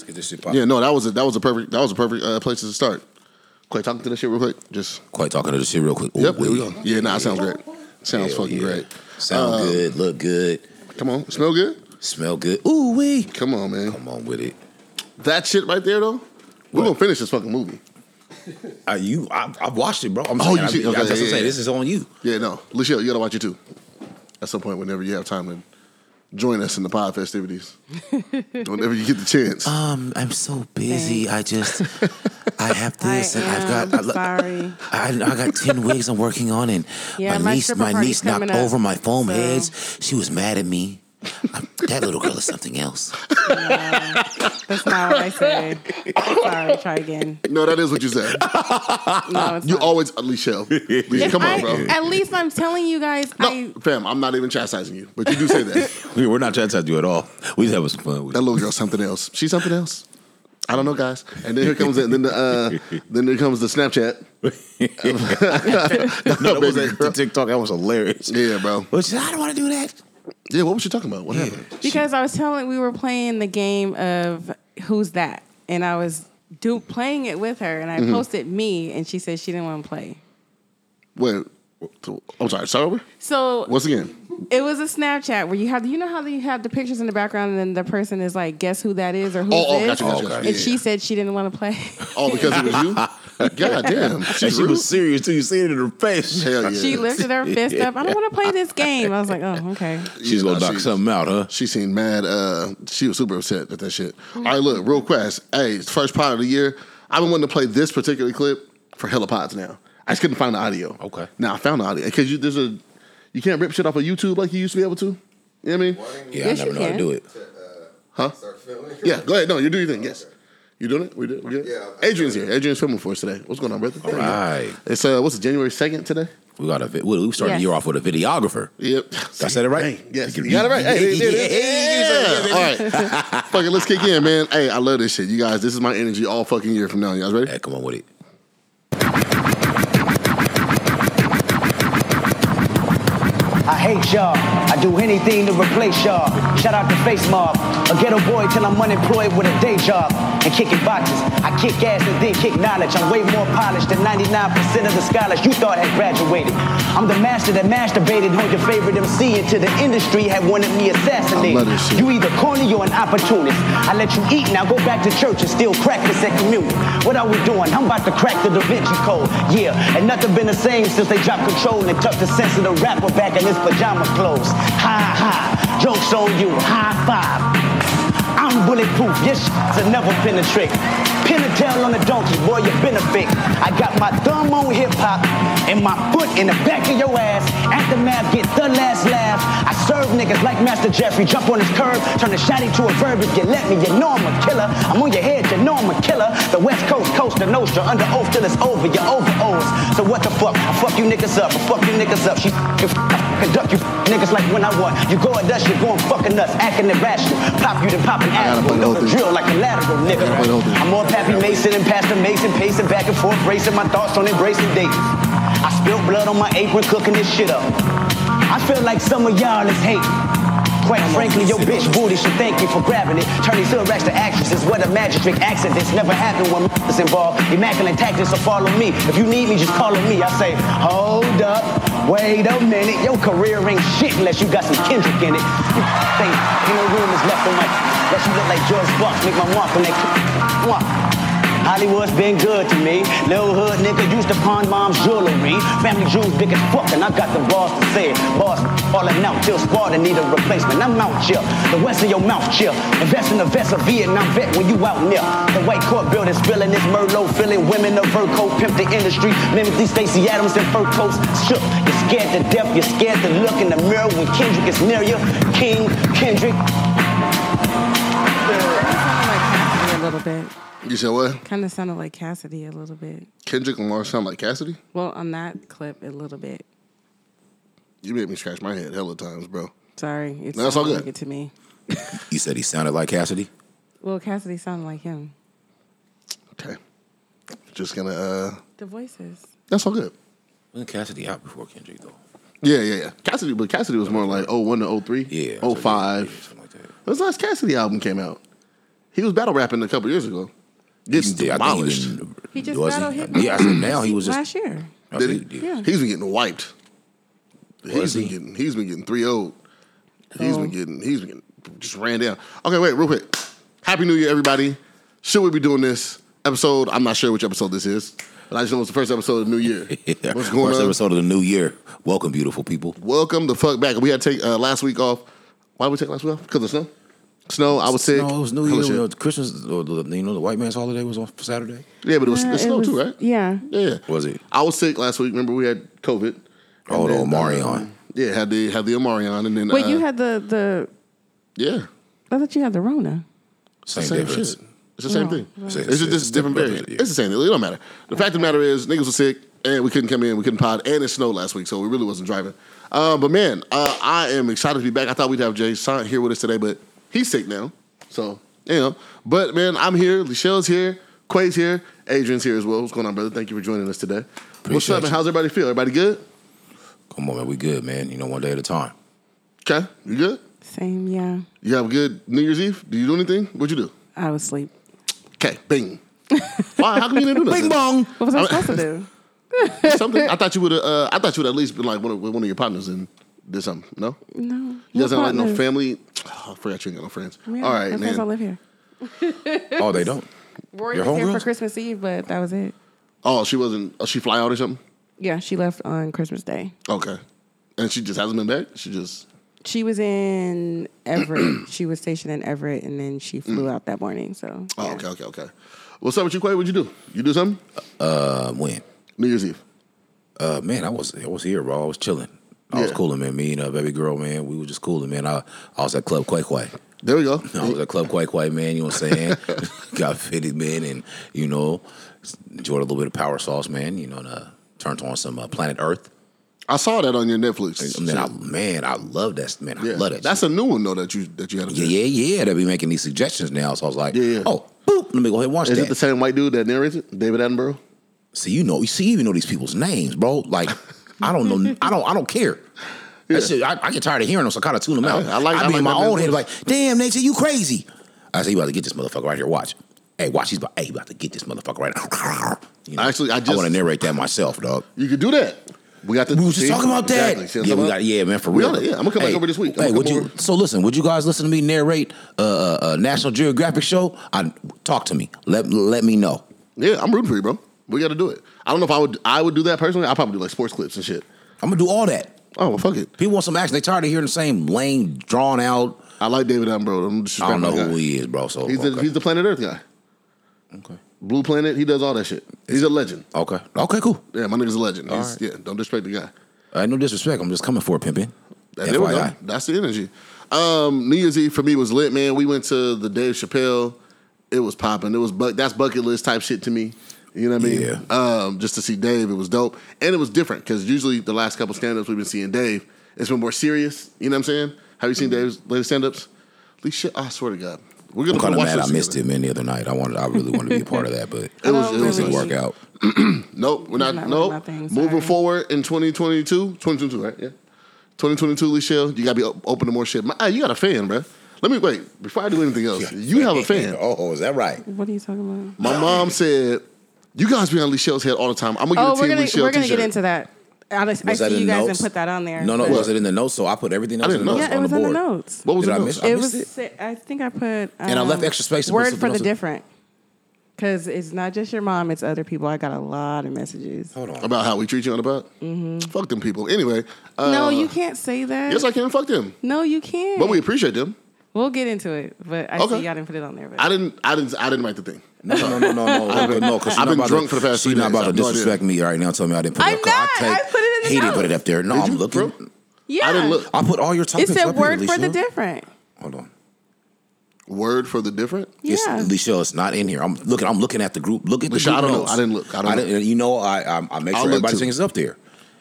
because this shit. Pop. Uh, Yeah, no, that was a, that was a perfect that was a perfect uh, place to start. Quick, talking to this shit real quick. Just Quite talking to this shit real quick. Ooh, yep, there we wee. go. Yeah, nah, it sounds great. Sounds Hell fucking yeah. great. Sound Um, good. Look good. Come on, smell good. Smell good. Ooh wee. Come on, man. Come on with it. That shit right there though. We're What? gonna finish this fucking movie. Are you? I, I watched it, bro. I'm Oh, saying, you I- see- I, okay, that's what I'm yeah, saying. yeah. This is on you. Yeah, no, Lucille, you gotta watch it too. At some point, whenever you have time to join us in the pod festivities, whenever you get the chance. Um, I'm so busy. I just, I have I this, and am I've got, I, lo- sorry. I, I got ten wigs I'm working on, and Yeah, my my niece, stripper my party's niece knocked coming up, over my foam so- heads. She was mad at me. I- that little girl is something else. That's not what I said. Sorry, try again. no, that is what you said. No, it's Ah, You not. always, Lucille. Lucille, come on, I- bro. At least I'm telling you guys. I No, fam, I'm not even chastising you, but you do say that. We, we're not trying to do it at all. We just having some fun. With that it. little girl's something else. She's something else. I don't know, guys. And then here comes the, then the uh, then there comes the Snapchat. No, that baby wasn't girl. the TikTok. That was hilarious. Yeah, bro. But she said, I don't want to do that. Yeah, what was you talking about? What happened? because I was telling we were playing the game of who's that, and I was do playing it with her, and I Mm-hmm. posted me, and she said she didn't want to play. Wait, I'm sorry. Start over. So Once again, it was a Snapchat where you have you know how you have the pictures in the background, and then the person is like, guess who that is or who Oh, oh, this? gotcha, gotcha, And gotcha. she Yeah. said she didn't want to play. all because it was you. God damn, And she's she rude. was serious too. You see it in her face. Hell yeah. she lifted her fist up. I don't want to play this game. I was like, oh, okay. She's gonna Yeah, knock she- something out, huh? She seemed mad. Uh, she was super upset at that shit. Mm-hmm. All right, look, real fast. Hey, it's first part of the year. I've been wanting to play this particular clip for hella pods now. I just couldn't find the audio. Okay. Now I found the audio because you there's a you can't rip shit off of YouTube like you used to be able to. You know what I mean? Yeah, Yes, I never you know how to can. do it. uh, Start filming. Yeah. Go ahead. No, you do your thing. Yes. You doing it? We did. We good? Yeah. Adrian's here. Adrian's filming for us today. What's going on, brother? All right. It's uh, what's it, January second today? We got a. vi- We we started Yes. the year off with a videographer. Yep. I said it right. Dang, yes, you got it right. Hey, there it is. Yeah. All right. fucking let's kick in, man. Hey, I love this shit. You guys, this is my energy all fucking year from now. You guys ready? Yeah, come on with it. I hate y'all. I do anything to replace y'all. Shout out to Face Mob. A ghetto boy till I'm unemployed with a day job. And kicking boxes. I kick ass and then kick knowledge. I'm way more polished than 99% of the scholars you thought had graduated. I'm the master that masturbated on your favorite MC until the industry had wanted me assassinated. I love this shit. You either corny or an opportunist. I let you eat, now go back to church and still practice at communion. What are we doing? I'm about to crack the Da Vinci Code. Yeah, and nothing been the same since they dropped control and tucked the sense of the rapper back in his pajama clothes. Ha ha, jokes on you, high five. I'm bulletproof, your shit's a never penetrate. Pin a tail on a donkey, boy, you been a fake. I got my thumb on hip hop and my foot in the back of your ass. Aftermath, get the last laugh. I serve niggas like Master Jeffrey. Jump on his curb, turn a shotty to a verb if you let me. You know I'm a killer. I'm on your head, you know I'm a killer. The West Coast, coast to Nostra, under oath till it's over. You're over O's. So what the fuck? I fuck you niggas up, I fuck you niggas up. She conduct you niggas like when I want. You go at us, you're going fucking nuts, acting irrational. Pop you then pop an gotta ass. play the Know whole the thing. drill like a lateral nigga. gotta play the whole thing. I'm more Pappy Mason and Pastor Mason, pacing back and forth, racing my thoughts on embracing dates. I spilled blood on my apron, cooking this shit up. I feel like some of y'all is hating. Quite frankly, your bitch booty should thank you for grabbing it. Turn these hood racks to actresses. What a magistrate accidents never happen when is involved. Immaculate tactics, so follow me. If you need me, just call on me. I say, hold up, wait a minute. Your career ain't shit unless you got some Kendrick in it. You think ain't no room is left and right. Unless you look like George Buck, make my mark on that. Mwah. Hollywood's been good to me. Lil hood nigga used to pawn mom's jewelry. Family jewels big as fuck, and I got the balls to say it. Boss falling out till Sparta need a replacement. I'm out here, the west of your mouth chill. Invest in a vest of Vietnam vet when you out near. The white court building's filling this Merlot, filling women of fur coat, pimp the industry. Mimic these Stacey Adams and fur coats shook. You're scared to death, you're scared to look in the mirror when Kendrick is near you. King Kendrick. Kind of sounded like Cassidy a little bit. You said what? Kind of sounded like Cassidy a little bit. Kendrick Lamar sound like Cassidy? Well, on that clip, a little bit. You made me scratch my head hella times, bro. Sorry, it's No, that's all sounded good. Like it to me. You said he sounded like Cassidy. Well, Cassidy sounded like him. Okay. Just gonna uh The voices. that's all good. Wasn't Cassidy out before Kendrick though? Yeah, yeah, yeah. Cassidy, but Cassidy was more like 01 to 03. Yeah. 05. Something like that. When's the last Cassidy album came out? He was battle rapping a couple years ago. Gets Yeah, I think demolished. been- He just was battled him. Yeah, I said now he was just. last year. I Did think he? he did. He's been getting wiped. Was He's been he? getting he's been getting three old. He's Oh. been getting he's been getting just ran down. Okay, wait, real quick. Happy New Year, everybody. Should we be doing this episode? I'm not sure which episode this is, but I just know it's the first episode of the New Year. What's going First on? episode of the new year. Welcome, beautiful people. Welcome the fuck back. We had to take uh, last week off. Why did we take last week off? Because of snow. Snow. I was sick. No, it was New Hella Year. shit. no, Christmas, or the, you know, the white man's holiday was on Saturday. Yeah, but it was Uh, it it snow was- too, right? Yeah. Yeah. Was it? I was sick last week. Remember we had COVID. Oh, the And then, Omarion. um, yeah, had the had the Omarion, and then Wait, uh, you had the the. yeah. I thought you had the Rona. Same, same difference. shit. It's the same No. thing. Right. It's, It's- just it's this different different, variant. yeah. It's the same thing. It don't matter. The fact of the matter is, niggas were sick and we couldn't come in. We couldn't pod, and it snowed last week, so we really wasn't driving. Uh, but man, uh, I am excited to be back. I thought we'd have Jay Sean here with us today, but he's sick now, so you know. But man, I'm here. Lachelle's here. Quay's here. Adrian's here as well. What's going on, brother? Thank you for joining us today. What's Appreciate up? And you. how's everybody feel? Everybody good? Come on, man. We good, man. You know, one day at a time. Okay, you good? Same, yeah. You have a good New Year's Eve? Do you do anything? What'd you do? I was asleep. Okay, bing. Why? How come you didn't do nothing? bong. What was I supposed to do? something. I thought you would. Uh, I thought you would at least been like one of, with one of your partners and did something. No, No. you guys no don't like no partners. family. Oh, I forgot you ain't got no friends. Yeah, All right, my man. friends don't live here. Oh, they don't. Rory Your was here for homegirls? Christmas Eve, but that was it. oh, she wasn't. Oh, she fly out or something. Yeah, she left on Christmas Day. Okay, and she just hasn't been back. She just. She was in Everett. she was stationed in Everett, and then she flew Mm. out that morning. So, Oh, yeah. okay, okay, okay. What's up with you, Quay? What'd you do? You do something? Uh, when? New Year's Eve. Uh, man, I was I was here, bro. I was chilling. I was Yeah. cooling, man. Me and uh, baby girl, man. We were just cooling, man. I I was at Club Quay Quay. There we go. I was at Club Quay Quay, man. You know what I'm saying? Got fitted, man, and you know, enjoyed a little bit of power sauce, man. You know, and, uh, turned on some uh, Planet Earth. I saw that on your Netflix. And then I, man, I love that. Man, I yeah. love that. That's a new one though that you that you had. yeah, yeah, yeah. They be making these suggestions now, so I was like, Yeah, yeah. oh, boop. Let me go ahead and watch Is that. it the same white dude that narrates it? David Attenborough. See, you know, you see, you even know these people's names, bro. Like, I don't know, I don't, I don't care. That shit, I, I get tired of hearing them, so I kind of tune them out. I like- I I be like in my that own man head, voice. like, damn, Nate, you crazy. I say, you about to get this motherfucker right here. Watch, hey, watch. He's about, hey, you about to get this motherfucker right now. You know, Actually, I just- want to narrate that myself, dog. You could do that. We got the. We was just see? talking about that. Exactly. See what Yeah, I'm we talking got, yeah, man, for We real. on it, yeah. I'm gonna come back Hey, over this week. I'm Hey, gonna would come you? over. So listen, would you guys listen to me narrate a uh, uh, uh, National Geographic show? I talk to me. Let let me know. Yeah, I'm rooting for you, bro. We got to do it. I don't know if I would. I would do that personally. I probably do like sports clips and shit. I'm gonna do all that. Oh well, fuck it. People want some action. They tired of hearing the same lame, drawn out. I like David Attenborough. I'm just I don't know who he is, bro. So He's the, okay. he's the Planet Earth guy. okay. Blue Planet. He does all that shit. He's a legend. Okay. Okay, Cool. Yeah, my nigga's a legend. He's, right. Yeah, don't disrespect the guy. I no disrespect. I'm just coming for it, pimping. That- there we go. FYI. That's the energy. Um, New Year's Eve for me was lit, man. We went to the Dave Chappelle. It was popping. It was bu- that's bucket list type shit to me. You know what I mean? Yeah. Um, just to see Dave, it was dope, and it was different because usually the last couple stand-ups we've been seeing Dave, it's been more serious. You know what I'm saying? Have you seen Dave's latest stand-ups? Least shit, I swear to God, we're gonna I'm kind of watch mad I this missed together. it, man, the other night. I wanted, I really wanted to be a part of that, but It was, I it don't was didn't Oh, really- work. work out. Nope, we're not. Not really my nope. thing, Moving sorry. forward in 2022, 2022, right? Yeah, 2022, Lachelle, you gotta be o- open to more shit. My, ah, you got a fan, bruh. Let me wait before I do anything else. You have a fan. Oh, is that right? what are you talking about? My mom said, "You guys be on Lachelle's head all the time." I'm gonna get Oh, a we're team gonna Lachelle we're gonna t-shirt. get into that. I, just, I Was that see in you the guys notes? and put that on there. No, no, but- was it in the notes? So I put everything else didn't in the know. notes yeah, it on the was on board. the notes. What was Did it? I though? miss- It missed was. si- I think I put. Um, And I left extra space to put Word something for the else in. different, because it's not just your mom; it's other people. I got a lot of messages. Hold on. about how we treat you on the pod? Mm-hmm. Fuck them people. Anyway, uh, no, you can't say that. yes, I can. Fuck them, no, you can't. but we appreciate them. we'll get into it. But I Okay. see y'all didn't put it on there. But I didn't. I didn't. I didn't write the thing. No, no, no, no, no. I've been, no, cause I've been drunk for the past She's three not days. about I to have no idea. disrespect me right now. Tell me I didn't put I'm it up. 'cause not. I put it in the He didn't notes. put it up there. No, Did I'm you, looking. bro? yeah, I didn't look. I put all your topics. It said up word here, for the Alicia. different. Hold on. Word for the different. It's, Yeah. Alicia, it's not in here. I'm looking. I'm looking at the group. Look at the Alicia, group I don't know. notes. I didn't look. I don't know. You know, I I, I make I'll sure look everybody's too. things is up there.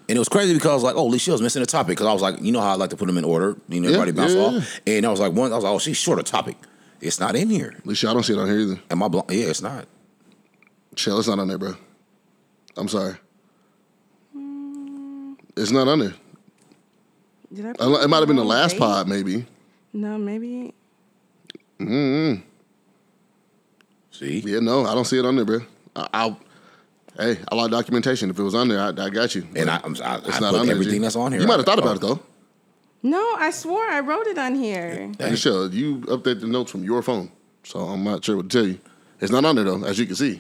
And it was crazy because I was like, oh, Alicia's missing a topic because I was like, you know how I like to put them in order. You know, Yeah, everybody bounce yeah, off. And I was like, one, I was like, oh, she's short a topic. It's not in here. Lachelle, I don't see it on here either. Am I blind? Yeah, it's not. Shell, it's not on there, bro. I'm sorry. It's not on there. Did I put Unle- It might have been the on last date? pod, maybe. No, maybe. See? Yeah, no, I don't see it on there, bro. I, I hey, I like documentation. If it was on there, I, I got you. And I, I'm, I, It's I not put on there, everything G. that's on here. Oh, You might have I- thought about it though. No, I swore I wrote it on here. Hey. Michelle, you update the notes from your phone, so I'm not sure what to tell you. It's not on there though, as you can see.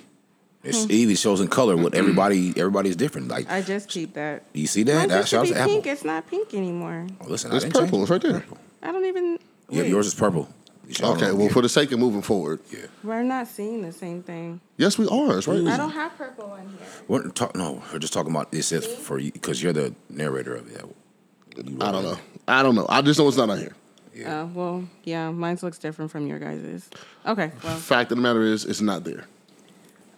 It's even shows in color what everybody everybody's different. Like Hmm. I just peeped that. you see Mine that? That used to shouts be to Apple. pink. It's not pink anymore. Oh, Listen, I It's didn't change purple. It's right there. I don't even. Yeah, wait. yours is purple. You should Okay, know. well, Yeah. for the sake of moving forward, yeah. We're not seeing the same thing. yes, we are. It's right. I don't have purple on here. We're talk, no, we're just talking about it says for you because you're the narrator of it. You I wrote don't know. it. I don't know. I just know it's not on here. Oh well, yeah, mine looks different from your guys's. Okay, well, Fact of the matter is, it's not there.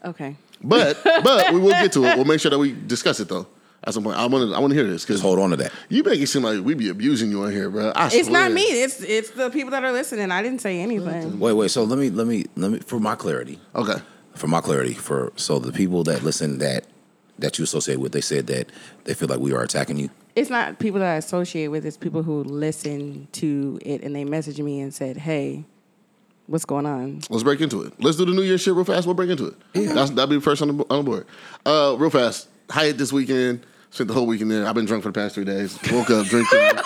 okay. But but we will get to it. We'll make sure that we discuss it though at some point. I want to I want to hear this Just because hold on to that. you make it seem like we be abusing you on here, bro. I It's swear. not me. It's it's the people that are listening. I didn't say anything. Wait, wait. So let me, let me, let me. For my clarity, Okay. for my clarity, for so the people that listen that that you associate with, they said that they feel like we are attacking you. It's not people that I associate with. It's people who listen to it and they messaged me and said, "Hey, what's going on?" Let's break into it. Let's do the New Year shit real fast. We'll break into it. That's, that'll be first on the, bo- on the board. Uh, real fast. Hyatt this weekend. Spent the whole weekend there. I've been drunk for the past three days. Woke up drinking,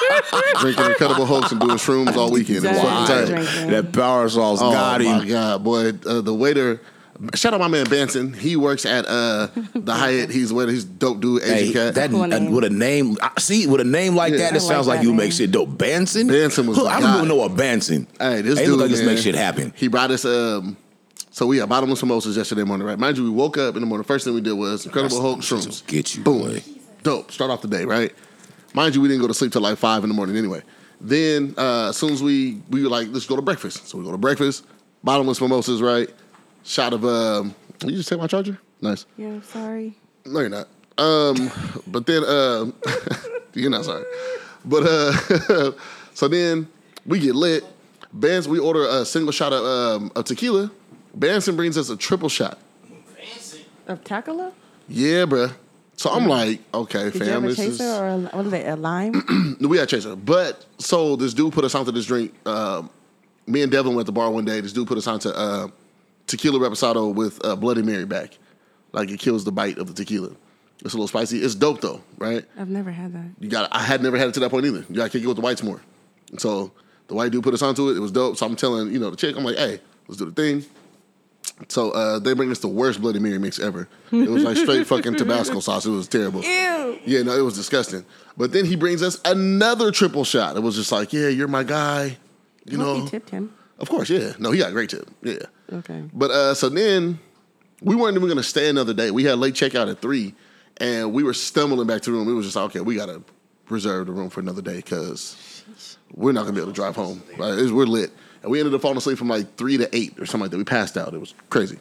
drinking Incredible Hulks and doing shrooms all weekend. It was Why? fucking terrible. Drinking. That power sauce Oh got my him. god, boy! Uh, the waiter. Shout out my man Benson. He works at uh, the Hyatt. He's a waiter. He's a dope dude. Asian Hey, cat. that uh, Cool name. with a name, I- see, with a name like Yeah. that, I it like sounds like that you name. make shit dope. Benson, Benson was Huh, the I don't guy. even know a Benson. Hey, this They dude look like just man, make shit happen. He brought us um. So we had bottomless mimosas yesterday morning, right? Mind you, we woke up in the morning. First thing we did was Incredible Hulk That's- shrooms. Get you, Boom. boy. Dope. Start off the day, right? Mind you, we didn't go to sleep till like five in the morning anyway. Then uh, as soon as we we were like, let's go to breakfast. So we go to breakfast, bottomless mimosas, right? Shot of um you just take my charger? Nice. Yeah, I'm sorry. No, you're not. Um, but then uh, you're not sorry. But uh, so then we get lit. Bands, we order a single shot of, um, of tequila. Banson brings us a triple shot. Of Takala? Yeah, bruh. So I'm like, okay, Hmm. Did fam, you ever this taste is it or a, what is it? A lime? No, we had chaser. But so this dude put us onto this drink. Um, me and Devin went to the bar one day. This dude put us onto uh, tequila reposado with uh, Bloody Mary back. Like it kills the bite of the tequila. It's a little spicy. It's dope though, right? I've never had that. you got I had never had it to that point either. You got to kick it with the whites more. So the white dude put us onto it. It was dope. So I'm telling you know the chick, I'm like, hey, let's do the thing. So uh, they bring us the worst Bloody Mary mix ever. It was like straight fucking Tabasco sauce. It was terrible. Ew. Yeah, no, it was disgusting. But then he brings us another triple shot. It was just like, yeah, you're my guy. You Hope know, you tipped him. of course, yeah. No, he got a great tip. Yeah. Okay. But uh, so then we weren't even gonna stay another day. We had late checkout at three, and we were stumbling back to the room. It was just like, okay, we gotta reserve the room for another day because we're not gonna be able to drive home. Like, it's- we're lit, and we ended up falling asleep from like three to eight or something like that. We passed out. It was crazy.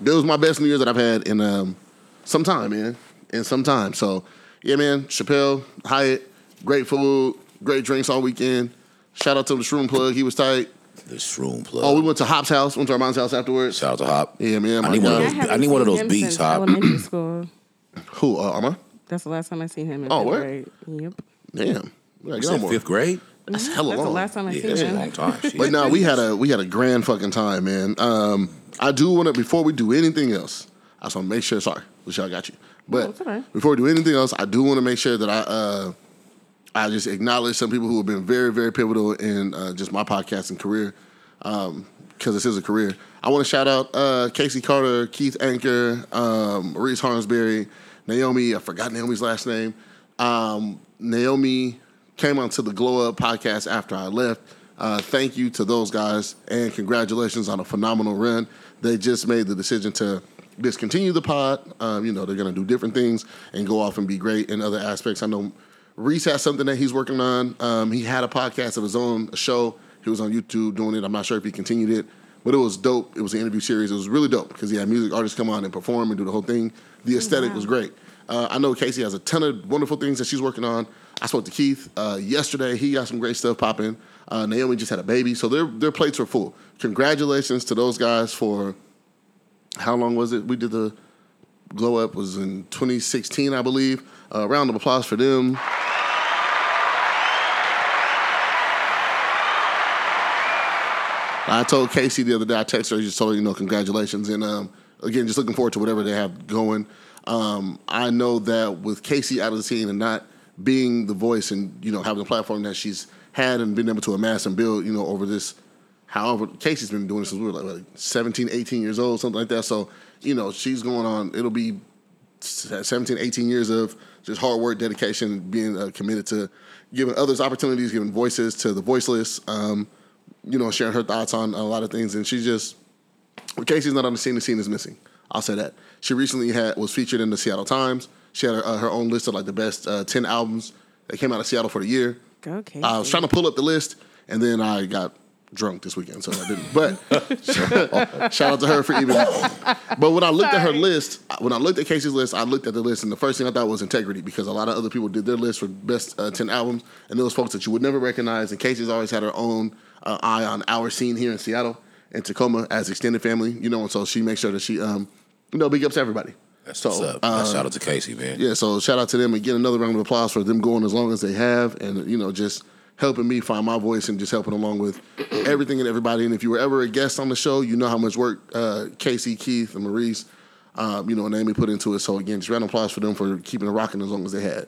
That was my best New Year's that I've had in um, some time, man, in some time. So yeah, man, Chappelle, Hyatt, great food, great drinks all weekend. Shout out to the Shroom Plug, he was tight. The shroom plug. Oh, we went to Hop's house, went to our mom's house afterwards. Shout out to Hop. Yeah, man, I need my one God. of those. I need one of those beats, Hop. Elementary school. Who? Uh, Armand? That's the last time I seen him. In Oh, oh, word? where? Yep. Damn. We gotta You get on said more. fifth grade? That's hella That's long. the last time I Yeah, seen that's a him. long time. Shit. But no, we had a we had a grand fucking time, man. Um, I do want to before we do anything else. I just want to make sure. Sorry, Michelle, I got you. But it's all right. before we do anything else, I do want to make sure that I uh, I just acknowledge some people who have been very very pivotal in uh, just my podcasting career because this is a career. I want to shout out uh, Casey Carter, Keith Anker, um, Reese Harnsberry, Naomi. I forgot Naomi's last name. Um, Naomi came onto the Glow Up podcast after I left. Uh, thank you to those guys and congratulations on a phenomenal run. They just made the decision to discontinue the pod. Um, you know, they're going to do different things and go off and be great in other aspects. I know Reese has something that he's working on. Um, he had a podcast of his own, a show. He was on YouTube doing it. I'm not sure if he continued it, but it was dope. It was an interview series. It was really dope because he had music artists come on and perform and do the whole thing. The aesthetic was great. Uh, I know Casey has a ton of wonderful things that she's working on. I spoke to Keith uh, yesterday. He got some great stuff popping. Uh, Naomi just had a baby, so their their plates are full. Congratulations to those guys for how long was it? We did the glow up was in 2016, I believe. Uh, round of applause for them. I told Casey the other day, I texted her, just told her, you know, congratulations. And um, again, just looking forward to whatever they have going. Um, I know that with Casey out of the scene and not being the voice and, you know, having the platform that she's had and been able to amass and build, you know, over this, however, Casey's been doing this since we were like, like 17, 18 years old, something like that. So, you know, she's going on, it'll be 17, 18 years of just hard work, dedication, being uh, committed to giving others opportunities, giving voices to the voiceless, um, you know, sharing her thoughts on a lot of things. And she just, when Casey's not on the scene, the scene is missing. I'll say that. She recently had was featured in the Seattle Times. She had her, uh, her own list of like the best uh, 10 albums that came out of Seattle for the year. Go, Casey. I was trying to pull up the list, and then I got drunk this weekend, so I didn't. But shout out to her for even. But when I looked at her Sorry. list, when I looked at Casey's list, I looked at the list, and the first thing I thought was integrity because a lot of other people did their list for best uh, ten albums, and those folks that you would never recognize. And Casey's always had her own uh, eye on our scene here in Seattle and Tacoma as extended family, you know, and so she makes sure that she, um, you know, big ups to everybody. That's so what's up. uh, Shout out to Casey, man. yeah, so shout out to them and get another round of applause for them going as long as they have and, you know, just helping me find my voice and just helping along with everything and everybody. And if you were ever a guest on the show, you know how much work uh, Casey, Keith, and Maurice, um, you know, and Amy put into it. So again, just round of applause for them for keeping it rocking as long as they had.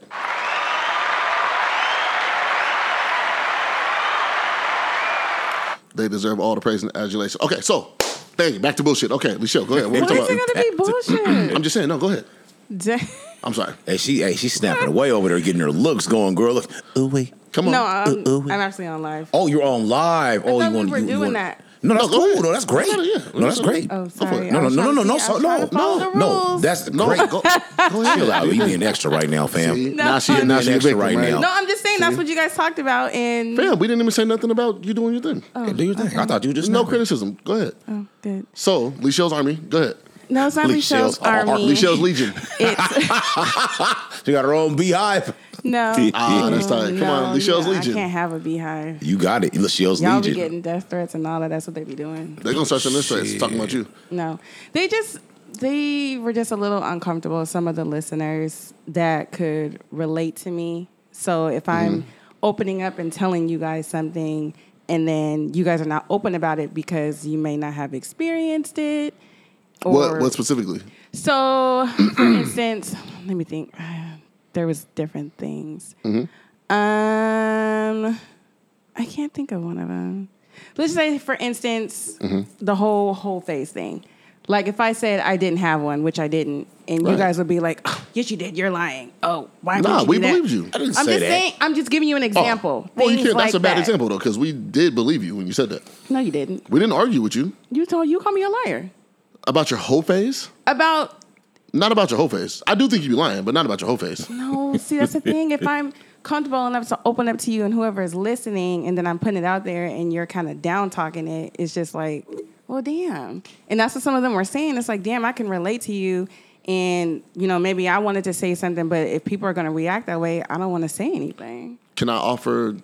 They deserve all the praise and adulation. Okay, so, thank you. Back to bullshit. Okay, Michelle, go ahead. What we What Why talking is about? it gonna be I'm just saying, no, go ahead. bullshit? I'm sorry. Hey, she, hey, she's snapping away over there, getting her looks going, girl. Look, ooh wait. Come on. no, I'm, Ooh, ooh. I'm actually on live. Uh, Oh, you're on live. oh, thought you we want were you doing want- that. No, that's No, go cool. ahead. No, that's great. No, no, yeah. No, that's great. Oh, for it. sorry. No, no, I was no, no, trying to no, no, see- I so, was no, trying to no, follow the no. rules. That's No, great. go, go ahead. Chill out. You being extra right now, fam. See, No. now she, I'm now being she a extra victim, right right, now. now. No, I'm just saying that's what you guys talked about in. Fam, we didn't even say nothing about you doing your thing. Yeah, do your thing. I thought you were just There's no snapping. criticism. Go ahead. Oh, good. So, Lichelle's Army, go ahead. No, it's not Lee Michelle's Shell's Ar- army. Lichelle's Legion. It's She got her own beehive. no. Mm, Ah, that's tight. Come no, on, Michelle's no, Legion. I can't have a beehive. You got it. Lucille's Y'all Legion. be getting death threats and all that. That's what they be doing. They're going to start sending this threats talking about you. No, they just they were just a little uncomfortable. Some of the listeners that could relate to me. So if I'm opening up and telling you guys something, and then you guys are not open about it because you may not have experienced it. Or What, what specifically? So, for instance, let me think. uh, There was different things. Mm-hmm. Um, I can't think of one of them. Let's say, for instance, Mm-hmm. the whole whole face thing. Like if I said I didn't have one, which I didn't, and Right. you guys would be like, oh, "Yes, you did. You're lying. Oh, why did you Nah, do we that?" believed you. I didn't I'm say just that. saying. I'm just giving you an example. Oh, well, you Things can't. That's a like bad that. example, though, because we did believe you when you said that. No, you didn't. We didn't argue with you You told you call me a liar about your whole face. about Not about your whole face. I do think you be lying, but not about your whole face. No, see, that's the thing. If I'm comfortable enough to open up to you and whoever is listening, and then I'm putting it out there and you're kind of down talking it, it's just like, well, damn. And that's what some of them were saying. It's like, damn, I can relate to you. And, you know, maybe I wanted to say something, but if people are going to react that way, I don't want to say anything. Can I offer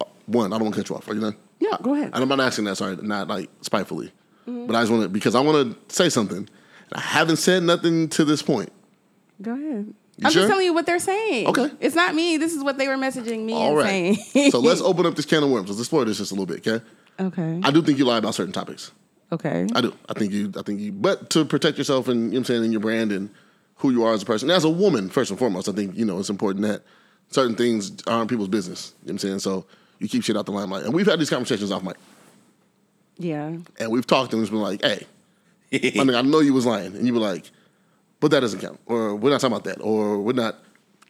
uh, one? I don't want to cut you off. Are you done? Yeah, go ahead. And I'm not asking that, sorry, not like spitefully. But I just want to, because I want to say something. And I haven't said nothing to this point. Go ahead. I'm sure? just telling you what they're saying. Okay. It's not me. This is what they were messaging me All and right. saying. so let's open up this can of worms. Let's explore this just a little bit, okay? okay. I do think you lie about certain topics. okay. I do. I think you, I think you, but to protect yourself and, you know what I'm saying, and your brand and who you are as a person. As a woman, first and foremost, I think, you know, it's important that certain things aren't people's business. You know what I'm saying? So you keep shit out the limelight. And we've had these conversations off mic. yeah. and we've talked and it's been like, hey, I mean, I know you was lying, and you were like, but that doesn't count, or we're not talking about that, or we're not.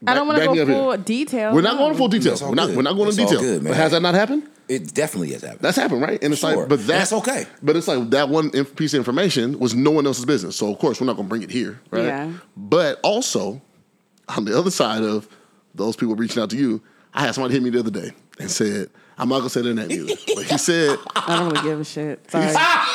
I don't back- want to back me go up here." full detail. We're not No. going full detail. That's all We're not, good. we're not going in That's all detail. good, man. but has that not happened? It definitely is happening. That's happened, right? And it's Sure. like, but that, And that's okay. But it's like that one inf- piece of information was no one else's business. So of course we're not going to bring it here, right? Yeah. But also, on the other side of those people reaching out to you, I had somebody hit me the other day and said, "I'm not going to say their name either." but he said, I don't really give a shit. Sorry.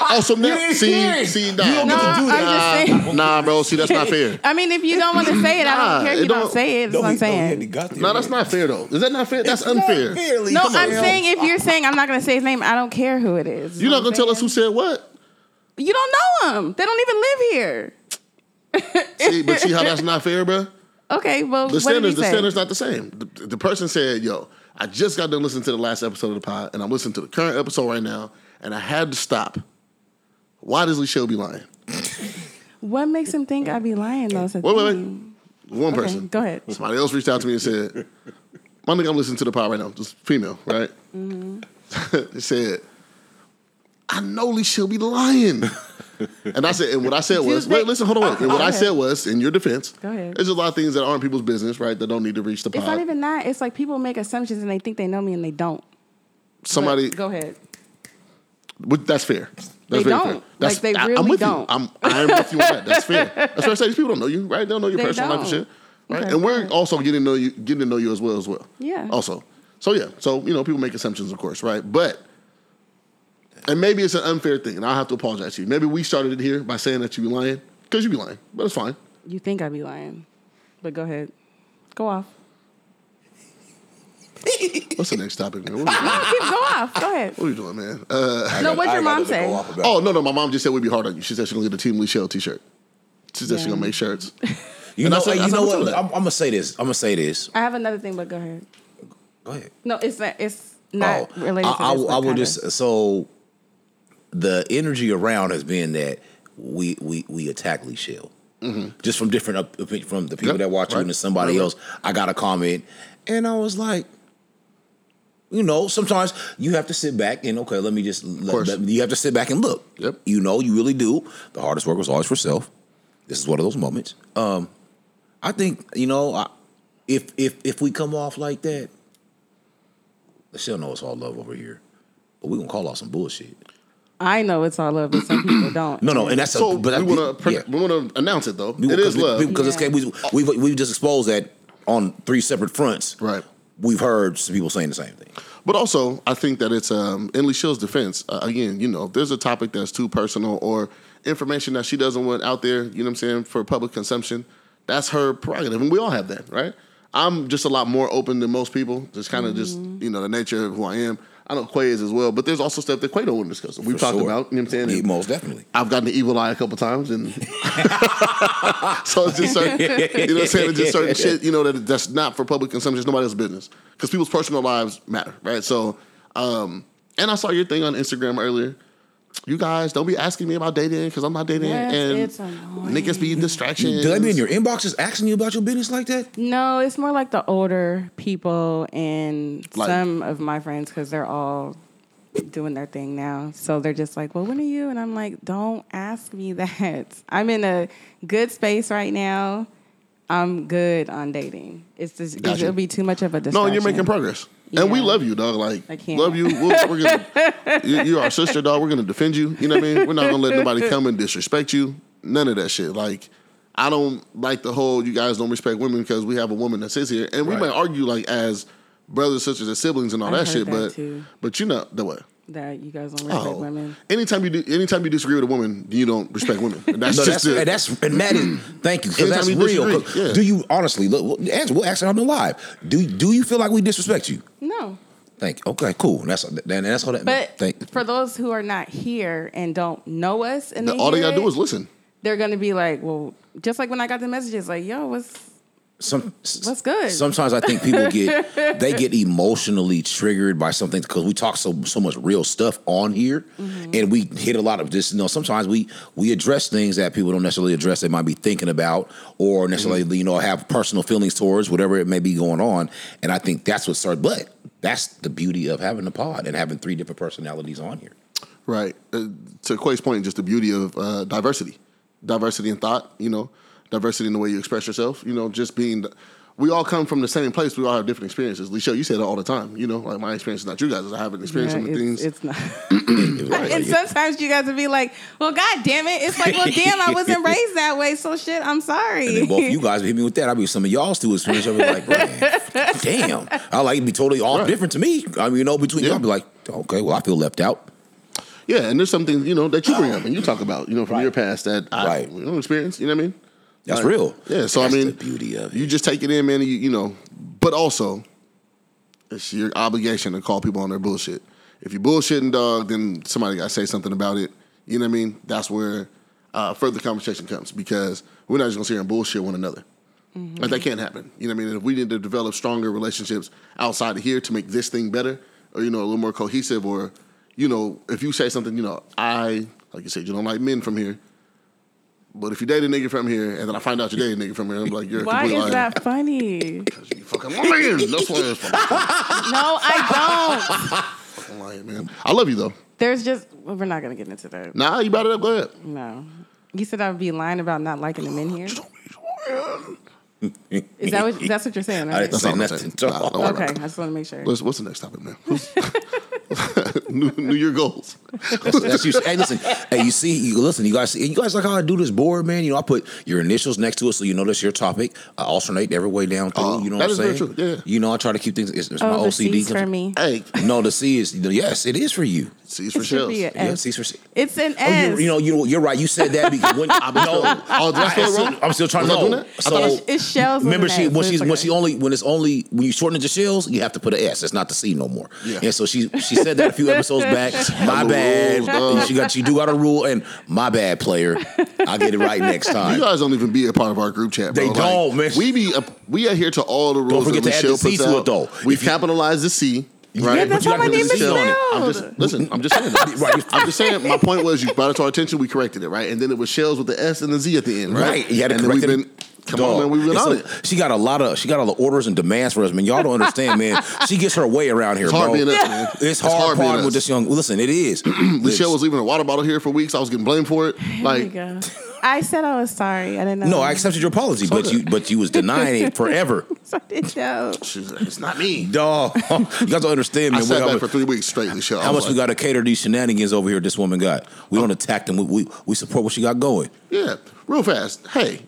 "Oh, so now didn't hear see, it. see, nah, You don't No, get to do I'm just nah, saying. nah, bro. See, that's not fair. I mean, if you don't want to say it, I Nah, don't care. it if You don't, don't- say it. That's what I'm saying. No, that's not fair though. Is that not fair? That's unfair. No, I'm saying if you're saying I'm not going to say his name, I don't care who it is. You're not gonna tell us who said what. You don't know him. They don't even live here. See, but see how that's not fair, bro. Okay, well, The what did he standards, the say? standards not the same. The, the person said, "Yo, I just got done listening to the last episode of the pod, and I'm listening to the current episode right now, and I had to stop. Why does Lee Shelby lying? What makes him think I'd be lying though? It's a Wait, wait, wait. thing. One Okay, person. go ahead. Somebody else reached out to me and said, "My nigga, I'm listening to the pod right now. Just female, right?" Mm-hmm. they said, "I know Lee she'll be lying." and I said, and what I said Did you was, wait, think- listen, hold on. Okay, and what go I ahead. said was, in your defense, Go ahead. there's a lot of things that aren't people's business, right? That don't need to reach the pod. It's not even that. It's like people make assumptions and they think they know me and they don't. But Somebody, go ahead. But that's fair. That's They very don't. Fair. That's, Like, they I- I'm really with You. don't. I'm I'm with you on that. That's fair. That's what I say. These people don't know you, right? They don't know your They personal life and don't. shit, right? Okay, and we're good. also getting to know you, getting to know you as well as well. Yeah. Also, so yeah, so you know, people make assumptions, of course, right? But and maybe it's an unfair thing, and I'll have to apologize to you. Maybe we started it here by saying that you be lying because you be lying, but it's fine. You think I'd be lying, but go ahead. Go off. What's the next topic, man? What are Keep go off. Go ahead. you doing, man? Uh, No, what'd your mom say? oh no, no, my mom just said we'd be hard on you. She said she's gonna get a Team Lee Shell T-shirt. She said she's Yeah. gonna make shirts. You And I know, said- hey, I you said, know "What's what? up with that?" I'm, I'm gonna say this. I'm gonna say this. I have another thing, but go ahead. Go ahead. No, it's not. It's not Oh, related. to I, I, this, will- but I will kinda. just so the energy around has been that we we we attack Lee Shell. Just from different up, opi- from the people Mm-hmm. Yep, that watch you right, and somebody right, right. else, I got a comment, and I was like, you know, sometimes you have to sit back and okay, let me just course. let, let me- you have to sit back and look. Yep. You know, you really do. The hardest work was always for self. This is one of those moments. Um, I think you know, I, if if if we come off like that, she'll know it's all love over here. But we're gonna call out some bullshit. I know it's all love, but some people don't. No, no, and that's a, So but we that- want to yeah. we want to announce it though. We- it is we- love. we- because it's Yeah. we we we just exposed that on three separate fronts. Right. We've heard some people saying the same thing. But also, I think that it's um, in Shill's defense. Uh, again, you know, if there's a topic that's too personal or information that she doesn't want out there, you know what I'm saying, for public consumption, that's her prerogative, and we all have that, right? I'm just a lot more open than most people. Just kind of just Mm-hmm. you know the nature of who I am. I know Quay is as well, but there's also stuff that Quay don't want to discuss. We've For talked sure. about, you know what I'm saying. Yeah, and most definitely. I've gotten the evil eye a couple times, and so it's just certain, you know, what I'm saying it's just certain shit, you know, that that's not for public consumption. It's nobody else's business because people's personal lives matter, right? So, um, and I saw your thing on Instagram earlier. You guys don't be asking me about dating because I'm not dating, Yes, and it's annoying. niggas be distractions. Did I be in your inboxes asking you about your business like that? No, it's more like the older people and Like- some of my friends because they're all doing their thing now. So they're just like, "Well, when are you?" And I'm like, "Don't ask me that. I'm in a good space right now. I'm good on dating. It's just Gotcha. it'll be too much of a distraction." No, and you're making progress. And we Yeah. love you, dog. Like, I can't. love you. We'll, we're gonna, you, you're our sister, dog. We're gonna defend you. You know what I mean? We're not gonna let nobody come and disrespect you. None of that shit. Like, I don't like the whole you guys don't respect women because we have a woman that sits here, and we Right. might argue like as brothers, sisters, and siblings, and all I've that shit. heard that, but too. but you know the what? that you guys don't respect Oh, women. anytime you do, anytime you disagree with a woman, you don't respect women. And that's No, just that's it. and that's and that is thank you because Anytime that's we real. 'Cause disagree, yeah. Do you honestly look? We'll ask, we'll ask it on the live. Do do you feel like we disrespect you? No. Thank you. Okay, cool. And that's then that's all that. But thank, for those who are not here and don't know us, and all they hear gotta do it, is listen. They're gonna be like, "Well, just like when I got the messages, like, yo, what's some s- What's good? Sometimes I think people get they get emotionally triggered by something because we talk so so much real stuff on here, Mm-hmm. and we hit a lot of this. You know, sometimes we we address things that people don't necessarily address. They might be thinking about or necessarily Mm-hmm. you know have personal feelings towards whatever it may be going on. And I think that's what started. But that's the beauty of having a pod and having three different personalities on here. Right. Uh, to Quay's point, just the beauty of uh, diversity, diversity in thought, you know, diversity in the way you express yourself, you know, just being. we all come from the same place. We all have different experiences. Lichelle, you say that all the time. You know, like my experience is not your guys'. I have an experience Yeah, on the it's, things. it's not. Right. and sometimes you guys would be like, "Well, god damn it!" It's like, "Well, damn, I wasn't raised that way, so shit, I'm And sorry." then both of you guys hit me with that. I mean, some of y'all still experience. I'll be like, man, damn. I like it'd be totally all Right. different to me. I mean, you know, between Yeah. y'all, I'd be like, okay, well, I feel left out. yeah, and there's some things, you know, that you bring up and you talk about, you know, from Right. your past that I Right. you know, experience. You know what I mean? That's Like, real. Yeah. So That's I mean, the beauty of it. You just take it in, man. and You, you know, but also, it's your obligation to call people on their bullshit. If you're bullshitting, dog, then somebody got to say something about it. You know what I mean? That's where uh, further conversation comes because we're not just gonna sit here and bullshit one another. Like that can't happen. You know what I mean? And if we need to develop stronger relationships outside of here to make this thing better, or you know, a little more cohesive, or you know, if you say something, you know, I like you said, you don't like men from here. But if you date a nigga from here, and then I find out you date a nigga from here, I'm like, you're a Why complete is liar. that funny? You fucking lying. That's why it's fucking No, I don't. lying, man. I love you though. There's just well, we're not gonna get into that. Nah, you brought it up. Go ahead. No. You said I would be lying about not liking the men here. Is that what that's what you're saying, I right? didn't That's say all I'm nothing. saying. Nah, don't worry Okay, I just want to make sure. What's, what's the next topic, man? new, new Year goals. That's you. Hey, listen. Hey, you see, you listen. You guys, see, you guys like how I do this board, man. You know, I put your initials next to it, so you know that's your topic. I alternate every way down through. Oh, you know that what I'm is very saying? true, yeah. You know, I try to keep things. It's, it's my Oh, the OCD. C's comes- for me. Hey, No, the C is yes, it is for you. C's It for should shells. be Yeah, an C's for. It's an Oh, you, S. you know, you you're right. You said that because when I still- oh, did I spell it still- wrong? I'm still trying to Was I know. doing that? I So thought I- It's- it's shells with uh, Remember, an she S, when but she's it's when okay. she only when it's only when you shorten it to shells, you have to put an S. It's not the C no more. Yeah. And so she she said that a few episodes back. My Got the bad. rules, dog. she got she do got a rule and my bad player. I'll get it right next You time. guys don't even be a part of our group chat. Bro. They don't, man. We be we adhere to all the rules. forget that to add Michelle the C puts to it, out. though. We If you- capitalize the C. Right. Yeah, But that's you how gotta my put name the is C on it. I'm spelled. just listen. I'm just saying. That. Right, you- I'm just saying. My point was you brought it to our attention. We corrected it, right, and then it was shells with the S and the Z at the end, right? Right. You had to and then correct we've it. been. Come on, Dog. man. We've been It's on a- it. She got a lot of she got all the orders and demands for us, man. Y'all don't understand, man. She gets her way around here, It's hard bro. being us, man. It's, hard, being part with us. this young. Listen, it is. Michelle was leaving a water bottle here for weeks. I was getting blamed for it. There you Like, go. I said I was sorry. I didn't know. No, I accepted your apology, but you but you was denying it forever. I didn't know. she's like, it's not me. Dog, you guys don't understand, I man. sat how back much, for three weeks straight, Michelle. I how was much we like, got to cater these shenanigans over here? This woman got. We don't attack them. We, we we support what she got going. Yeah, real fast. Hey,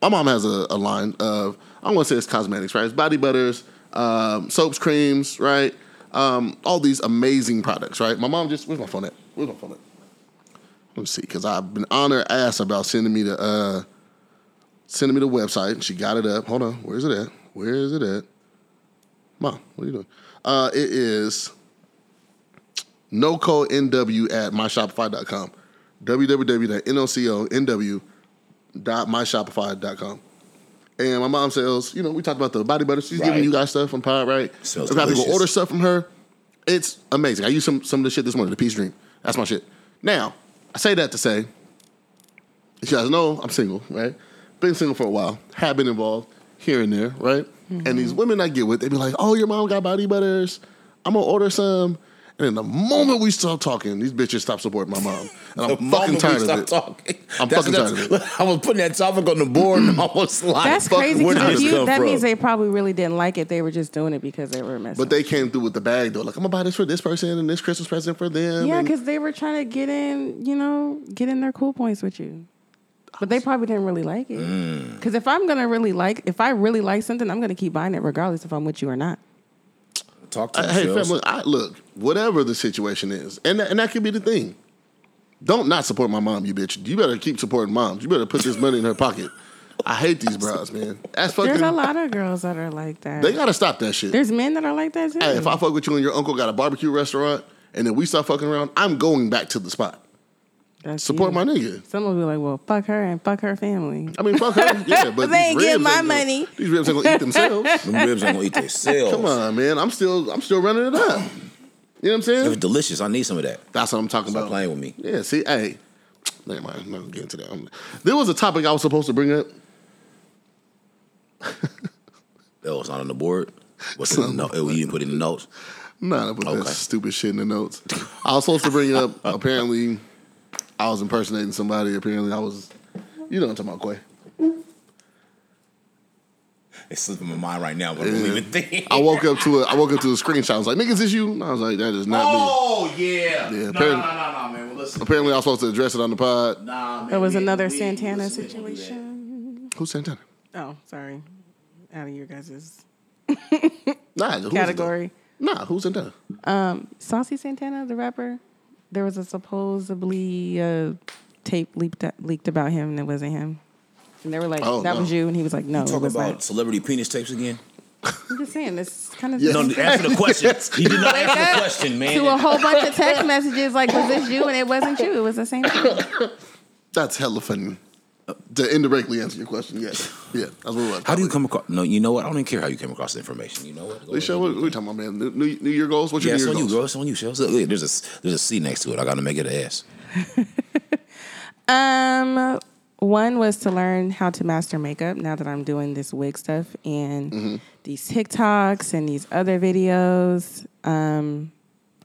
my mom has a, a line of I'm going to say it's cosmetics, right? It's body butters, um, soaps, creams, right? Um, all these amazing products, right? My mom just where's my phone at? Where's my phone at? Let me see, because I've been on her ass about sending me the uh, sending me the website. She got it up. Hold on, where's it at? Where is it at? Mom, what are you doing? Uh, it is NW at myshopify.com. www.noconw.myshopify.com. And my mom sells, you know, we talked about the body butter. She's giving Right. you guys stuff from Pod, right? Sounds I've got to go delicious. order stuff from her. It's amazing. I used some, some of the shit this morning, the Peace Dream. That's my shit. Now, I say that to say, you guys know I'm single, right? Been single for a while, have been involved here and there, right? And these women I get with, they be like, "Oh, your mom got body butters. I'm gonna order some." And then the moment we stop talking, these bitches stop supporting my mom, and I'm fucking tired of it. Talking. I'm fucking tired of it. I was putting that topic on the board and almost like That's fuck, crazy. where did 'cause this if you, come that from? means they probably really didn't like it. They were just doing it because they were messing. But they came through with the bag though, like I'm gonna buy this for this person and this Christmas present for them. yeah, and- because they were trying to get in, you know, get in their cool points with you. But they probably didn't really like it. Mm. Because if I'm gonna really like, if I really like something, I'm gonna keep buying it regardless if I'm with you or not. Talk to I- Uh, hey, Michelle. fam, look, I, look, whatever the situation is, and that, and that could be the thing. Don't not support my mom, you bitch. You better keep supporting moms. You better put this money in her pocket. I hate these bras, man. That's There's fucking. a lot of girls that are like that. They gotta stop that shit. There's men that are like that too. Hey, if I fuck with you and your uncle got a barbecue restaurant, and then we start fucking around, I'm going back to the spot. That's Support you. my nigga. Some will be like, well, fuck her and fuck her family. I mean, fuck her. Yeah, but They ain't these getting ribs my ain't gonna- money. These ribs ain't gonna eat themselves. Them ribs ain't gonna eat themselves. Come on, man. I'm still, I'm still running it up. You know what I'm It saying? was delicious. I need some of that. That's what I'm talking Stop about. playing with me. Yeah, see, hey, never mind. I'm not gonna get into that. I'm- there was a topic I was supposed to bring up. That was not on the board. What's in the note? Oh, You didn't put it in the notes. Nah, I put that Okay. stupid shit in the notes. I was supposed to bring up. Apparently, I was impersonating somebody. Apparently, I was. You know what I'm talking about, Quay. It's slipping my mind right now, but I don't even think. I woke up to a. I woke up to a screenshot. I was like, "Niggas, is you?" And I was like, "That is not Oh. me." yeah. no, Yeah, no, no, no, apparently- no, man. Well, listen. Apparently, I was supposed to address it on the pod. Nah, man. There was we- another we- Santana listen, we don't do that. situation. Who's Santana? Oh, sorry. Out of your guys' Nah, who's category. Santana? Nah, who's Santana? Saucy Santana, the rapper, there was a supposedly uh, tape leaked, leaked about him and it wasn't him. And they were like, Oh, that no. was you. And he was like, no, it Talk was about not. celebrity penis tapes again. I'm just saying, this kind of No, answer the question. You did not answer the question, man. to a whole bunch of text messages like, was this you? And it wasn't you. It was the same thing. That's hella funny. to indirectly answer your question, yes, yeah, that's what it was. How do you come across? No, you know what? I don't even care how you came across the information. You know what? Go Lee, ahead. Shell, what, what are we talking about, man? New, New New Year goals? What's your Yeah, it's New Year on you, goals? girl. It's on you, Shell. Look, look, there's a there's a C next to it. I gotta make it an S. Um, one was to learn how to master makeup. Now that I'm doing this wig stuff and these TikToks and these other videos, um,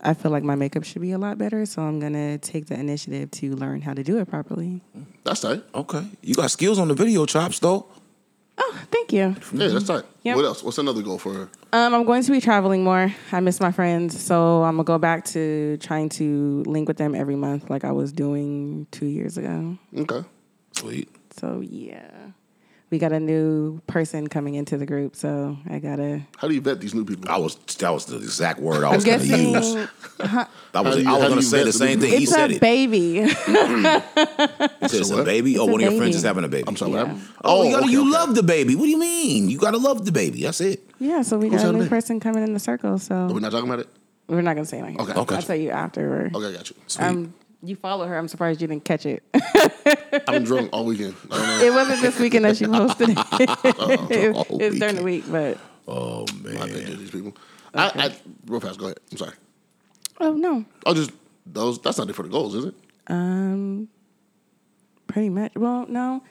I feel like my makeup should be a lot better. So I'm gonna take the initiative to learn how to do it properly. That's tight. Okay, you got skills on the video chops though. Oh, thank you. Yeah, Mm-hmm. that's tight. Yep. What else? What's another goal for her? Um, I'm going to be traveling more. I miss my friends, so I'm gonna go back to trying to link with them every month, like I was doing two years ago. Okay. Sweet. So yeah, we got a new person coming into the group, so I gotta. How do you vet these new people? I was that was the exact word I I'm was gonna guessing use. I was How do you- I how was do gonna you say vet the the same people? thing. he it's a said it. baby. He said it's a what? baby. oh, It's a one of your friends baby. is having a baby. I'm sorry. Yeah. What happened? Oh, you, gotta, okay, you okay. love the baby. What do you mean? You gotta love the baby. That's it. yeah, so we Who's got a having a new baby? person coming in the circle, so We're not talking about it. we're not gonna say anything. Okay, okay. I'll tell you after. Okay, I got you. Sweet. Um, you follow her. I'm surprised you didn't catch it. I've been drunk all weekend. I don't know. it wasn't this weekend that she Oh, posted it. it, all it was during the week, but Oh I think man. they're these people. I, I real fast. Go ahead. I'm sorry. oh no. I'll just those. That's not it for the goals, is it? Um, pretty much. Well, no.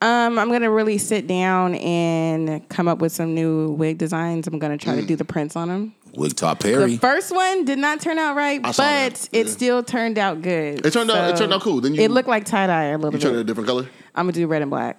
Um, I'm gonna really sit down and come up with some new wig designs. I'm gonna Mm. try to do the prints on them. Wig top The Perry. first one did not turn out right, I but saw that. it Yeah. still turned out good. It turned out- it turned out cool. Then you- it looked like tie dye a little You turned it a bit. different color I'm gonna do red and black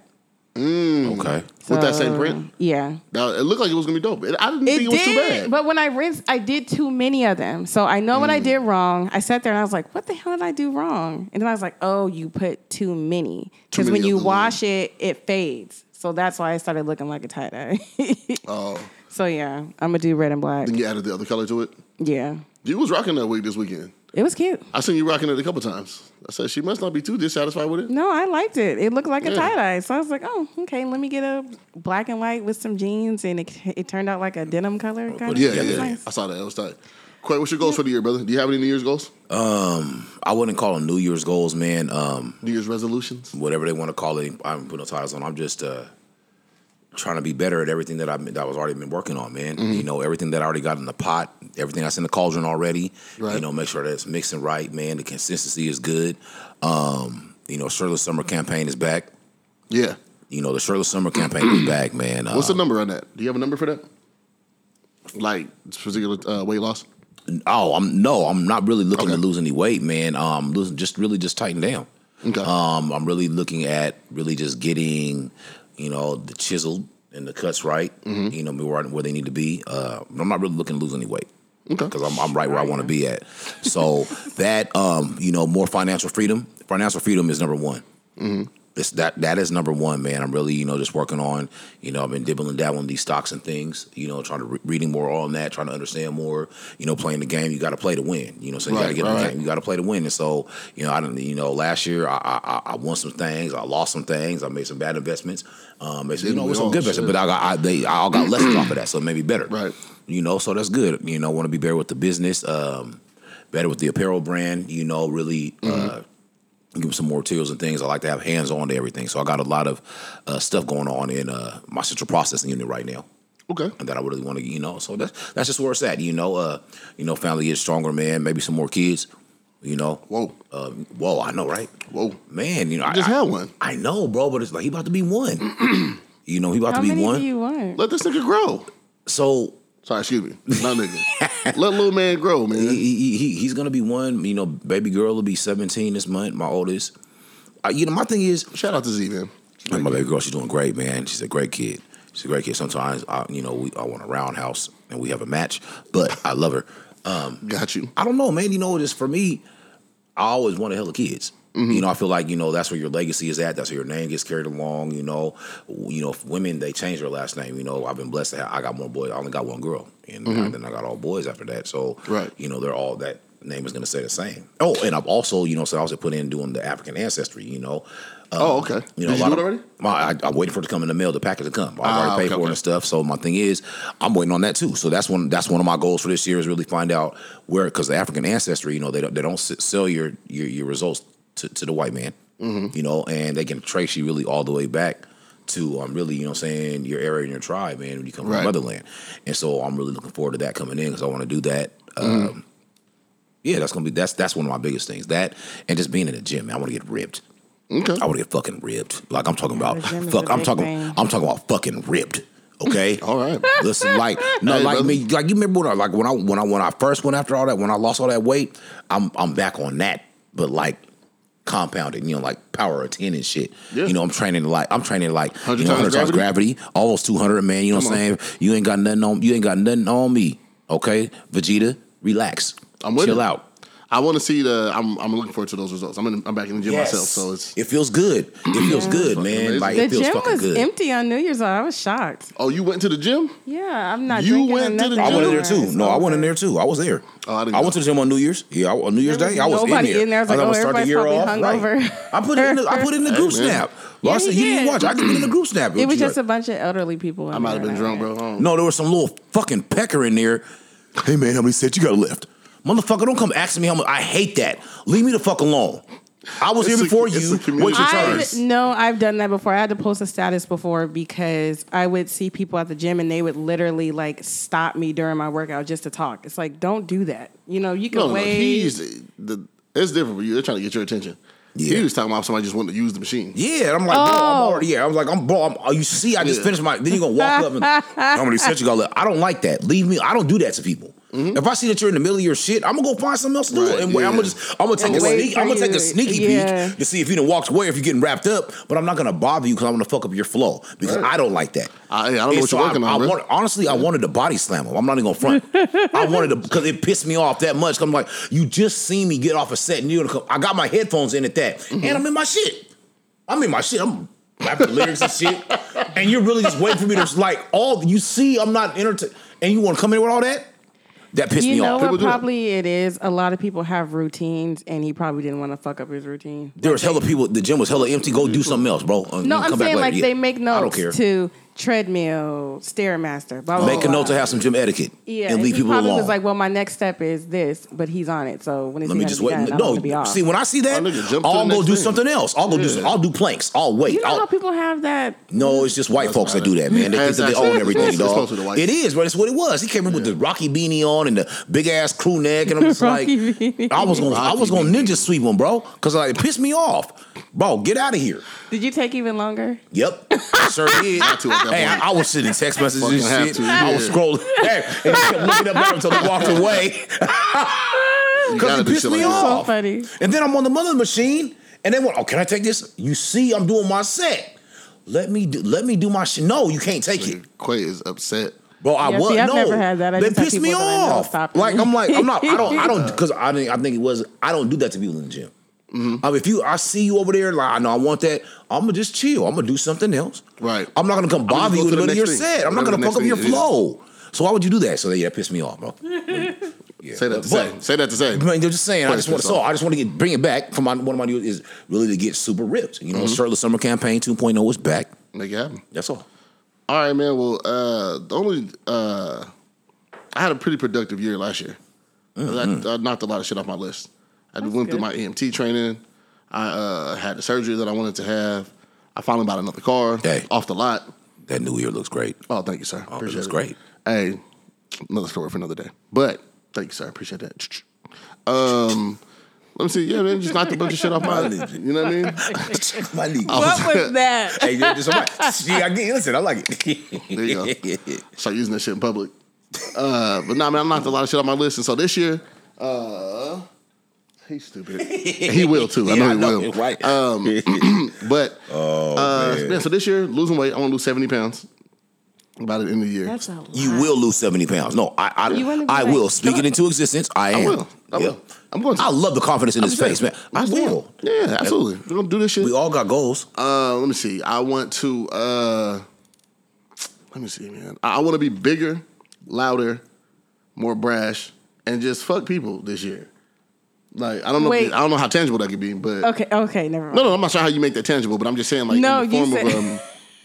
Okay. with that same So, print. Yeah, Now it looked like it was gonna be dope. It, I didn't it think it was too did. bad. Mm. But when I rinsed, I did too many of them, so I know what I did wrong. I sat there and I was like, "What the hell did I do wrong?" And then I was like, "Oh, you put too many because many when of you the- wash it, it fades." So that's why I started looking like a tie dye. oh, so yeah, I'm gonna do red and black. then you added the other color to it. Yeah, You was rocking that wig this weekend. it was cute. I seen you rocking it a couple times. I said she must not be too dissatisfied with it. No, I liked it. It looked like a Yeah. tie dye, so I was like, "Oh, okay, let me get a black and white with some jeans," and it, it turned out like a denim color kind of. Yeah, Yeah, yeah, yeah, yeah. nice. I saw that. It was tight. Quay, what's your goals for the year, brother? Do you have any New Year's goals? I wouldn't call them New Year's goals, man. Um, New Year's resolutions? whatever they want to call it. I'm putting no titles on. I'm just uh, trying to be better at everything that I have that I was already been working on, man. Mm-hmm. You know, everything that I already got in the pot, everything that's in the cauldron already. Right. You know, make sure that it's mixing right, man. The consistency is good. Um, you know, Shirtless Summer campaign is back. Yeah. You know, the Shirtless Summer campaign is back, man. What's Uh, the number on that? Do you have a number for that? Like particular uh, weight loss? Oh, I'm no, I'm not really looking Okay. to lose any weight, man. Um, losing just really just tighten down. Okay. Um, I'm really looking at really just getting, you know, the chisel and the cuts right. You know, where where they need to be. Uh, I'm not really looking to lose any weight Okay. because I'm, I'm right where I want to be at. So that, um, you know, more financial freedom. Financial freedom is number one. Mm-hmm. It's that that is number one, man. I'm really you know just working on you know I've been dibbling dabbling these stocks and things, you know, trying to re- reading more on that, trying to understand more, you know, playing the game. You got to play to win, you know, so you got to Right, get in the right. game, you got to play to win. And so you know I don't you know last year I, I I- I won some things, I lost some things, I made some bad investments, um, made some, you Didn't know, we with some all? good investments, Shit. but I got I, they I all got lessons off of that, so it made me better, Right. you know, so that's good. You know, want to be better with the business, um, better with the apparel brand. You know, really uh, Mm-hmm. give 'em some more materials and things. I like to have hands on to everything, so I got a lot of uh, stuff going on in uh, my central processing unit right now Okay. and that I really want to, you know. So that's that's just where it's at, you know. Uh, you know, family is stronger, man. Maybe some more kids, you know. Whoa. Um, whoa, I know, right? Whoa. man, you know, I just I- had one. I know, bro, but it's like he about to be one. you know, he about How to be many one. do you want? Let this nigga grow. so Sorry, excuse me. Not nigga. Let little man grow, man. he, he, he he's gonna be one. You know, baby girl will be seventeen this month. My oldest. I, you know, my thing is, Shout out to Z, man. my baby girl. She's doing great, man. She's a great kid. She's a great kid. Sometimes, I, you know, we I want a roundhouse and we have a match, but I love her. Got you. I don't know, man. You know, just for me, I always wanted hella kids. You know, I feel like you know that's where your legacy is at. That's where your name gets carried along. You know, you know, women they change their last name. You know, I've been blessed. To have, I got more boys. I only got one girl, and then I got all boys after that. So, Right. you know, they're all that name is going to stay the same. Oh, and I've also, you know, so I also put in doing the African ancestry. You know, oh, okay. Um, you know, Did a lot you do it of- already? My, I, I'm waiting for it to come in the mail, the package to come. I Ah, have already paid okay, for it okay. and stuff. So my thing is, I'm waiting on that too. So that's one. That's one of my goals for this year is really find out where because the African ancestry, you know, they don't they don't s- sell your your, your results to, to the white man. Mm-hmm. you know, and they can trace you really all the way back to um, really, you know, what I'm saying your area and your tribe, man, when you come from Right. the motherland. And so I'm really looking forward to that coming in because I want to do that. Mm-hmm. Um, yeah, that's gonna be that's that's one of my biggest things. That and just being in the gym, man, I want to get ripped. Okay. I want to get fucking ripped. Like I'm talking about the gym is fuck. a I'm big talking. thing. I'm talking about fucking ripped. Okay. All right. Listen, like no, Hey, like brother. me, like you remember when I like when I when I when I first went after all that when I lost all that weight, I'm I'm back on that, but like compounded, you know, like power of ten and shit. Yeah. You know, I'm training like I'm training like 100 you know, times 100 times gravity? gravity, almost 200, man. You know what Come I'm saying? You ain't got nothing on you ain't got nothing on me. Okay, Vegeta, relax. I'm with chill it. out. I want to see the. I'm, I'm looking forward to those results. I'm in, I'm back in the gym myself, so it's. it feels good. It feels good, Fucking man. amazing. Like The it feels gym fucking was good. empty on New Year's. I was shocked. Oh, you went to the gym? Yeah, I'm not. You drinking went or to the nothing gym? I went in there anymore. too. It's No, I went in over. there too. I was there. Oh, I didn't I went know. to the gym on New Year's. Yeah, I- on New Year's There was Day, I was nobody in there. in there. I was like, thought oh, start the year everybody's off probably right. hungover. I put it. In the, I put it in the Hey, group man. snap. Larson, he you didn't did. watch. I just put it in the group snap. It was She just a like- bunch of elderly people. I might have been drunk, bro. I don't- no. There was some little fucking pecker in there. Hey man, how many sets you got left? Motherfucker, don't come asking me how much. I hate that. Leave me the fuck alone. I was here It's a- before it's you. a community Wait your thing. turn. I no, I've done that before. I had to post a status before because I would see people at the gym and they would literally like stop me during my workout just to talk. It's like, don't do that. You know, you can No, no, no. wait. He's the. It's different for you. They're trying to get your attention. Yeah. He was talking about somebody just wanting to use the machine. Yeah, and I'm like, bro, I'm Oh. already. Yeah, I was like, I'm bro. I'm, oh, you see, I just Yeah. finished my. Then you gonna walk up and how many sets you got left? I don't like that. Leave me. I don't do that to people. If I see that you're in the middle of your shit, I'm gonna go find something else to do. Mm-hmm. Right, and wait, I'm yeah. gonna just, I'm gonna take And a wait sneak, for I'm gonna take a you. sneaky Yeah. peek to see if you done walked away, if you're getting wrapped up. But I'm not gonna bother you because I'm gonna fuck up your flow because I don't like that. I, I don't know And what so you're working I, on, I bro. wanted- honestly, I wanted to body slam him. I'm not even gonna front. I wanted to because it pissed me off that much. I'm like, you just seen me get off a set, and you're gonna come. I got my headphones in at that, Mm-hmm. and I'm in my shit. I'm in my shit. I'm rapping lyrics and shit, and you're really just waiting for me to like all. You see, I'm not entertained, and you want to come in with all that. That pissed you me know off. what? do that. Probably it is. A lot of people have routines, and he probably didn't want to fuck up his routine. There was hella people. The gym was hella empty. Go do something else, bro. Uh, No, you I'm come back saying later. like Yeah. they make notes I don't care. to treadmill, stairmaster, blah blah. Make a blah, note to blah. have some gym etiquette Yeah, and leave he people probably alone. was like, "Well, my next step is this," but he's on it. So when is Let he me gonna just be wait. done? I'm gonna be No, off. see, when I see that, My Oh, nigga, jump to I'll the go next do thing. something else. I'll go do. Yeah. Some, I'll do planks. I'll wait. you know I'll- how people have that. no, it's just white That's folks that not do it. that, man. They think That's that they actually- own it's everything, dog. supposed to the whites. It is, but it's what it was. He came in with the Rocky beanie on and the big ass crew neck, and I'm just like, Rocky beanie. I was gonna, I was gonna ninja sweep him, bro, because like, it pissed me off, bro. Get out of here. Did you take even longer? Yep, I sure did. Had to at that Hey, point. I, I was sending text messages and Fucking have shit. to, I was yeah. scrolling, hey, and he kept looking up at him until he walked away. You Because gotta it do pissed shit me like that. off. So funny. And then I'm on the mother machine, and then what? Oh, can I take this? You see, I'm doing my set. Let me do, let me do my shit. No, you can't take it, Quay is upset. bro. I Yeah, was see, I've no. never had that. I they just had pissed me people that I know off. stop Like me. I'm like I'm not. I don't. I don't because I think I think it was. I don't do that to people in the gym. Um, if you, I see you over there, like I know I want that. I'm gonna just chill. I'm gonna do something else. Right. I'm not gonna come gonna bother go you to in the the middle of your next thing. set. I'm not Whatever gonna the fuck up next your thing is. flow. So why would you do that? So yeah, that pissed me off, bro. Say that to say. But- Say that to say. I mean, they're just saying. I just Question, want to. so. So I just want to get bring it back. From my, one of my deals is really to get super ripped. You know, shirtless summer campaign 2.0 is back. Make it happen. That's all. All right, man. Well, uh, the only uh, I had a pretty productive year last year. Mm-hmm. I, I knocked a lot of shit off my list. I went through good. my EMT training. I uh, had the surgery that I wanted to have. I finally bought another car Hey. off the lot. That new year looks great. Oh, thank you, sir. Oh, it Appreciate looks great. Hey, another story for another day. But thank you, sir. Appreciate that. Um, let me see. Yeah, man, just knocked a bunch of shit off my. You know what I mean? my knee. What was that? Hey, yeah, just somebody. See, I get, listen, I like it. There you go. Start using that shit in public. Uh, but nah, man, I knocked a lot of shit off my list, and so this year, uh, he's stupid. he will too. I Yeah, know he will. Um, right? But oh, uh, man. man, so this year, losing weight, I want to lose seventy pounds by the end of the year. That's a lot. you will lose seventy pounds. No, I, I, You wanna be I like- will speak it into existence. I I am. will. I will. Yeah. I'm going to. I love the confidence in his face, man. I Just will. Yeah, absolutely. We're gonna do this shit. We all got goals. Uh, let me see. I want to. Uh, let me see, man. I, I want to be bigger, louder, more brash, and just fuck people this year. Like I don't know. Wait. I don't know how tangible that could be, but Okay, okay, never mind. no, no. I'm not sure how you make that tangible, but I'm just saying, like, No, in the you form said- of um,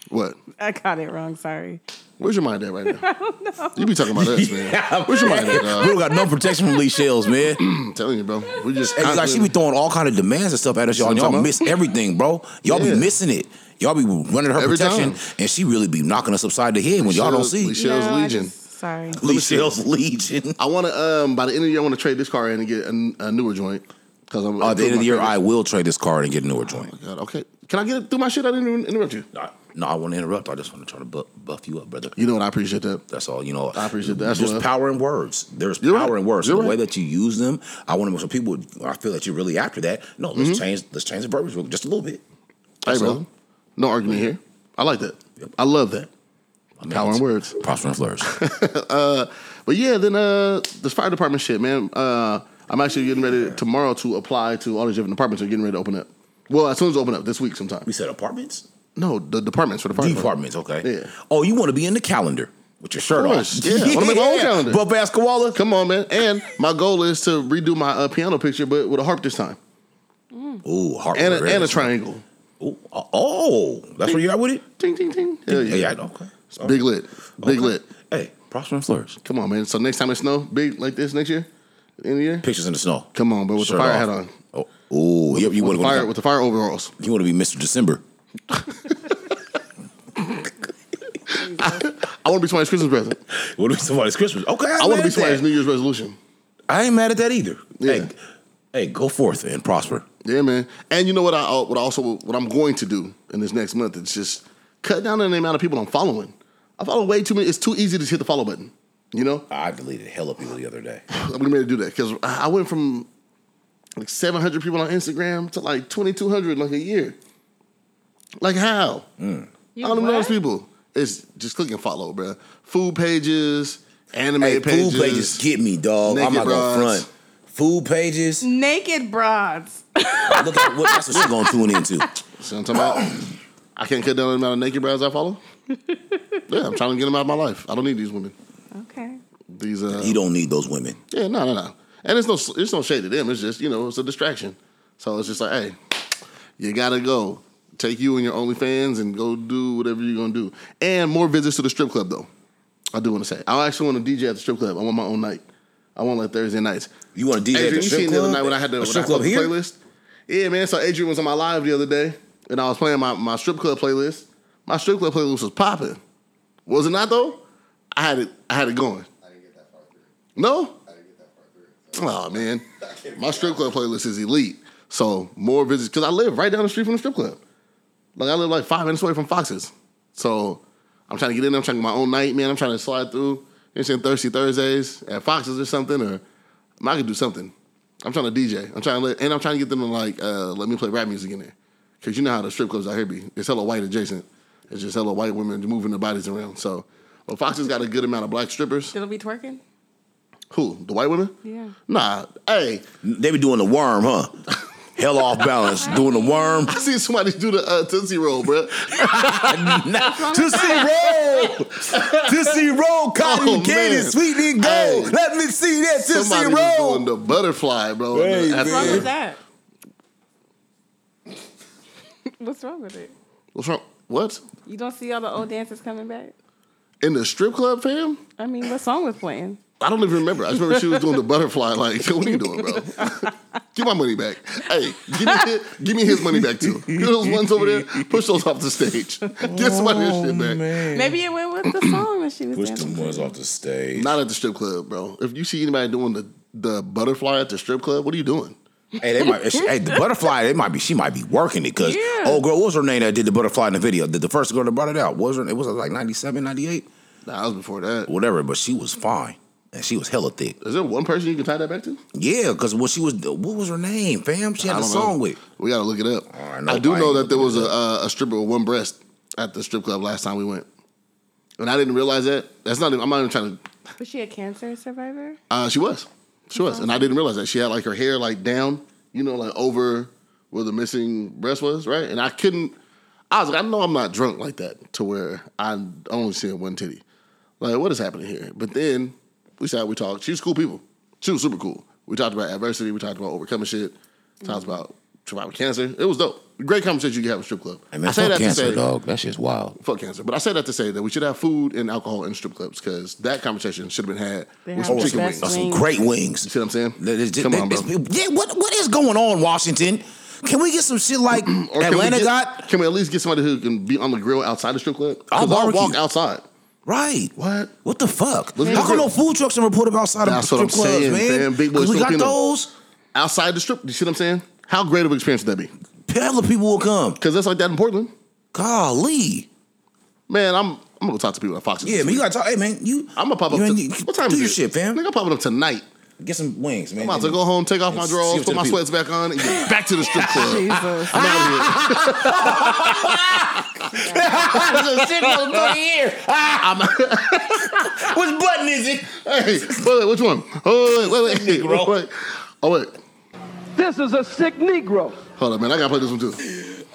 What? I got it wrong. Sorry. Where's your mind at right now? You be talking about us, man. Where's your mind at? we dog? don't got no protection from Lee Shells, man. I'm telling you, bro. We just Hey, like she be throwing all kind of demands and stuff at us, y'all. And That's what I'm y'all talking miss everything, bro. Y'all Yeah. be missing it. Y'all be running her Every protection, time. and she really be knocking us upside the head when y'all don't Shells- see. Lee Shells No, I Legion. just- sorry. Lee Shells Legion. I want to um by the end of the year I want to trade this car in and get a, n- a newer joint because I'm Uh, at the end of the year, I will trade this card and get a newer joint. God, okay. Can I get it through my shit? I didn't even interrupt you. No, no, Oh, I want to interrupt. I just want to try to buff, buff you up, brother. You know what? I appreciate that. That's all. You know, I appreciate that. That's There's love. power in words. There's You're power right. in words. So You're the way right. that you use them, I want to. So people, I feel that you're really after that. No, let's Mm-hmm. change. Let's change the verbiage real- just a little bit. Hey, That's brother. all. No argument here. I like that. I love that. I mean, Power in it's- words. Prosper and flourish. But yeah, then uh, this fire department shit, man. Uh, I'm actually getting ready tomorrow to apply to all these different departments. Are getting ready to open up. Well, as soon as they open up this week, sometime. we said apartments. No, the departments for the fire department. Departments, okay. Yeah. Oh, you want to be in the calendar with your shirt Of on? course, yeah. I wanna make my own calendar. Buff ass koala. Come on, man. And my goal is to redo my uh, piano picture, but with a harp this time, Ooh, heart and a, rate. and a triangle. Ooh, uh, oh, that's where you at with it. Ting, ting, ting. Hell yeah. Yeah, okay. So- Big lit. Big okay. lit. Hey, prosper and flourish. Come on, man. So next time it snow, big like this next year, end of the year. Pictures in the snow. Come on, bro. With Shirt the fire off. hat on. Oh, ooh, you, you with, want the fire, to with the fire overalls. You want to be Mr. December. I want to be somebody's Christmas present. want to be somebody's Christmas. Okay, I, I want to be somebody's somebody's. New Year's resolution. I ain't mad at that either. Yeah. Hey, hey, go forth and prosper. Yeah, man. And you know what? I uh, what I also what I'm going to do in this next month is just cut down on the amount of people I'm following. I follow way too many. It's too easy to hit the follow button. You know, I deleted hell of people the other day. I'm gonna ready to do that because I I went from like 700 people on Instagram to like 2,200 in like a year. Like how? You I don't even know what? those people. It's just click and follow, bro. Food pages, anime Hey, pages. food pages get me, dog. I'm Naked not gonna bras. front. Food pages. Naked broads. Look at what that's what she's gonna tune into. See what I'm talking about? I can't cut down the amount of naked bras I follow. yeah, I'm trying to get them out of my life. I don't need these women. Okay. These uh, You don't need those women. yeah, no, no, no. And it's no, it's no shade to them. It's just you know, it's a distraction. So it's just like, hey, you gotta go take you and your OnlyFans and go do whatever you're gonna do. And more visits to the strip club though. I do want to say, I actually want to DJ at the strip club. I want my own night. I want like Thursday nights. You want to DJ at Adrian, the you strip seen club? the other night when I had the, A when I strip had club the here. playlist? Yeah, man. So Adrian was on my live the other day, and I was playing my, my strip club playlist. My strip club playlist was popping. Was it not though? I had it. I had it going. I didn't get that far through. No. I didn't get that far through. Oh man, my strip club playlist is elite. So more visits because I live right down the street from the strip club. Like I live like five minutes away from Fox's. So I'm trying to get in. there. I'm trying to get my own night, man. I'm trying to slide through. You know, saying Thirsty Thursdays at Fox's or something, or I could do something. I'm trying to DJ. I'm trying to let, and I'm trying to get them to like uh, let me play rap music in there because you know how the strip clubs out here be. It's hella white adjacent. It's just hella white women moving their bodies around. So, well, Fox's got a good amount of black strippers. It'll be twerking. Who the white women? Yeah. Nah, hey, They be doing the worm, huh? Hell off balance, doing the worm. I seen somebody do the uh, Tootsie Roll, bro. Tootsie roll, Tootsie roll, cotton Oh, candy, man. sweet and gold. Hey. Let me see that Tootsie Somebody was roll. doing the butterfly, bro. Hey, And the- man. at the- What's wrong with that? What's wrong with it? What's wrong? What? You don't see all the Mm. old dances coming back? In the strip club, fam? I mean, what song was playing? I don't even remember. I just remember she was doing the butterfly. Like, what are you doing, bro? give my money back. Hey, give me his, give me his money back too. You know those ones over there? Push those off the stage. Give somebody his shit back. Maybe it went with the song that she was Push dancing. them ones off the stage. Not at the strip club, bro. If you see anybody doing the the butterfly at the strip club, what are you doing? Hey, they might, she- hey, the butterfly. They might be. She might be working it because Yeah. oh girl, what was her name that did the butterfly in the video? The, the first girl that brought it out what was her. It was like 97, 98, Nah, I was before that. whatever. But she was fine and she was hella thick. Is there one person you can tie that back to? Yeah, because when she was, what was her name, fam? She had I a don't song know. with. We gotta look it up. All right, I, no, do I know ain't that there looking was it a, uh, a stripper with one breast at the strip club last time we went, and I didn't realize that. That's not. Even, I'm not even trying to. Was she a cancer survivor? Uh, she was. She was, and I didn't realize that she had like her hair like down, you know, like over where the missing breast was, right? And I couldn't. I was like, I know I'm not drunk like that to where I only see one titty. Like, what is happening here? But then we sat, we Mm-hmm. talked. She was cool people. She was super cool. We talked about adversity. We talked about overcoming shit. Talked about surviving cancer. It was dope. Great conversation you can have at a strip club. Hey, man, I say fuck that cancer, to say, dog. That shit's wild. fuck cancer. But I say that to say that we should have food and alcohol in strip clubs because that conversation should have been had They with have some the chicken best wings. That's some Wings. great wings. You see what I'm saying? That is just- Come that on, bro. is- yeah, what what is going on, Washington? Can we get some shit like Or can we Atlanta get- got? Can we at least get somebody who can be on the grill outside the strip club? I'll Because I'll walk barbecue. outside. Right. What? What the fuck? Let's How get come real. no food trucks are reported outside of That's what strip I'm clubs, saying, man? fam. Big boy 'Cause we got Filipino. those. Outside the strip. You see what I'm saying? How great of an experience would that be? Hella people will come. Because that's like that in Portland. Golly. Man, I'm I'm gonna go talk to people at Fox. Yeah, man, you gotta talk. Hey, man, you. I'm gonna pop up. you To, ain't- what time do is your it? shit, fam. Nigga, I'm popping up tonight. Get some wings, man. I'm about to go home, take off my It's- drawers, skip to put the my people. sweats back on, and get back to the strip club. Jesus. I'm out of here. Which button is it? Hey, wait, wait, which one? Oh, wait, wait, wait, wait, wait. Oh, wait. Oh, This is a sick Negro. Hold up, man. I gotta play this one too.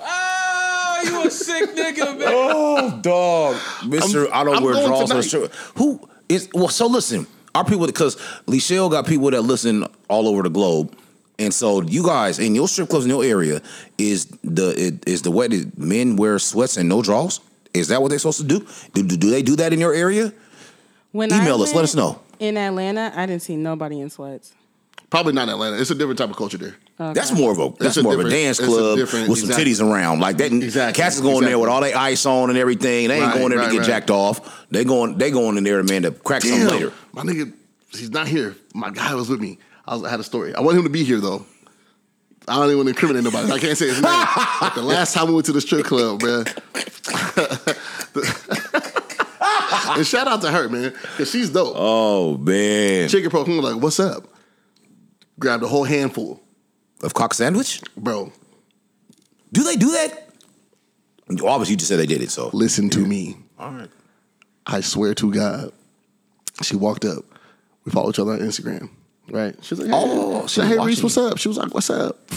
Oh, you a sick nigga, man. Oh, dog, Mister, I don't I'm wear going drawers. tonight. on strip- Who is? Well, so listen, our people because Lichelle got people that listen all over the globe, and so you guys in your strip clubs in your area is the it, is the way that men wear sweats and no draws. Is that what they're supposed to do? Do, do, do they do that in your area? When Email us, let us know. In Atlanta, I didn't see nobody in sweats. Probably not in Atlanta. It's a different type of culture there. That's more of a that's a more of a different- dance it's a club with different- some exactly. titties around. Like that, Exactly, cats is going there with all their ice on and everything. They ain't Right, going there right, to get right. jacked off. They going they going in there, man, to crack Damn, some later. My nigga, he's not here. My guy was with me. I, was, I had a story. I want him to be here though. I don't even want to incriminate nobody. I can't say his name. But the last time we went to the strip club, man. and shout out to her, man, because she's dope. Oh man, Chicken Pro King was like, what's up? Grabbed a whole handful, of cock sandwich? bro. Do they do that? Obviously, you just said they did it. So Listen to me. all right, I swear to God. She walked up. We follow each other on Instagram, right? She's like, hey, Oh, she's like, she's hey watching Reese, what's you. up? She was like, what's up?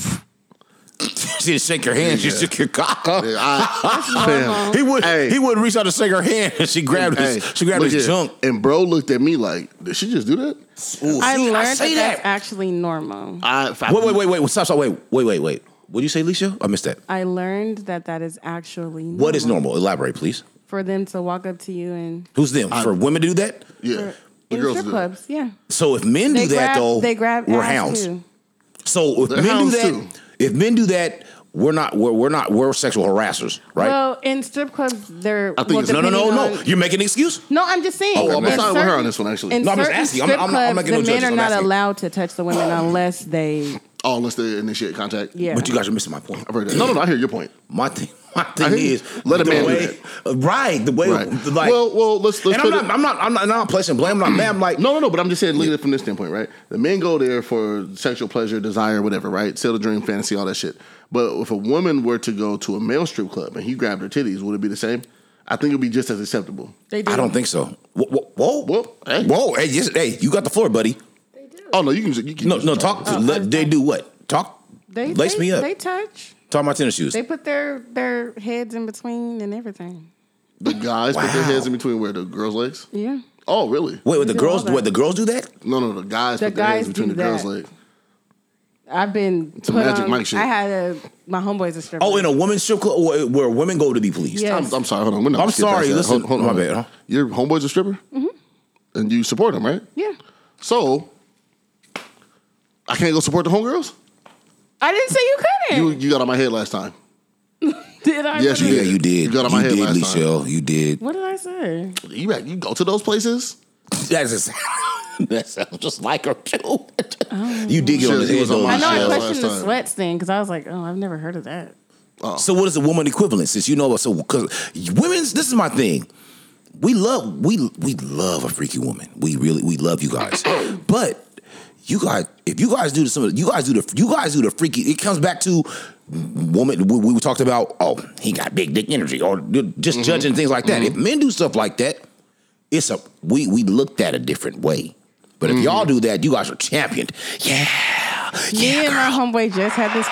she didn't shake her hand. She shook your cock. up. Yeah, I, fam, He would. Hey. He wouldn't reach out to shake her hand. She grabbed his. Hey, she grabbed look his here. junk. And bro looked at me like, did she just do that? Ooh, I see, learned say that. that, that's actually normal. I, if I- wait, wait, wait, wait. Stop, stop. Wait, wait, wait, wait. What did you say, Alicia? I missed that. I learned that that is actually normal. What is normal? Elaborate, please. For them to walk up to you and Who's them for women to do that? Yeah. The in girls strip do. clubs, yeah. So if men do that grab, though, they grab we're ass, hounds. too. So if They're men do hounds, that, too. if men do that, we're not we're, we're not we're sexual harassers, right? Well, in strip clubs, they're I think well, it's- no, no, no, depending no. on- You're making an excuse. No, I'm just saying. Oh, I'm in not with her on this one, actually. In No, I'm just certain asking. I'm- strip I'm not- I'm not clubs, getting no the men judges. are I'm not asking. allowed to touch the women unless they. Oh, unless they initiate contact. Yeah. But you guys are missing my point. I've heard that. No, no, no, I hear your point. My thing, my thing hear you. is Let a the man do way- right? The way, Right. like, well, well, let's let's and I'm put not, it- I'm not, I'm not, I'm not placing blame. I'm not mad. I'm like, No, no, no. But I'm just saying, looking at it from this standpoint, right? The men go there for sexual pleasure, desire, whatever, right? Sell the dream, fantasy, all that shit. But if a woman were to go to a male strip club and he grabbed her titties, would it be the same? I think it would be just as acceptable. They do. I don't think so. Whoa, whoa, whoa, Well, hey. whoa hey, yes, hey, you got the floor, buddy. Oh no, you can. You can No, no, talk. Oh, let, okay. they do what? Talk. They lace they, me up. They touch. talk my tennis shoes. They put their their heads in between and everything. The guys put their Wow. heads in between where the girls' legs. Yeah. Oh, really? Wait, what the They do all girls? that. What the girls do that? No, no, the guys The put their heads guys between do the girls' that. legs. I've been. a put Magic on- Mike shit. I had a my homeboy's a stripper. Oh, in a women's strip club where, where women go to be pleased. Yeah. I'm, I'm sorry. Hold on. We're not I'm gonna skip past sorry, that. listen, Hold, hold my on. bad, huh? Your homeboy's a stripper, mm-hmm. and you support him, right? yeah. So I can't go support the homegirls. I didn't say you You couldn't. you got on my head last time. did I? Yes, Yeah, you did. you did. You got on my head did, last time. Lichelle. You did. What did I say? You act- you go to those places. That's just, that sounds just like her too. you did get on Sure, his he head was on though. my I know shit I Michelle. last questioned the time. sweats thing because I was like, oh, I've never heard of that. So what is the woman equivalent? Since you know what, so because women's this is my thing. We love we we love a freaky woman. We really we love you guys, but you guys if you guys do some of you guys do the you guys do the freaky. It comes back to woman. We, we talked about oh he got big dick energy or just judging things like that. If men do stuff like that, it's a we we looked at a different way. But if y'all do that, you guys are championed. Yeah, yeah, me and girl. my homeboy just had this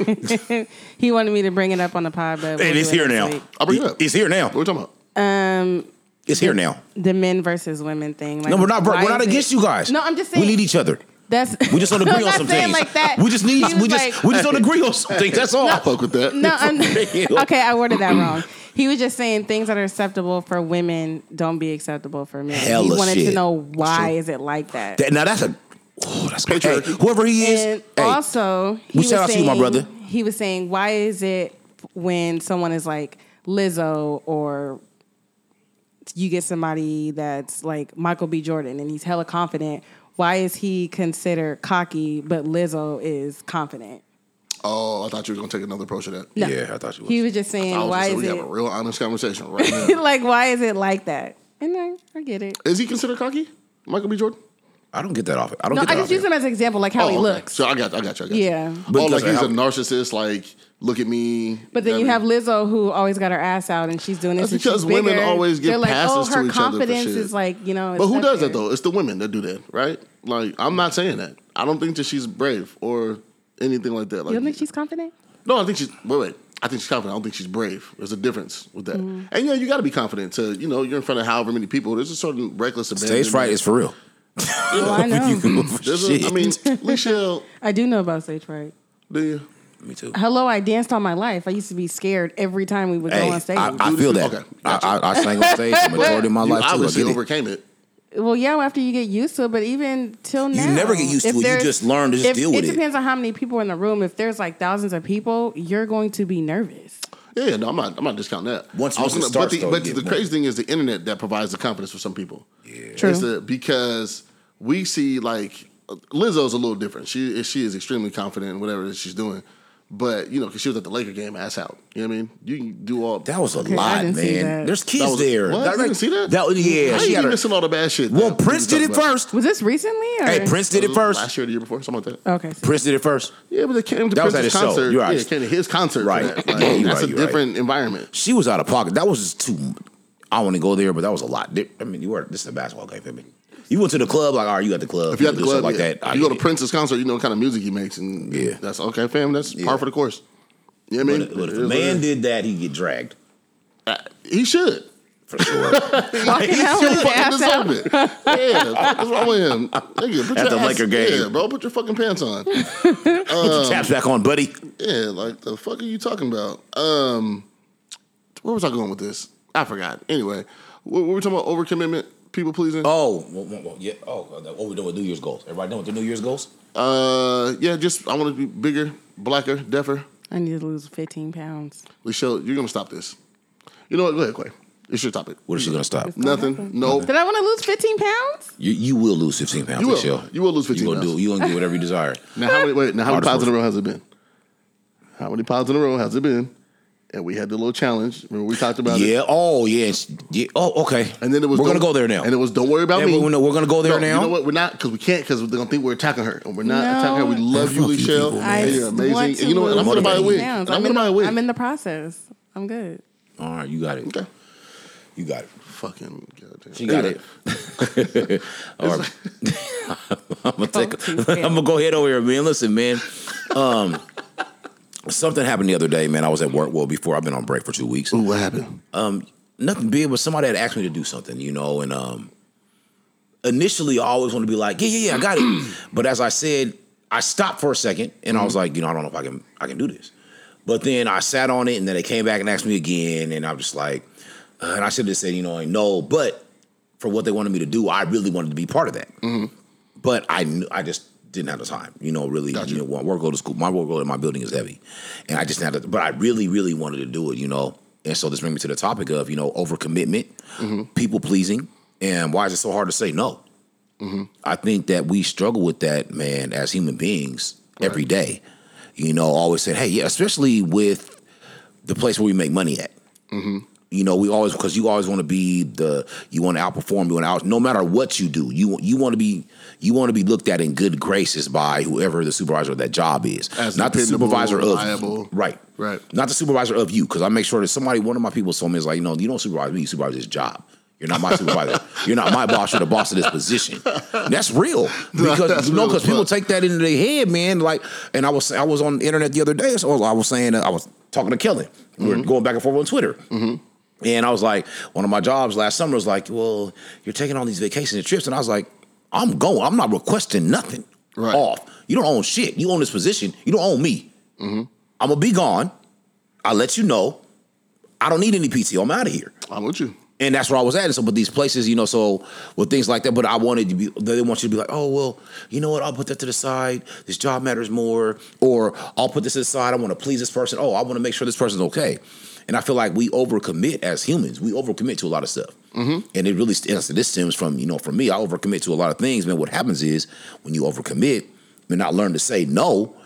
conversation. he wanted me to bring it up on the pod, but we'll And do it's here next now. week. I'll bring it up. It's here now. What are we talking about? Um, It's here now. the men versus women thing. Like, No, we're not. why We're not is it- against you guys. No, I'm just saying. We need each other. That's We just don't agree I'm on not some things. saying Like that. We just need. He We was just. like- we just don't agree on some things. That's all. I fuck with that. No, I'm, real. okay, I worded that wrong. He was just saying things that are acceptable for women don't be acceptable for men. Hella he wanted shit. to know why is it like that. That- now that's a. Oh, that's hey, Patriarchy. Whoever he is. and hey, also, we he was shout out to you, saying, my brother. He was saying, why is it when someone is like Lizzo or you get somebody that's like Michael B. Jordan and he's hella confident, why is he considered cocky but Lizzo is confident? Oh, I thought you were gonna take another approach to that. No. Yeah, I thought you was. He was just saying, I was gonna why say, is we it? have a real honest conversation right now. like, why is it like that? And I, I get it. Is he considered cocky? Michael B. Jordan? Oh, I don't get that off. I don't No, get that Oh, I off. just use him as an example, like how he okay. looks. So I got, I got you. I got you. Yeah. oh, Because like of he's how- a narcissist. Like, look at me. But then you that- have Lizzo who always got her ass out and she's doing this. That's and she's because women bigger. always give They're like, passes oh, her to each other for confidence shit. is like, you know. But it's who up does that there. though? It's the women that do that, right? Like, I'm not saying that. I don't think that she's brave or anything like that. Like, You don't think she's confident? no, I think she's. Wait, wait. I think she's confident. I don't think she's brave. There's a difference with that. And yeah, you got to be confident to, you know, you're in front of however many people. There's a certain reckless abandon. Stage fright is for real. Oh, I know. You can- There's shit. a, I mean, Lachelle, I do know about stage fright. do you? me too. Hello, I danced all my life. I used to be scared every time we would Hey, go on stage. I, I feel that. Okay, gotcha. I, I, I sang on stage the majority of my you life too. I obviously get it. overcame it. well, yeah, after you get used to it, but even till now, never get used to if it. You there's- just learn to just if- deal with it. It depends on how many people are in the room. If there's like thousands of people, you're going to be nervous. Yeah, yeah, no, I'm not. I'm not discounting that. Once- I once was it gonna- but starts, the, though, but you the get crazy thing is the internet that provides the confidence for some people. Yeah, True. because we see like Lizzo's a little different. She she is extremely confident in whatever that she's doing. But you know, because she was at the Laker game, ass out. You know what I mean? You can do all That was a I lot, man. didn't see that. There's kids That was- there. What? That- You didn't see that? was- yeah, How she you had be her- missing all the bad shit. Well, that Prince we did it talked about? Uh, first. Was this recently? Or? Hey, Prince did it first. Last year, or the year before, something like that. Okay. so- Prince did it first. Yeah, but they came to That was Prince's at his show. concert. You're right. Yeah, it came to his concert. for Right. that. Yeah, Like, you're that's right, a you're right. different environment. She was out of pocket. That was just too. I don't want to go there, but that was a lot. Di- I mean, you were this is a basketball game for me. You went to the club, like all right, you at the club. If you have the do stuff club, like yeah. that, I If you go get it. to Prince's concert, you know what kind of music he makes, and Yeah. that's okay, fam. That's Yeah. par for the course. You know what I But, mean? if- but if It a is what man it did that, he'd get dragged is. he should. for sure. at Walking He out should with fucking ass out. deserve it. Yeah, what's wrong with him? Nigga, put At your the ass- Laker game. yeah, bro, put your fucking pants on. Put your chaps back on, buddy. yeah, like the fuck are you talking about? Um, where was I going with this? I forgot. Anyway, what, what were we talking about? Overcommitment, people pleasing. Oh, well, well, well, yeah. Oh, uh, what we doing with New Year's goals? Everybody done with the New Year's goals? Uh, yeah, just I want to be bigger, blacker, deafer. I need to lose 15 pounds. Lachelle, you're gonna stop this. You know what? Go ahead, Clay. It's your topic. What is she gonna stop? Nothing. No. Did I want to lose 15 pounds? You, you will lose fifteen pounds. You will. Michelle. You will lose 15 You gonna pounds. do? You gonna do whatever you desire? Now how many? Wait. Now how many Hardest pods in a work. row has it been? How many pods in a row has it been? And we had the little challenge. Remember we talked about it. Yeah. Oh, yes. Yeah. Oh, okay. And then it was. We're gonna don't- go there now. And it was. Don't worry about Yeah, me. we- no, we're gonna go there No, now. You know what? We're not because we can't because they're gonna think we're attacking her and we're not No. attacking her. We love you, Fuck you Lachelle. people, man. I And You're just amazing. want And to you know what? I'm lose gonna buy a 15 wig. pounds. And I'm, I'm in gonna buy a the, wig. I'm in the process. I'm good. All right, you got it. Okay. You got it. Fucking goddamn. She got it. All right. I'm gonna take. Too I'm fair. gonna go ahead over here, man. Listen, man. Um, something happened the other day, man. I was at work. Well, before I've been on break for two weeks. Ooh, what happened? nothing big, but somebody had asked me to do something, you know, and um initially I always want to be like, yeah, yeah, yeah, I got it. but as I said, I stopped for a second and I was like, you know, I don't know if I can I can do this. But then I sat on it and then they came back and asked me again and I'm just like, uh, and I should have said, you know, I know, but for what they wanted me to do, I really wanted to be part of that. But I knew, I just didn't have the time, you know, really, you know, when I work go to school. My workload in my building is heavy. And I just didn't have to, but I really, really wanted to do it, you know. And so this brings me to the topic of, you know, overcommitment, people pleasing, and why is it so hard to say no? I think that we struggle with that, man, as human beings every day. You know, always said, hey, yeah, especially with the place where we make money at. Mm-hmm. You know, we always because you always want to be the you want to outperform, you want to out. No matter what you do, you you want to be you want to be looked at in good graces by whoever the supervisor of that job is, As not the dependable, supervisor of reliable. right, Right. not the supervisor of you. Because I make sure that somebody, one of my people, told me is like, you know, you don't supervise me, you supervise this job. You're not my supervisor. You're not my boss. You're the boss of this position. That's real because that's you know real because as people fuck. take that into their head, man. Like, and I was I was on the internet the other day, so I was saying I was talking to Kellen. We Mm-hmm. were going back and forth on Twitter. And I was like, one of my jobs last summer was like, well, you're taking all these vacations and trips. And I was like, I'm going. I'm not requesting nothing. Right. off. You don't own shit. You own this position. You don't own me. I'm gonna be gone. I let you know. I don't need any PTO. I'm out of here I'm with you. and that's where I was at. And so, but these places, you know, so with things like that. But I wanted to be. They want you to be like, oh well, you know what? I'll put that to the side. This job matters more, or I'll put this to the side. I want to please this person. Oh, I want to make sure this person's okay. And I feel like we overcommit as humans. We overcommit to a lot of stuff, mm-hmm. and it really and so this stems from you know from me. I overcommit to a lot of things, man. What happens is when you overcommit and not learn to say no,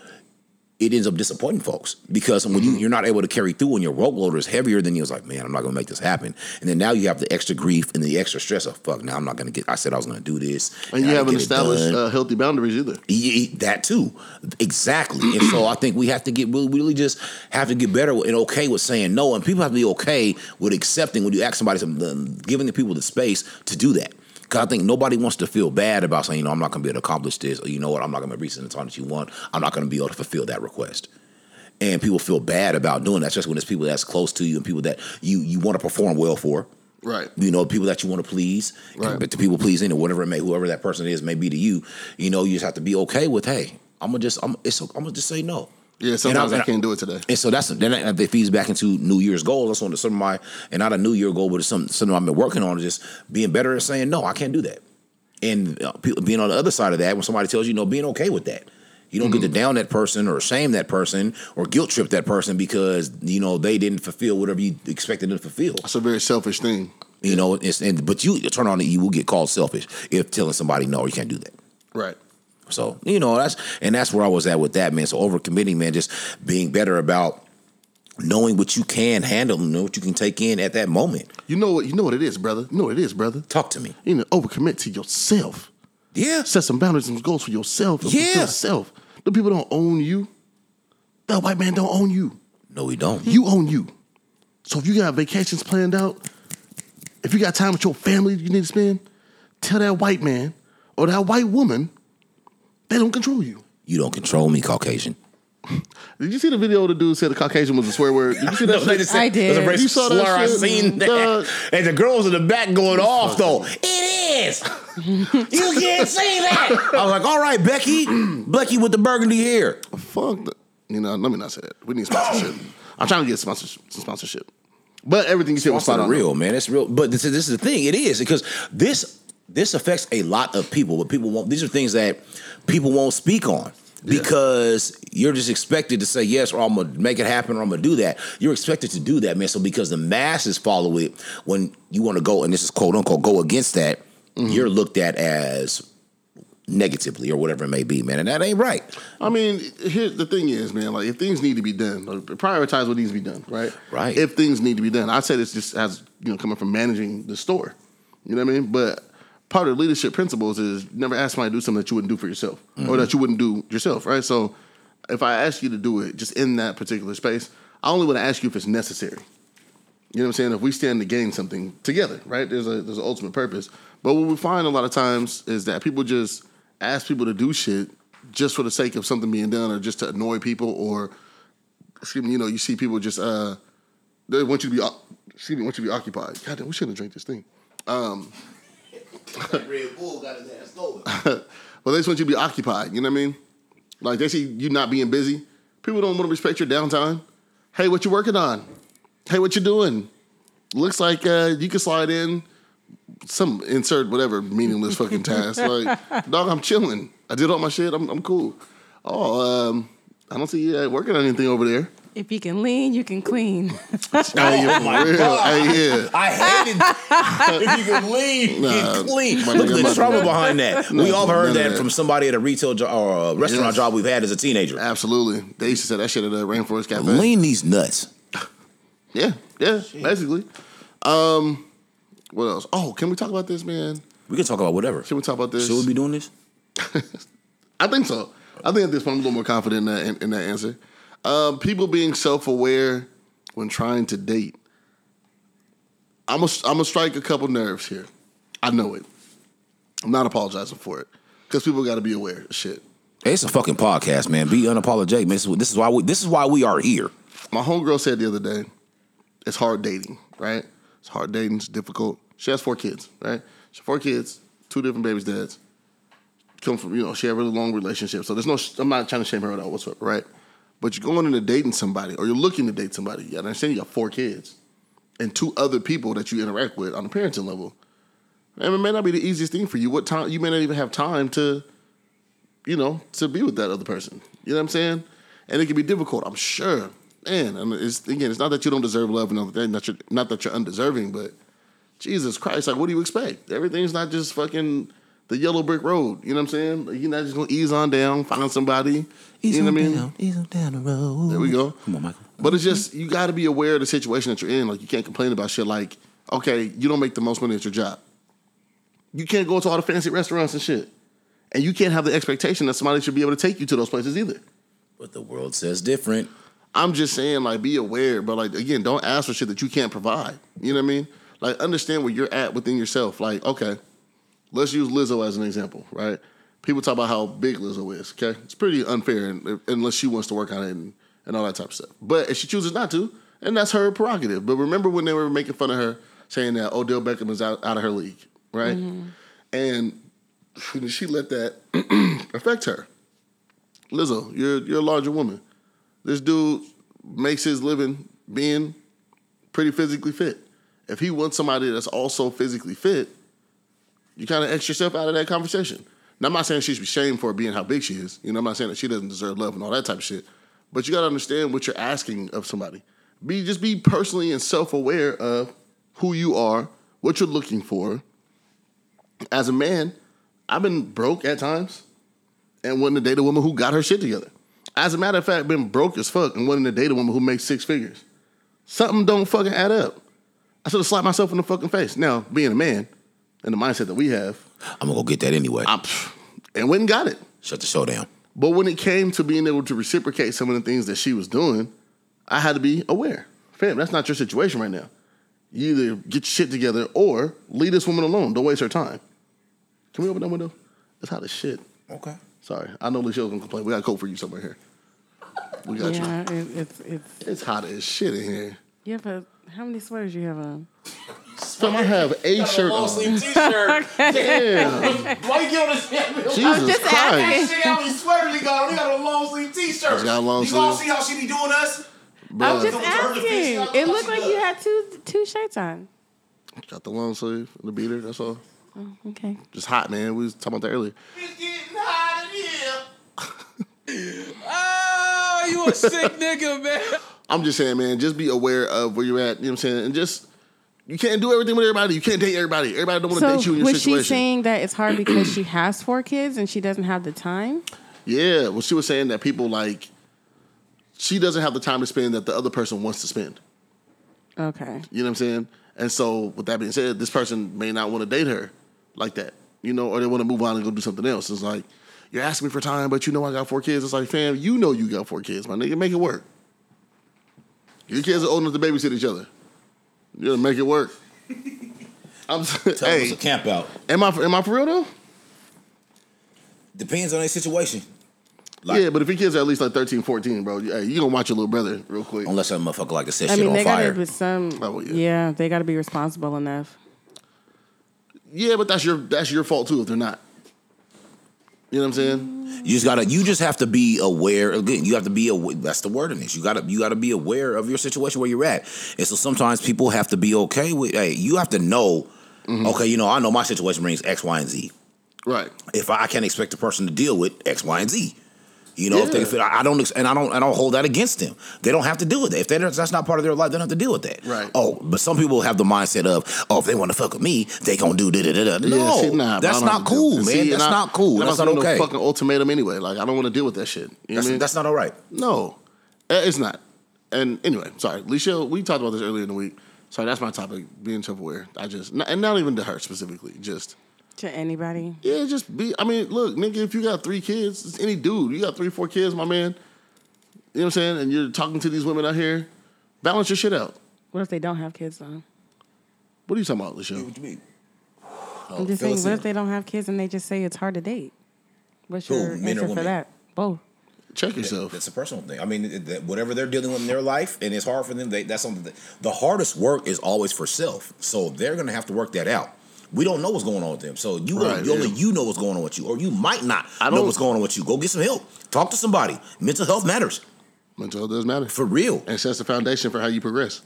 it ends up disappointing folks because when Mm-hmm. you, you're not able to carry through and your workload is heavier than you was like, man, I'm not gonna make this happen. And then now you have the extra grief and the extra stress of fuck. Now I'm not gonna get. I said I was gonna do this, And I you didn't haven't get it established done. uh, healthy boundaries either. Yeah, that too, exactly. and so I think we have to get we really just have to get better and okay with saying no, and people have to be okay with accepting when you ask somebody something, giving the people the space to do that. Because I think nobody wants to feel bad about saying, you know, I'm not going to be able to accomplish this, or you know what, I'm not going to reach the time that you want. I'm not going to be able to fulfill that request and people feel bad about doing that, especially when it's people that's close to you and people that you you want to perform well for. Right. You know, people that you want to please, Right. but the people pleasing or whatever it may, whoever that person is may be to you. You know, you just have to be okay with, hey, I'm gonna just, I'm, it's, I'm gonna just say no. Yeah, And sometimes I'm- I can't do it today. And so that's then that, that feeds back into New Year's goals. That's one of some of my and not a New Year goal, but it's something, something I've been working on is just being better at saying no. I can't do that. And uh, people, being on the other side of that, when somebody tells you no, being okay with that. You don't get to down that person or shame that person or guilt trip that person because you know they didn't fulfill whatever you expected them to fulfill. That's a very selfish thing. You know, it's, and but you turn on it, you will get called selfish if telling somebody no, you can't do that. Right. So you know that's and that's where I was at with that man. So overcommitting, man, just being better about knowing what you can handle, and what you can take in at that moment. You know what? You know what it is, brother. You know what it is, brother. Talk to me. You know, overcommit to yourself. Yeah, Set some boundaries and goals for yourself. And Yeah. For yourself. The people don't own you. That white man don't own you. no, we don't. You own you. So if you got vacations planned out, if you got time with your family you need to spend, tell that white man or that white woman they don't control you. You don't control me, Caucasian. Did you see the video of the dude said the Caucasian was a swear word? Did you see that? shit? I did. There's a racist You saw that slur. I shit? Mm, seen that, Dog. and the girls in the back going off though. It is. you can't say that. I was like, all right, Becky, Becky with the burgundy hair. Fuck. The, you know, let me not say that. We need sponsorship. I'm trying to get sponsorship. Some sponsorship. But everything you said was spot also on. real, man. It's real. But this is, this is the thing. It is because this this affects a lot of people. But people won't. These are things that people won't speak on because you're just expected to say yes or I'm gonna make it happen or I'm gonna do that. You're expected to do that, man. So because the masses follow it, when you want to go and this is quote unquote go against that, Mm-hmm. you're looked at as negatively or whatever it may be, man. And that ain't right. I mean, here the thing is, man. Like, if things need to be done, like, prioritize what needs to be done, right? Right. If things need to be done, I say this just as you know, coming from managing the store. You know what I mean? But part of leadership principles is never ask somebody to do something that you wouldn't do for yourself or that you wouldn't do yourself, right? So, if I ask you to do it, just in that particular space, I only want to ask you if it's necessary. You know what I'm saying? If we stand to gain something together, right? There's a there's an ultimate purpose. But what we find a lot of times is that people just ask people to do shit just for the sake of something being done, or just to annoy people, or excuse me, you know, you see people just uh they want you to be o- excuse me, want you to be occupied. God damn, we shouldn't have drank this thing. Red Bull got his ass going. Well, they just want you to be occupied. You know what I mean? Like they see you not being busy. People don't want to respect your downtime. Hey, what you working on? Hey, what you doing? Looks like uh, you can slide in some insert whatever meaningless fucking task. Like, dog, I'm chilling. I did all my shit. I'm I'm cool. Oh, um, I don't see you uh, working on anything over there. If you can lean, you can clean. Hey, yeah, for real. Hey, yeah. I hated if you can lean, Nah, get clean. my Look nigga, at my the trouble nigga. behind that. We all none of heard that, that. from somebody at a retail jo- or a restaurant Yes. job we've had as a teenager. Absolutely. They used to say that shit at the Rainforest Cafe. Lean these nuts. Yeah, yeah, basically. Um, what else? Oh, can we talk about this, man? We can talk about whatever. Can we talk about this? Should we be doing this? I think so. I think at this point I'm a little more confident in that, in, in that answer. Um, people being self aware when trying to date. I'm gonna I'm gonna strike a couple nerves here. I know it. I'm not apologizing for it because people got to be aware of shit. Hey, it's a fucking podcast, man. Be unapologetic, man. This is, this is why we this is why we are here. My homegirl said the other day, it's hard dating, right? It's hard dating, it's difficult. She has four kids, right? She has four kids, two different babies' dads. come from, you know, she had a really long relationship. So there's no, I'm not trying to shame her at all whatsoever, right? But you're going into dating somebody or you're looking to date somebody. You understand you got four kids and two other people that you interact with on the parenting level. And it may not be the easiest thing for you. What time, you may not even have time to, you know, to be with that other person. You know what I'm saying? And it can be difficult, I'm sure. Man, and it's, again, it's not that you don't deserve love and everything, not, you're, not that you're undeserving, but Jesus Christ, like, what do you expect? Everything's not just fucking the yellow brick road. You know what I'm saying? Like, you're not just gonna ease on down, find somebody. you know what I mean? ease on down the road. There we go. Come on, Michael. But it's just you got to be aware of the situation that you're in. Like you can't complain about shit. Like okay, you don't make the most money at your job. You can't go to all the fancy restaurants and shit, and you can't have the expectation that somebody should be able to take you to those places either. But the world says different. I'm just saying, like, be aware, but like, again, don't ask for shit that you can't provide. You know what I mean? Like, understand where you're at within yourself. Like, okay, let's use Lizzo as an example, right? People talk about how big Lizzo is. Okay, it's pretty unfair, and, unless she wants to work on it and, and all that type of stuff. But if she chooses not to, and that's her prerogative. But remember when they were making fun of her, saying that Odell Beckham is out, out of her league, right? And she let that affect her. Lizzo, you're you're a larger woman. This dude makes his living being pretty physically fit. If he wants somebody that's also physically fit, you kind of X yourself out of that conversation. Now, I'm not saying she should be shamed for being how big she is. You know, I'm not saying that she doesn't deserve love and all that type of shit. But you got to understand what you're asking of somebody. Be just be personally and self aware of who you are, what you're looking for. As a man, I've been broke at times and wanting to date a woman who got her shit together. As a matter of fact, been broke as fuck and wanting to date a woman who makes six figures. Something don't fucking add up. I should have slapped myself in the fucking face. Now, being a man and the mindset that we have, I'm gonna go get that anyway. I'm, and went and got it. Shut the show down. But when it came to being able to reciprocate some of the things that she was doing, I had to be aware. Fam, that's not your situation right now. You either get your shit together or leave this woman alone. Don't waste her time. Can we open that window? It's hot as shit. Okay. Sorry, I know Lucille's gonna complain. We got a coat for you somewhere here. We got Yeah, it, it's it's you. It's hot as shit in here. you have a how many sweaters you have on? So I have a shirt Long on. sleeve T-shirt. Damn, Why you giving us that? Jesus just Christ! Shit, how many sweaters he got? He got a long sleeve T-shirt. She got a long you gonna sleeve. see how she be doing us? I'm Bruh, just Don't turn the asking. face. It looked like you had two two shirts on. got the long sleeve, the beater. That's all. Okay. Just hot, man. We was talking about that earlier. It's getting hot in here. oh, you a sick nigga, man. I'm just saying, man, just be aware of where you're at. You know what I'm saying? And just you can't do everything with everybody. You can't date everybody. Everybody don't want to So date you in your was situation. she saying that it's hard because she has four kids and she doesn't have the time? yeah. Well, she was saying that people like she doesn't have the time to spend that the other person wants to spend. Okay. You know what I'm saying? And so, with that being said, this person may not want to date her like that, you know, or they want to move on and go do something else. It's like, you're asking me for time, but you know I got four kids. It's like, fam, you know you got four kids, my nigga. Make it work. Your kids are old enough to babysit each other. You know, make it work. I'm s- Tell them hey, it's a camp out. am I am I for real though? Depends on their situation. Like- yeah, but if your kids are at least like 13, 14, bro, you- hey, you gonna watch your little brother real quick. Unless that motherfucker like to set I shit mean, on they fire. gotta be some. Oh, yeah. yeah. they gotta be responsible enough. Yeah, but that's your that's your fault too if they're not. You know what I'm saying? You just gotta. You just have to be aware. Again, you have to be aware. That's the word in this. You gotta. You gotta be aware of your situation where you're at. And so sometimes people have to be okay with. Hey, you have to know. Mm-hmm. Okay, you know, I know my situation brings X, Y, and Z. Right. If I, I can't expect the person to deal with X, Y, and Z. You know, if they Yeah. if it, I I don't ex- and I don't I don't hold that against them. They don't have to deal with that. If they don't, that's not part of their life, they don't have to deal with that. Right. Oh, but some people have the mindset of, oh, if they want to fuck with me, they gonna do da da da da. No, see, nah, but I that's don't have not to deal cool, man. with it. See, that's and I- not cool. and I That's don't not want okay. No fucking ultimatum anyway. Like I don't want to deal with that shit. You know what I That's, mean? that's not all right. no, Eh, it's not. And anyway, sorry, Lisha, we talked about this earlier in the week. Sorry, that's my topic. Being self-aware. I just not, and not even to her specifically. Just To anybody, yeah, just be. I mean, look, nigga, if you got three kids, it's any dude, you got three, four kids, my man. You know what I'm saying? And you're talking to these women out here. Balance your shit out. what if they don't have kids though? What are you talking about, Lisha? Oh, I'm just fill saying, us what in. if they don't have kids and they just say it's hard to date? What's Who, your men or answer for women? that? Both. Check yourself. That's a personal thing. I mean, it- that- whatever they're dealing with in their life, and it's hard for them. They, that's something. That, the hardest work is always for self. So they're gonna have to work that out. We don't know what's going on with them. So you Right, only, only yeah. you know what's going on with you, or you might not I know don't- what's going on with you. Go get some help. Talk to somebody. Mental health matters Mental health does matter. for real. and sets the foundation for how you progress.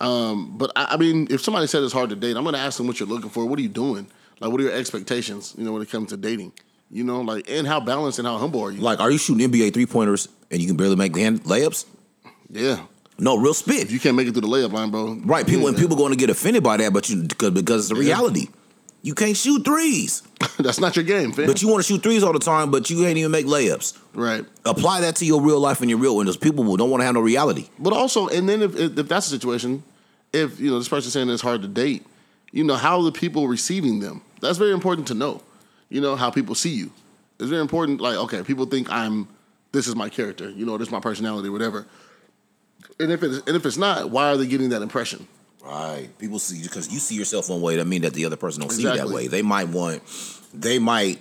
Um, but I, I mean, if somebody said it's hard to date, I'm going to ask them what you're looking for. What are you doing? Like, what are your expectations? You know, when it comes to dating, you know, like, and how balanced and how humble are you? Like, are you shooting NBA three pointers and you can barely make the hand layups? yeah, No, real spit. if you can't make it through the layup line, bro. Right, people yeah, and people going to get offended by that, but you because, because it's the Yeah. reality. You can't shoot threes, That's not your game, fam. but you want to shoot threes all the time, but you ain't even make layups. right. Apply that to your real life and your real windows. People will don't want to have no reality. But also, and then if, if if that's the situation, if you know this person saying it's hard to date, you know how are the people receiving them. That's very important to know. You know how people see you. It's very important. Like okay, people think I'm. This is my character. You know, this is my personality, whatever. And if it's and if it's not, why are they getting that impression? Right. People see because you see yourself one way, that mean that the other person don't see you Exactly. that way. They might want they might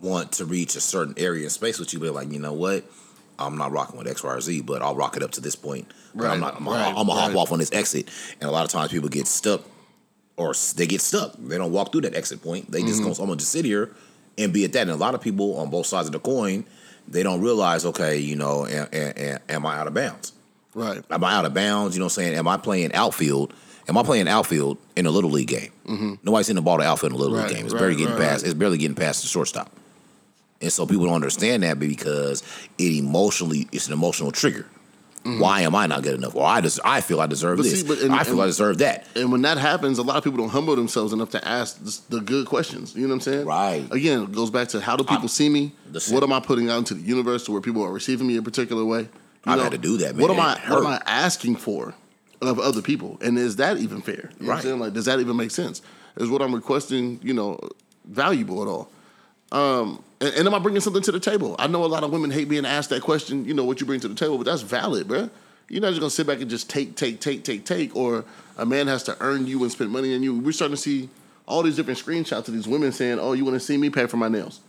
want to reach a certain area in space with you, but they're like, you know what? I'm not rocking with X, Y, or Z, but I'll rock it up to this point. But Right, I'm not I'm right, gonna hop right. off on this exit. And a lot of times people get stuck or s- they get stuck. They don't walk through that exit point. They Mm-hmm. just go, I'm gonna just sit here and be at that. And a lot of people on both sides of the coin, they don't realize, okay, you know, am, am, am I out of bounds? Right. Am I out of bounds? You know what I'm saying? Am I playing outfield? Am I playing outfield in a little league game? Nobody's in the ball to outfield in a little Mm-hmm. Right, league game. It's right, barely getting right, past. right. It's barely getting past the shortstop. And so people don't understand that because it emotionally, it's an emotional trigger. Why am I not good enough? Or I des- I feel I deserve Mm-hmm. But this. see, but in- I feel in- I deserve that. And when that happens, a lot of people don't humble themselves enough to ask this- the good questions. You know what I'm saying? Right. Again, it goes back to how do people I- see me? the same. What am I putting out into the universe to where people are receiving me a particular way? You I've had to do that, man. What am It I? What am I hurt. asking for of other people? And is that even fair? You know what Right. I'm saying? Like, does that even make sense? Is what I'm requesting, you know, valuable at all? Um, and, and am I bringing something to the table? I know a lot of women hate being asked that question, you know, what you bring to the table, but that's valid, bruh. You're not just gonna sit back and just take, take, take, take, take, or a man has to earn you and spend money on you. We're starting to see all these different screenshots of these women saying, oh, you wanna see me pay for my nails?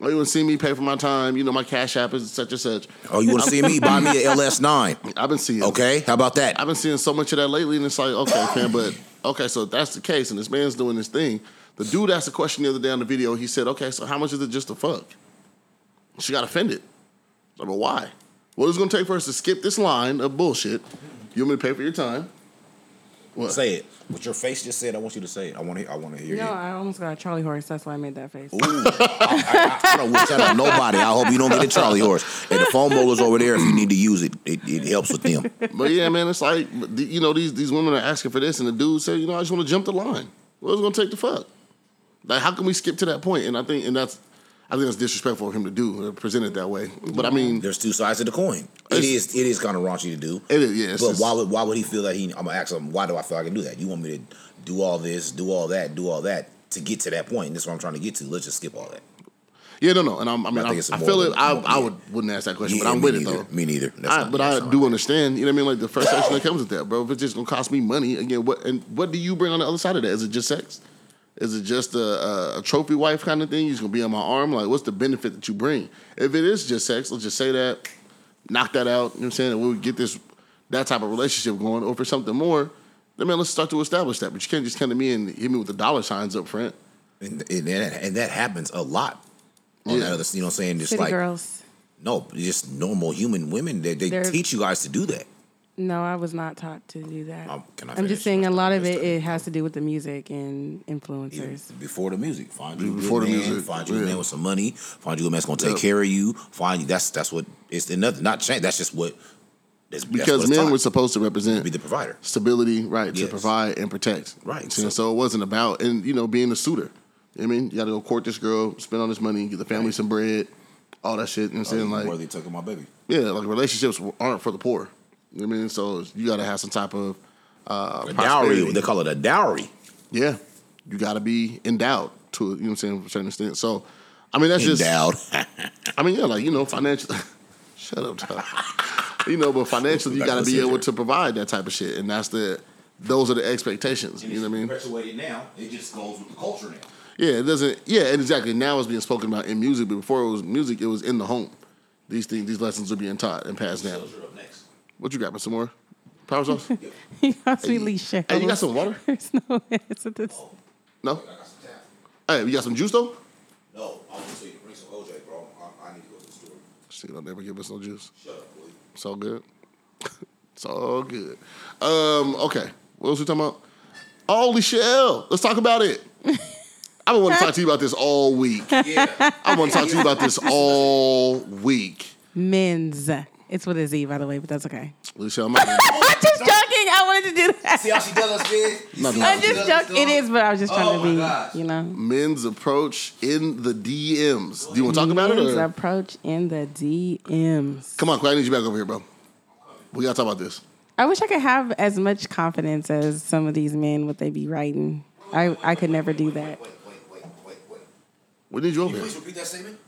Oh, you wanna see me pay for my time? You know, my cash app is such and such. Oh, you want to see me? Buy me an LS9. I've been seeing Okay? How about that? I've been seeing so much of that lately, and it's like, okay, fam, but okay, so if that's the case, and this man's doing this thing. The dude asked a question the other day on the video. He said, okay, so how much is it just to fuck? She got offended. I mean, why? What is it going to take for us to skip this line of bullshit? You want me to pay for your time? What? Say it. What your face just said, I want you to say it. I want to, I want to hear No, it. I almost got a Charlie horse. That's why I made that face. Ooh. I, I, I don't wish that on nobody. I hope you don't get a Charlie horse. And the foam rollers over there, if you need to use it, it, it helps with them. but yeah, man, it's like, but the- you know, these, these women are asking for this, and the dude said, you know, I just want to jump the line. What is it going to take to fuck? Like, how can we skip to that point? And I think, and that's, I think that's disrespectful of him to do, uh, present it that way. But I mean, There's two sides to the coin. It It's- is it is kind of raunchy to do. It is, yeah, it's But just- why would why would he feel that he? I'm gonna ask him. Why do I feel I can do that? You want me to do all this, do all that, do all that to get to that point? That's what I'm trying to get to. Let's just skip all that. Yeah, no, no, and I'm, I mean, I I, think it's a I feel more- it. I, more- I would wouldn't ask that question, Yeah, but I'm me with neither. it though. Me neither. That's I, not- but that's I not do right. understand. You know what I mean? Like the frustration that comes with that, bro. If it's just gonna cost me money again, what and what do you bring on the other side of that? Is it just sex? Is it just a, a, a trophy wife kind of thing? You're just gonna be on my arm? Like, what's the benefit that you bring? If it is just sex, let's just say that, knock that out. You know what I'm saying? And we'll get this that type of relationship going. Or for something more, then man, let's start to establish that. But you can't just come to me and hit me with the dollar signs up front. And, and that, and that happens a lot. On Yeah. that other, you know, what I'm saying just City like girls. no, just normal human women. They, they They're- teach you guys to do that. No, I was not taught to do that. Um, can I I'm finish just saying my a lot of thought? it, it has to do with the music and influencers. Before the music, find you Before a good the man, music, find you a yeah. man with some money, find you a man that's gonna take Yep. care of you, find you. That's that's what it's and nothing. Not change. That's just what. That's, that's what Because it's men taught, were supposed to represent be the provider. stability, right, Yes. to provide and protect. Right. And so, it wasn't about, and, you know, being a suitor. You know what I mean? You got to go court this girl, spend all this money, get the family some bread, all that shit. You know Oh, what I'm saying? Like, they took my baby. yeah, like relationships aren't for the poor. You know what I mean? So you got to have some type of uh, A prosperity. dowry. They call it a dowry. Yeah. You got to be endowed to, you know what I'm saying, for a certain extent. So, I mean, that's just. Endowed. I mean, yeah, like you know, financial. shut up, Todd. you know, but financially, you Back got to to the be able center. to provide that type of shit, and that's the those are the expectations. You know what I mean? Perpetuated now. It just goes with the culture now. Yeah, it doesn't. Yeah, and exactly. Now it's being spoken about in music, but before it was music, it was in the home. These things, these lessons are being taught and passed down. Those are up next. What you grabbing? Some more power sauce? You got sweet leash Hey, you got some water? Oh. There's no it's at this. No. Hey, you got some juice though? No, I'm gonna tell you, bring some OJ, bro. I, I need to go to the store. She don't never give us no juice. Shut up, boy. It's all good. it's all good. Um, okay. What else we talking about? Holy shit, L. Let's talk about it. I've been wanting to talk to you about this all week. Yeah. I want to talk to you about this all week. Men's. It's with a Z, by the way, but that's okay. Alicia, I'm not gonna- I'm just joking. I wanted to do that. See how she does us, bitch? Nothing. I'm just joking. It is, but I was just trying Oh to my be, gosh. you know. men's approach in the DMs. Do you want to talk about it? Men's Or? approach in the DMs. Come on, Clay, I need you back over here, bro. We got to talk about this. I wish I could have as much confidence as some of these men what they be writing. I, I could never do that. Wait, wait, wait, wait, wait. We need you over here. Please repeat that statement.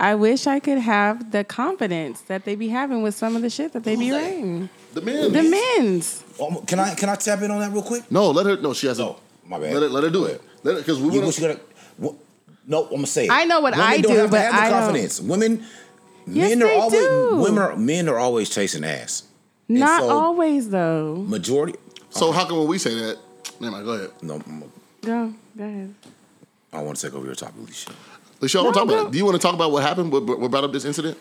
I wish I could have the confidence that they be having with some of the shit that they be Who's they? writing. The men. The men's. Oh, can I can I tap in on that real quick? No, let her. No, she has No, my bad. Let her, let her do it. Because we You, want what you gotta, what, no, I'm gonna say. it. I know what Women I don't do, have but to have the I don't- confidence. Women, Yes, men are they always do. women are men are always chasing ass. And Not so, always, though. Majority. So how come when we say that? Never mind, go ahead. No, I'm- Go, go ahead. I don't want to take over your topic, Alicia. Lachelle, I want to No, talk about no. it. Do you want to talk about what happened? What, what brought up this incident?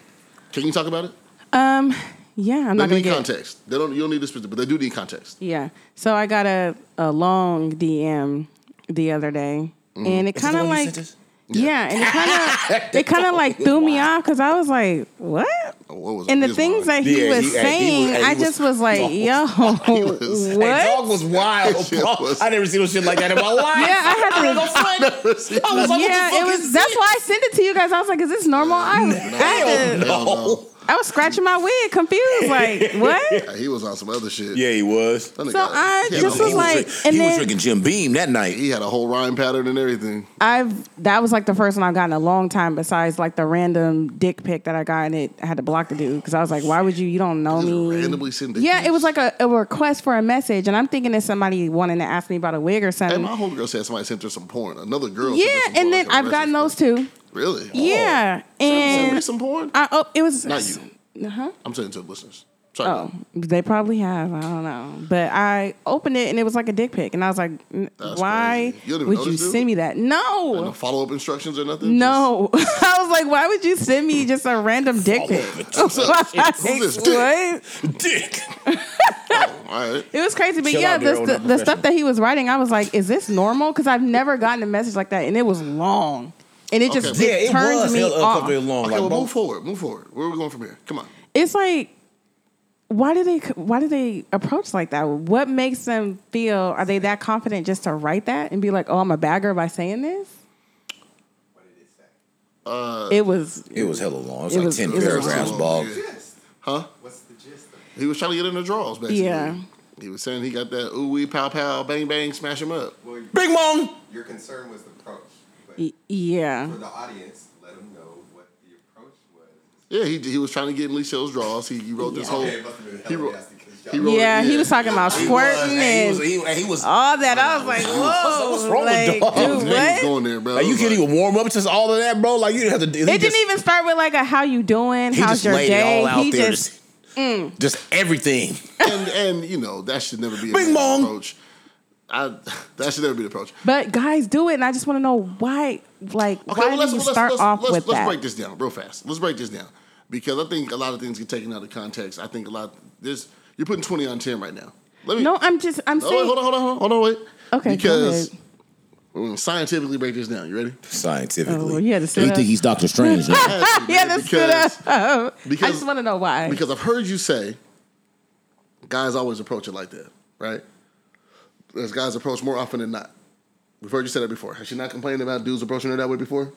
Can you talk about it? Um, yeah, I'm They not going need to get context. They don't. You don't need this, but they do need context. Yeah. So I got a, a long DM the other day, and it Mm. Is it the kind of one you like sent us? yeah. and it kind of it kind of like threw me off because I was like, what? Oh, what was And the his things mind? that he Yeah, was he- hey, he was- saying, hey, he I was- just was like, No. yo, was- Hey, Hey, dog what? was wild. Shit bro. was- I never seen no shit like that in my life. Yeah, I had to. I was like, yeah, what the it fuck was. is That's why I sent it to you guys. I was like, is this normal? I, I, Hell had to, no. no. I was scratching my wig, confused, like, what? Yeah, he was on some other shit. Yeah, he was. That nigga- So I he had a just he was, was whole- like, drink- and he was then- drinking Jim Beam that night. he had a whole rhyme pattern and everything. I've that was like the first one I've gotten in a long time. Besides like the random dick pic that I got, and it I had to block the dude because I was like, why would you? You don't know Just me. randomly send dick Yeah, pics? it was like a, a request for a message, and I'm thinking it's somebody wanting to ask me about a wig or Hey, something. my homegirl said somebody sent her some porn. Another girl. sent her Um, yeah, some porn. and then I can't I've gotten remember. those two. Really? Yeah, Oh. Send me and some porn. I oh it was Not you. Uh-huh. I'm saying to the listeners. Sorry. Oh, they probably have. I don't know, but I opened it and it was like a dick pic, and I was like, "N- That's why crazy. You don't even know would you this dude? send me that? No. No follow up instructions or nothing. No, I was like, why would you send me just a random dick pic? Like, Who's this what? Dick. Just- oh, all right. It was crazy, but Chill yeah, out, Daryl, the, not the, the professional. stuff that he was writing, I was like, is this normal? Because I've never gotten a message like that, and it was long, and it just Okay. Yeah, it it turned was me hell off. uncomfortably long. Okay, like, well, bro, move forward. Move forward. Where are we going from here? Come on. It's like, why do they why do they approach like that? What makes them feel? Are they that confident just to write that and be like, oh, I'm a bagger by saying this? it was it was hella long. It was It like was- ten it was paragraphs, long. ball. Yeah. What's the gist of He was trying to get in the draws, basically. Yeah. He was saying he got that ooh wee pow pow bang bang smash him up. it? Well, Big mom. your concern was the approach, but y- yeah. for the audience, let them know what the approach was. Yeah, he, he was trying to get in Lee Shell's draws. He, he wrote this whole. Okay, it must have been Oh, he hella wrote, nasty 'cause he y'all- wrote- Yeah, he was talking about And squirting he was. and He, and he was all that. I was like, whoa, what's wrong with like, dogs, Oh, man, he dude, was what? going there, bro. like, you It was can't like- even warm up to all of that, bro. Like you didn't have to. do- It didn't even start with like a how you doing, He how's just your laid day. it all out he there. just mm. Just, just everything. And, and, you know, that should never be a Bing man's bong. approach. I, that should never be the approach. but guys do it, and I just want to know why. Like, Okay, why well, do let's, you well, let's, start let's, off let's, with let's that? break this down real fast. Let's break this down because I think a lot of things get taken out of context. I think a lot. There's you're putting twenty on ten right now. Let me. No, I'm just I'm Oh, saying. wait, hold on, hold on, hold on, hold on, wait. Okay, go Because ahead. we're gonna scientifically break this down. You ready? Scientifically, Oh, you had to sit You up. think he's Doctor Strange? now? yeah, that's good. because- I because- just want to know why. Because I've heard you say guys always approach it like that, right? As guys approach more often than not. We've heard you say that before. Has she not complained about dudes approaching her that way before?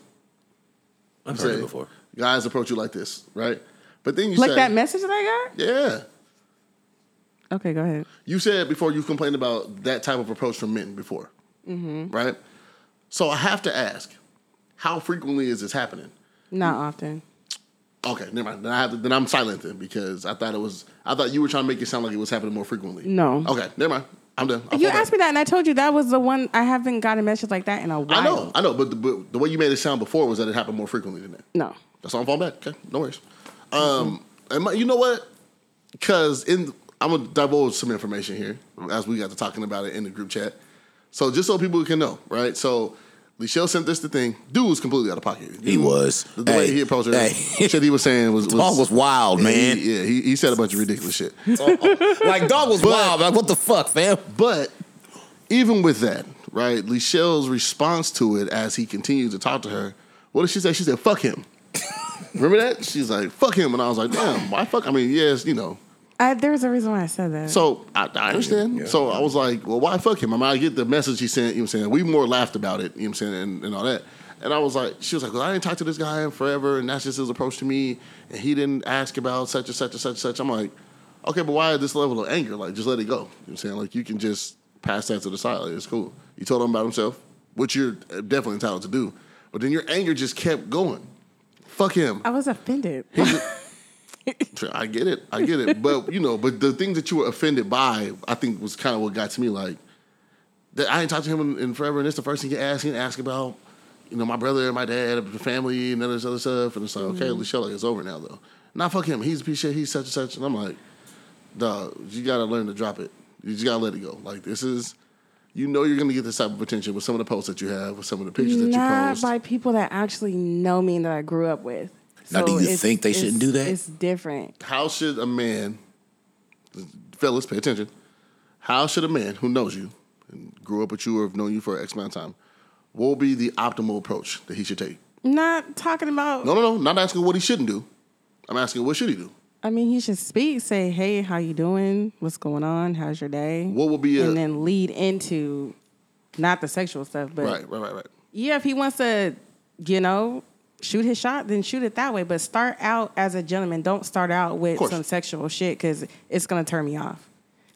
I've Say, heard it before. Guys approach you like this, right? But then you like say, that message that I yeah. got. Okay, go ahead. You said before you complained about that type of approach from men before, Mm-hmm. right? So I have to ask, how frequently is this happening? Not often. Okay, never mind. Then, I have to, then I'm silent then because I thought it was. I thought you were trying to make it sound like it was happening more frequently. No. Oh, Okay, never mind. I'm done. I'll You fall back. asked me that, and I told you that was the one I haven't got a message like that in a while. I know, I know, but the, but the way you made it sound before was that it happened more frequently than that. No. That's all I'm falling back. Okay, no worries. Um, and my, you know what? Because in I'm gonna divulge some information here as we got to talking about it in the group chat. So just so people can know, right? So Michelle sent this the thing. Dude was completely out of pocket. He was. The way Hey, he approached her, hey. shit he was saying was Dog was wild, he- man. yeah, he, he said a bunch of ridiculous shit. like dog was But- wild. Like what the fuck, fam? But even with that, right, Lachelle's response to it as he continues to talk to her, what did she say? She said, fuck him. Remember that? She's like, fuck him. And I was like, damn, why fuck? I mean, yes, you know. I, there's a reason why I said that. So I, I understand. So I was like, well, why fuck him? I mean, I get the message he sent, you know what I'm saying? We more laughed about it, you know what I'm saying, and, and all that. And I was like, she was like, well, I didn't talk to this guy in forever, and that's just his approach to me. And he didn't ask about such and such and such and such. I'm like, okay, but why this level of anger? Like, just let it go. You know what I'm saying? Like, you can just pass that to the side. Like, it's cool. You told him about himself, which you're uh, definitely entitled to do. But then your anger just kept going. Fuck him. I was offended. Sure, I get it. I get it. But you know, but the thing that you were offended by, I think, was kind of what got to me. Like that, I ain't talked to him in, in forever, and it's the first thing you ask. He didn't ask about, you know, my brother and my dad, and the family, and all this other stuff. And it's like, okay, Michelle, like, it's over now, though. Nah, fuck him. He's a piece of shit. He's such and such. And I'm like, dog, you gotta learn to drop it. You just gotta let it go. Like this is, you know, you're gonna get this type of attention with some of the posts that you have, with some of the pictures that you Not post. by people that actually know me and that I grew up with. Now, do you it's- think they it's- shouldn't do that? It's different. how should a man, fellas, pay attention? How should a man who knows you and grew up with you or have known you for X amount of time, what would be the optimal approach that he should take? Not talking about. No, no, no. Not asking what he shouldn't do. I'm asking what should he do? I mean, he should speak, say, "Hey, how you doing? What's going on? How's your day?" What would be a and then lead into not the sexual stuff, but right, right, right, right. yeah, if he wants to, you know, shoot his shot, then shoot it that way. But start out as a gentleman. Don't start out with course. some sexual shit because it's gonna turn me off.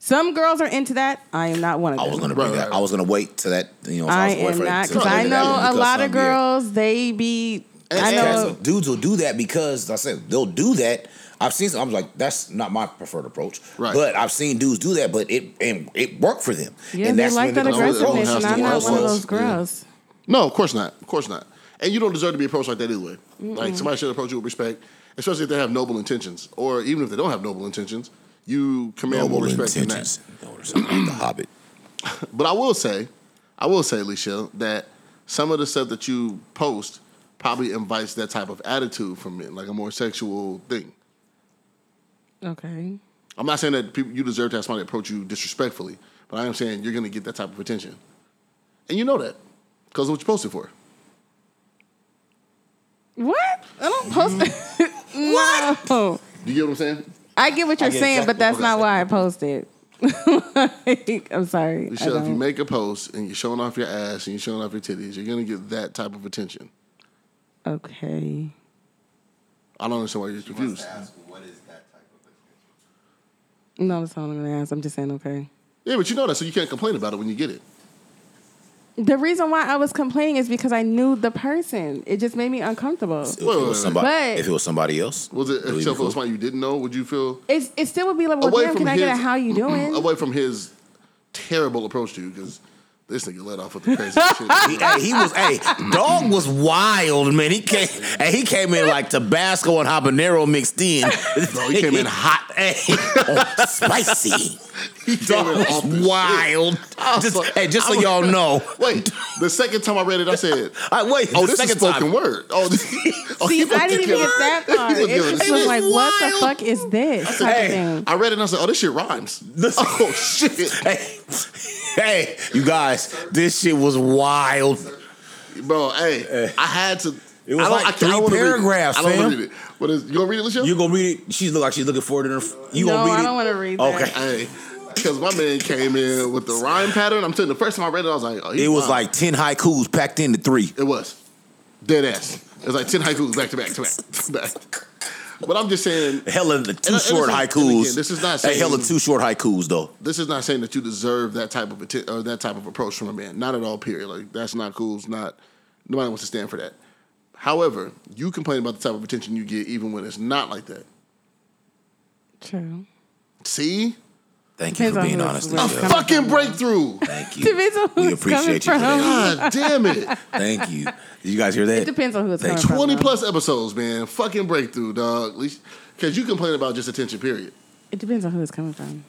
Some girls are into that. I am not one of I them. was gonna Right, bring that. right. I was gonna wait to that. You know, so I was waiting am for it not to- because I to- know to- a to- lot to- of yeah. girls. They be. I And that's- know. dudes will do that because I said they'll do that. I've seen. Some, I'm like, that's not my preferred approach. Right. But I've seen dudes do that, but it and it worked for them. Yeah, and they that's when like that they become girls aggressiveness, don't approached and have I'm to not work one of with. those girls. No, of course not. Of course not. And you don't deserve to be approached like that anyway. Like somebody should approach you with respect, especially if they have noble intentions, or even if they don't have noble intentions, you command Noble more respect than that. intentions. You know, or something like the Hobbit. But I will say, I will say, Alicia, that some of the stuff that you post probably invites that type of attitude from men, like a more sexual thing. Okay. I'm not saying that people, you deserve to have somebody approach you disrespectfully, but I am saying you're going to get that type of attention. And you know that because of what you posted for. What? I don't post. what? No. Do you get what I'm saying? I get what you're Mm-hmm. get saying, exactly but that's what not you're why I posted. Like, I'm sorry. I Michelle, if you don't. make a post and you're showing off your ass and you're showing off your titties, you're going to get that type of attention. okay. I don't understand why you're She wants confused. to ask, what is that type of attention? No, that's not what I'm gonna ask. I'm just saying okay. Yeah, but you know that, so you can't complain about it when you get it. The reason why I was complaining is because I knew the person. It just made me uncomfortable. If it wait, wait. was somebody, But- if it was somebody else, Was it, would if be Michelle, if it cool. was somebody you didn't know, would you feel It's, it still would be like, well, damn, can I get a how you doing? away from his terrible approach to you because this nigga let off with the crazy shit. He, hey, he was hey, dog was wild, man. He came and he came in like Tabasco and habanero mixed in. No, he came in hot. Hey, oh, spicy. He came in off the shit. wild. Just, like- hey, just so I was- y'all know. Wait, the second time I read it, I said, I wait. "Oh, this is second spoken time. word." Oh, this, oh, See, he I didn't fucking- even get that far. He was It giving just a was shit. like, what the wild. fuck is this type Hey, of thing? I read it and I said, "Oh, this shit rhymes." This- oh shit, Hey, hey, you guys, this shit was wild. bro. Hey, I had to. It was I don't- like I, three I don't wanna read it. paragraphs, I don't wanna fam. read it. What is you gonna read it, Michelle? You gonna read it? She's look like she's looking forward to her. You no, gonna read I it? don't want to read that. Okay. Hey, because my man came in with the rhyme pattern. I'm telling you, the first time I read it, I was like, oh, he It was rhymed. like ten haikus packed into three. It was. Dead ass. It was like 10 haikus back to back to back. to back. But I'm just saying, Hella the two and short this is- and haikus. again, this is not hey, hella saying- two short haikus though. this is not saying that you deserve that type of atten- or that type of approach from a man. Not at all, period. Like that's not cool. It's not nobody wants to stand for that. However, you complain about the type of attention you get even when it's not like that. True. See? Thank you Depends for on being who honest, it's with. Michelle. Coming Fucking breakthrough. Thank you. Depends on who We it's coming appreciate you for from. that. God damn it. Thank you. Did you guys hear that? It depends on who it's Thank coming you. from. 20 though. plus episodes, man. Fucking breakthrough, dog. Because you complain about just attention, period. It depends on who it's coming from.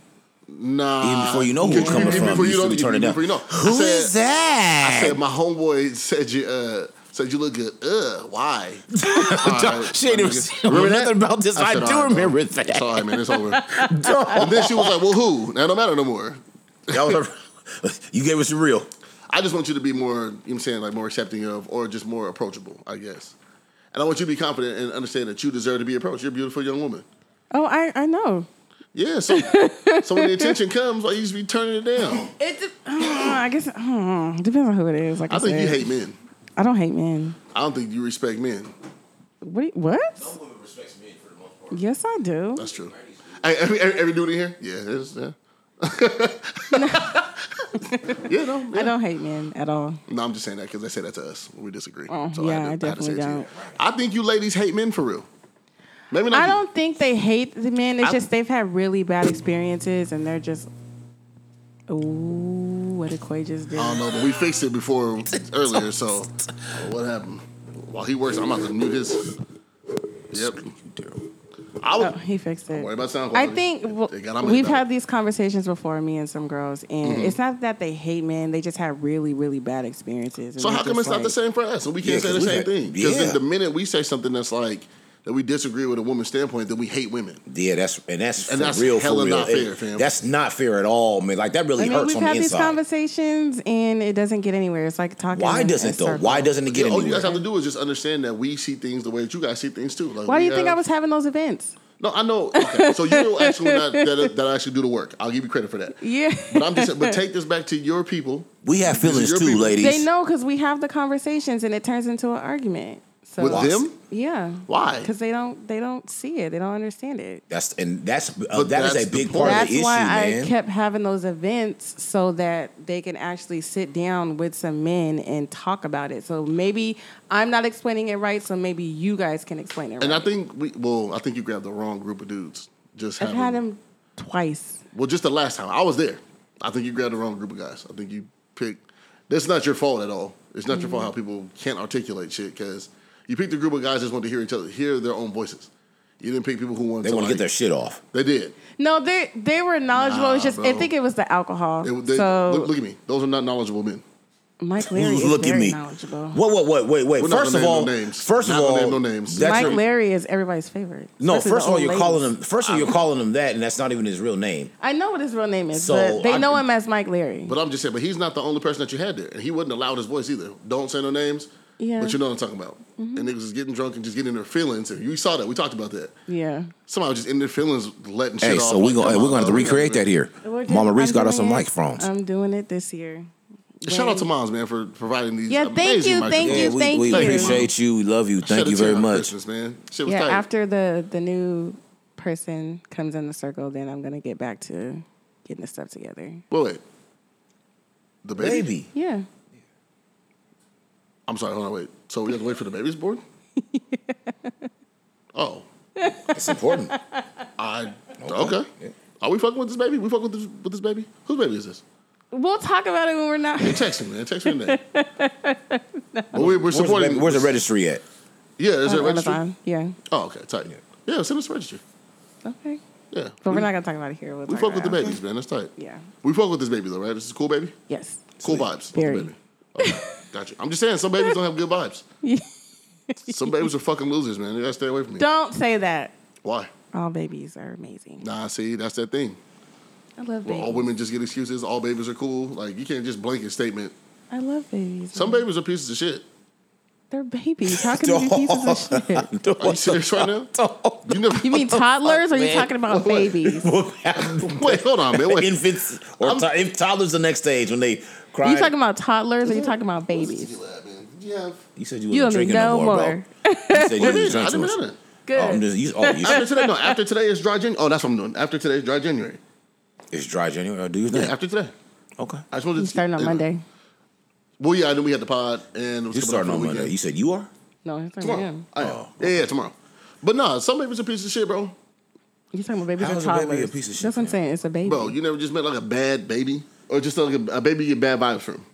Nah. Even before you know who it's coming Even from, before you know- should be turning even down. before you know. Who I said- is that? I said my homeboy said you uh said you look good. Ugh, why? she ain't even seen nothing about this. I, do remember that. Sorry, man, it's over. and then she was like, "Well, who? That don't matter no more. That was her- you gave us the real. I just want you to be more. You know what I'm saying like more accepting of, or just more approachable, I guess. And I want you to be confident and understand that you deserve to be approached. You're a beautiful young woman. Oh, I, I know. Yeah. So, so when the attention comes, why you just be turning it down? It de- Uh, I guess hmm, depends on who it is. Like I, I think said. you hate men. I don't hate men. I don't think you respect men. What? do you- What? Woman respects men for the most part. Yes, I do. That's true. Hey, every, every, every dude in here? Yeah, it is, yeah. yeah, no. I yeah. don't hate men at all. No, I'm just saying that because they say that to us. We disagree. Oh, I had yeah, to- I had to definitely say it to you. don't. I think you ladies hate men for real. Maybe not. I you. don't think they hate the men. It's I- just they've had really bad experiences, and they're just. Ooh, what did Quay just do? I don't know, but we fixed it before earlier. So what happened? While he works, I'm about to mute his. Yep. I Oh, was. he fixed it. Worry about sound I quality. think w- They got- I'm we've about it. had these conversations before, me and some girls, Mm-hmm. and it's not that they hate men; they just had really, really bad experiences. and So they're how come just it's not the like- same for us? And we can't Yeah, say 'cause the we same had- thing. Because yeah. the minute we say something that's like that, we disagree with a woman's standpoint, then we hate women. Yeah, that's and that's And for that's real. hella for real. not It- fair, fam. That's not fair at all, man. Like that I really mean, hurts we've on the had these inside. conversations, and it doesn't get anywhere. It's like talking. Why in a doesn't though? circle. Why doesn't it get Oh, Yeah, all you anywhere? guys have to do is just understand that we see things the way that you guys see things too. Like, Why do we you think I have- was having those events? No, I know. Okay, so you're actually not that, that actually do the work. I'll give you credit for that. Yeah, But I'm just. But take this back to your people. we have feelings your too, people. ladies. they know because we have the conversations, and it turns into an argument. So With them? yeah, Why? Because they don't they don't see it. They don't understand it. That's and that's uh, But that is that's a the big part point. of That's the issue, why man. I kept having those events so that they can actually sit down with some men and talk about it. So maybe I'm not explaining it right, so maybe you guys can explain it And I right. think we. Well, I think you grabbed the wrong group of dudes. Just I've having, had them twice. Well, just the last time I was there, I think you grabbed the wrong group of guys. I think you picked. That's not your fault at all. It's not your fault how Mm-hmm. people can't articulate shit because you picked a group of guys that just want to hear each other, hear their own voices. You didn't pick people who wanted they to want to like, get their shit off. They did. No, they they were knowledgeable. it's just I bro. think it was the alcohol. They, they, so look, look at me. Those are not knowledgeable men. Mike Larry is Look very at me. knowledgeable. What? What? What? Wait, wait. We're not First gonna of name all, no names. first of Not gonna all, name no names. that's Mike your- Larry is everybody's favorite. No, especially first of the all, old you're ladies. calling him. First of all, you're calling him that, and that's not even his real name. I know what his real name is, So, but they I- know him as Mike Larry. But I'm just saying, but he's not the only person that you had there. And he wasn't allowed his voice either. Don't say no names. Yeah. Mm-hmm. But you know what I'm talking about. And niggas is getting drunk and just getting in their feelings. And you saw that. We talked about that. Yeah. Somebody was just in their feelings, letting shit Hey, off. so we Like, gonna hey, come we're on, gonna have to dog. recreate that here. We're just- Um, Microphones. Mama Reese I'm got us some doing it. microphones. I'm doing it this year. Shout out Yay. to moms, man, for providing these. Yeah, thank amazing you, thank microphones. yeah, you, we, we you. appreciate you. We love you. Shout out Thank you to y'all very on much. Christmas, man. Shit was Yeah, tight. after the the new person comes in the circle, then I'm gonna get back to getting the stuff together. Wait, wait. The baby? Baby, Yeah. I'm sorry, hold on, wait. So we have to wait for the baby's born? Oh. it's important. I. Okay. Are we fucking with this baby? We fucking with this, with this baby? Whose baby is this? We'll talk about it when we're not. Text me, man. Text me the name. But we, we're Where's the, supporting. reg- where's the registry at? Yeah, is there a on registry? Amazon. Yeah. Oh, okay, tight. Yeah, send us a registry. Okay. Yeah, But we, we're not gonna talk about it here. We'll we talk fuck with the about it babies, man. That's tight. after. Yeah. We fuck with this baby though, right? This is a cool baby. Yes. Cool vibes. Very. With the baby. Okay, gotcha. I'm just saying, some babies don't have good vibes. some babies are fucking losers, man. They gotta stay away from me. Don't say that. Why? All babies are amazing. Nah, see, that's that thing. I love Where babies. all women just get excuses. All babies are cool. Like you can't just blanket statement. I love babies. Some babies are pieces of shit. They're babies. How can they be pieces of shit? Are you serious right now? You never. You mean toddlers? Or are you man? talking about babies? Wait, hold on, man. Wait. Infants or I'm- to- if toddlers the next stage when they cry. you talking about toddlers? Or you talking about babies? Yeah. You said you You wasn't drinking don't know no more, more. bro. You said you What do you didn't mean? drink I too didn't know much. that. Oh, Good. I'm just, you, oh, you, After today, no. After today is dry January. Oh, that's what I'm doing. After today is dry January. it's dry January. Oh, Do you Yeah, think? after today. Okay. I just wanted You to starting on yeah. Monday? Well, yeah, I knew we had the pod and it was You coming starting up on for the Monday. weekend. You said you are. No, it's not Tomorrow. him. I am. Oh, yeah, yeah, tomorrow. But nah, some babies are pieces of shit, bro. You talking about babies How or is a baby a toddlers? piece of shit, That's what I'm man? saying. It's a baby. Bro, you never just met like a bad baby or just like a, a baby you get bad vibes from.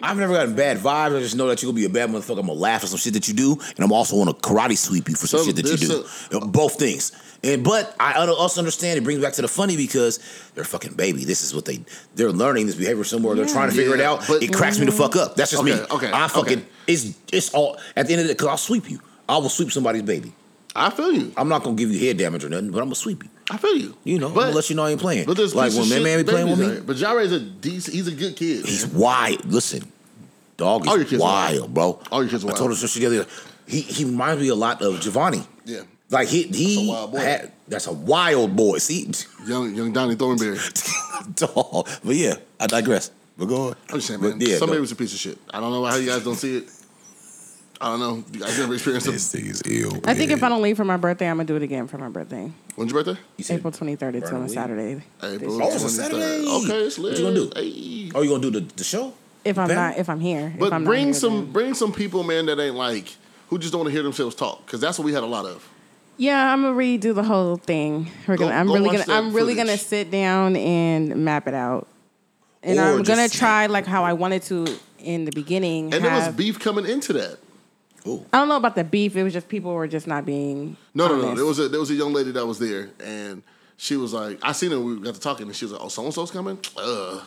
I've never gotten bad vibes. I just know that you're gonna be a bad motherfucker. I'm gonna laugh at some shit that you do, and I'm also gonna karate sweep you for some So shit that you there's do. Uh, Both things. And but I un- also understand it brings back to the funny because they're fucking baby. This is what they they're learning this behavior somewhere. They're Yeah. trying to figure it Yeah, out. but- it cracks me the fuck up. That's just me. Okay, okay, I fucking okay. it's it's all at the end of the day because I'll sweep you. I will sweep somebody's baby. I feel you. I'm not gonna give you head damage or nothing, but I'm gonna sweep you. I feel you. You know, I'm gonna let you know I ain't playing. But this like piece when of man, shit man be playing with babies me, out here. But Jare's a decent. He's a good kid. He's man. wild. Listen, dog is All your kids wild, wild. bro. All your kids I wild. told her she the other day. He he reminds me a lot of Giovanni. Yeah. Like he he That's a wild boy. had- that's a wild boy. See, young young Donnie Thornberry. dog. But yeah, I digress. But go on. I'm just saying, man. But yeah, some no. babies are a piece of shit. I don't know how you guys don't see it. I don't know. You guys never experienced it. This thing is ill. I think if I man. don't leave for my birthday, I'm gonna do it again for my birthday. When's your birthday? You said- April 23rd. It's Burn on a away. Saturday. April. Oh, it's a 23rd. Saturday. Okay, it's What lit. you gonna do? Hey. Are oh, you gonna do the, the show? If I'm Bam. not, if I'm here, if But I'm not bring here, some then- bring some people, man, that ain't like who just don't want to hear themselves talk because that's what we had a lot of. Yeah, I'm gonna redo the whole thing. We're Go- gonna. I'm go really watch gonna. that I'm really footage. gonna sit down and map it out. And Or I'm gonna just- try like how I wanted to in the beginning. And there was have- beef coming into that. Ooh. I don't know about the beef. It was just people were just not being. No, no, no. honest. There was a there was a young lady that was there, and she was like, I seen her. We got to talking, and she was like, "Oh, so and so's coming." Ugh.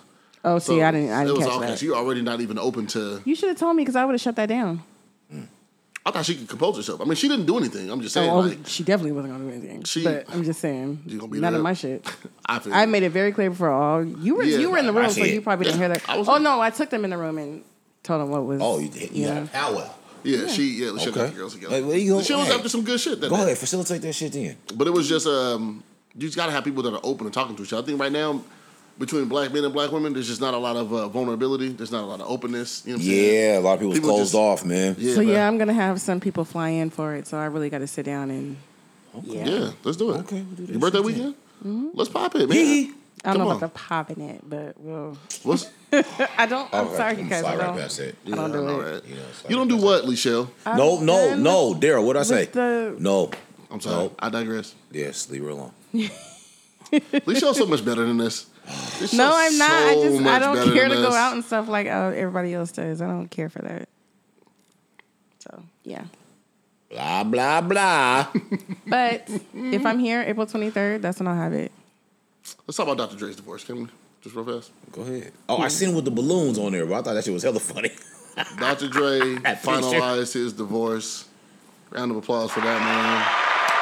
So Oh, see, I didn't. I it didn't was catch all that. because you already not even open to. You should have told me because I would have shut that down. I thought she could compose herself. I mean, she didn't do anything. I'm just saying, oh, like, she definitely wasn't gonna do anything. She- but I'm just saying, You gonna beat none her of up? my shit. I feel I you. made it very clear for all. You were Yeah, you were in the I- I room, so see you it. probably didn't hear that. I was oh in- no, I took them in the room and told them what was. Oh, you, you had a powwow. Yeah, she yeah, she Okay. got the girls together. Hey, well, you go- she was hey. after some good shit. That Go day. ahead, facilitate that shit then. But it was just um, you just gotta have people that are open and talking to each other. I think right now between black men and black women, there's just not a lot of uh, vulnerability. There's not a lot of openness. You know what I'm saying? Yeah, a lot of people's People closed just- off, man. Yeah, so man. yeah, I'm gonna have some people fly in for it. So I really got to sit down and. Yeah. Yeah, let's do it. Okay, we'll do that Your birthday shit then. weekend? Mm-hmm. Let's pop it, man. Yeah. I don't Come know on. about the popping it, but well, What's, I don't. All I'm right, sorry, I'm guys. slide I right don't. past that. I don't Yeah, I do know, it. right? You know, it's like- You don't do what, Lichelle? No, I'm no, done no, Daryl. What I say? with the- no. I'm sorry. No. I digress. Yes, leave her alone. Lichelle's so much better than this. Lichelle's No, I'm not. I so just I much better don't than care to go this. out and stuff like uh, everybody else does. I don't care for that. So yeah, Blah blah blah. but if I'm here April 23rd, that's when I'll have it. Let's talk about Dr. Dre's divorce, can we? Just real fast. Go ahead. Oh, I seen with the balloons on there, but I thought that shit was hella funny. Dr. Dre That picture. finalized his divorce. Round of applause for that, man.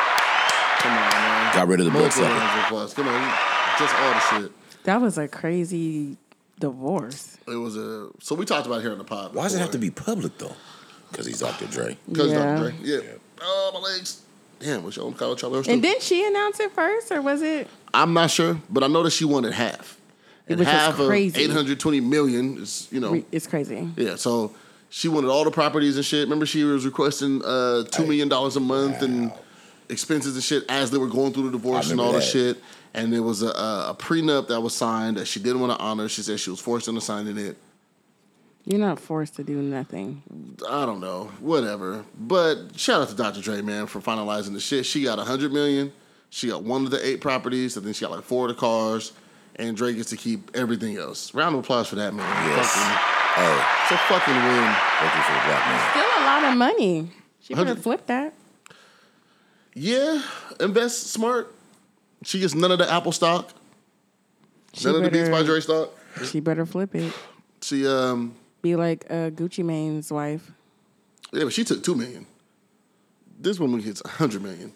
Come on, man. Got rid of the butt Multiple sucker. rounds of applause. Come on. Just all the shit. That was a crazy divorce. It was a. So we talked about it here on the pod. Why does it have to before. be public though? Because he's Dr. Dre. Because Yeah. Dr. Dre. Yeah. Oh, my legs. Damn, was your own college Charlie Oates And too? didn't she announce it first, or was it? I'm not sure, but I know that she wanted half. And Which is half of crazy. 820 million is, you know. Re- It's crazy. Yeah, so she wanted all the properties and shit. Remember, she was requesting uh, two million dollars a month and expenses and shit as they were going through the divorce I and remember all the that. shit. And there was a, a prenup that was signed that she didn't want to honor. She said she was forced into signing it. You're not forced to do nothing. I don't know, whatever. But shout out to Dr. Dre, man, for finalizing the shit. She got a hundred million. She got one of the eight properties, and then she got like four of the cars. And Dre gets to keep everything else. Round of applause for that, man. Yes. Fucking, Hey, it's a fucking win. thank you for the black man. Still a lot of money. She could have Hundred- flipped that. Yeah, invest smart. She gets none of the Apple stock, She none of the Beats by better, Dre stock. she better flip it. She um Be like uh, Gucci Mane's wife. yeah, but she took two million. This woman gets a hundred million.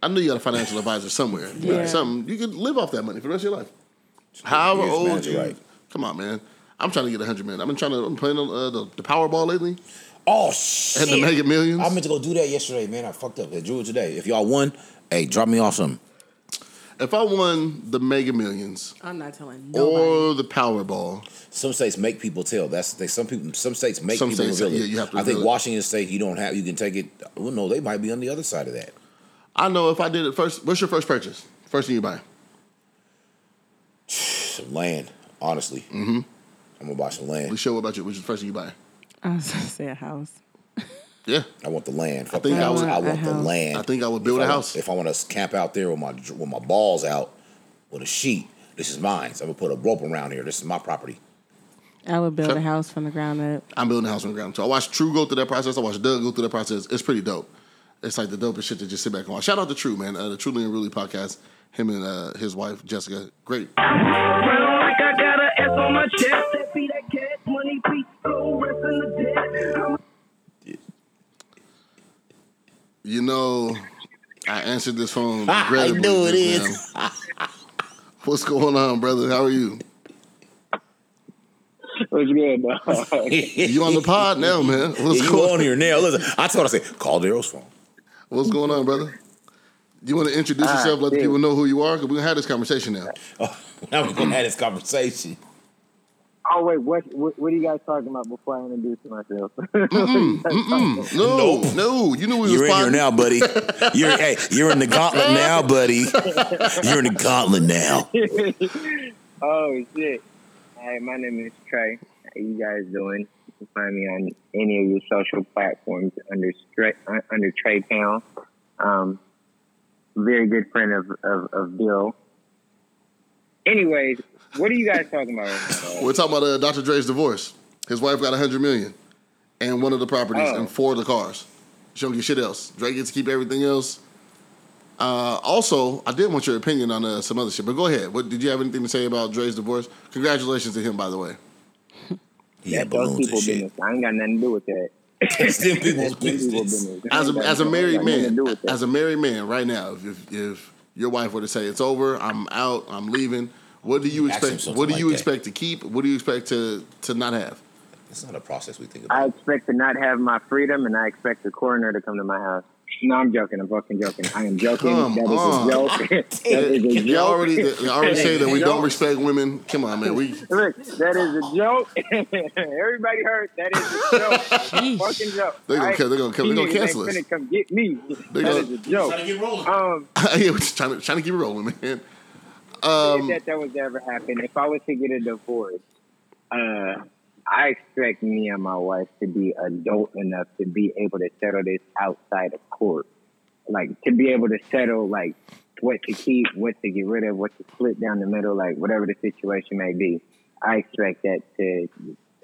I know you got a financial advisor somewhere. Yeah. Right, Something you could live off that money for the rest of your life. However Yes, old manager, you, right. come on, man. I'm trying to get a hundred million. I've been trying to. I'm playing on uh, the, the Powerball lately. Oh Had shit! the Mega Millions. I meant to go do that yesterday, man. I fucked up. I drew it today. If y'all won, hey, drop me off something. If I won the Mega Millions I'm not telling or the Powerball, Some states make people tell. That's the thing. Some people, some states make Some people states, reveal it. yeah, you have to I think reveal it. Washington State, you don't have. You can take it. Well, no, they might be on the other side of that. I know if I did it first. What's your first purchase? First thing you buy? Some land, honestly. Mm-hmm. I'm gonna buy some land. Alicia, what about you? Which is the first thing you buy? I was gonna say a house. Yeah. I want the land. Fuck think the I house. would- I want a the house. land. I think I would If build a want- house. if I want to camp out there with my with my balls out with a sheet. This is mine. So I'm gonna put a rope around here. This is my property. I would build Sure. a house from the ground up. I'm building a house on the ground. So I watched True go through that process. I watched Doug go through that process. It's pretty dope. It's like the dopest shit to just sit back and watch. Shout out to True, man. Uh, the Truly and Really podcast. Him and uh, his wife, Jessica. Great. Brown like I got a S on my chest. That be that cat, money, peace, soul, rest in the dead. I'm You know, I answered this phone. Ah, I regrettably knew it just is. now. What's going on, brother? How are you? What's good, dog? You on the pod now, man? What's you going on here now? Listen, I told. her, I said, call Daryl's phone. What's going on, brother? You want to introduce Ah, yourself, let the shit. people know who you are, because we're gonna have this conversation now. Oh, now we're gonna have this conversation. oh wait, what, what what are you guys talking about before I introduce myself? No, Nope. no, you knew we You're in here was pod- now, buddy. You're hey, you're in the gauntlet now, buddy. You're in the gauntlet now. oh shit! Hi, my name is Trey. How you guys doing? You can find me on any of your social platforms under Stra- uh, under Trey Pound. Um, very good friend of of, of Bill. Anyways, what are you guys talking about? Right now, dog? We're talking about uh, Dr. Dre's divorce. His wife got a hundred million, and one of the properties, Oh. and four of the cars. She don't get shit else. Dre gets to keep everything else. Uh, also, I did want your opinion on uh, some other shit, but go ahead. What did you have anything to say about Dre's divorce? Congratulations to him, by the way. He had Those balloons and people shit. business. I ain't got nothing to do with that. That's them people's Those people business. business. I As ain't a, got- as a I ain't married got nothing to man, do with that. as a married man, right now, if, if if your wife were to say it's over, I'm out, I'm leaving, what do you Ask him expect? something What do like you that. expect to keep? What do you expect to to not have? It's not a process we think I about. expect to not have my freedom, and I expect the coroner to come to my house. No, I'm joking. I'm fucking joking. I am joking. Come that is on. a joke. that is a They joke. already they already say that we don't Yo. respect women. Come on, man, we Look, that is a joke. Everybody heard that is a joke. It's a fucking joke. They gonna Alright? ca- they gonna come- they gonna These niggas cancel ain't us. finna come get me. They That gonna- is a joke. Um, yeah, we're just trying to trying to keep it rolling, man. if that that was to ever happen, if I was to get a divorce, uh, I expect me and my wife to be adult enough to be able to settle this outside of court. Like to be able to settle like what to keep, what to get rid of, what to split down the middle, like whatever the situation may be. I expect that to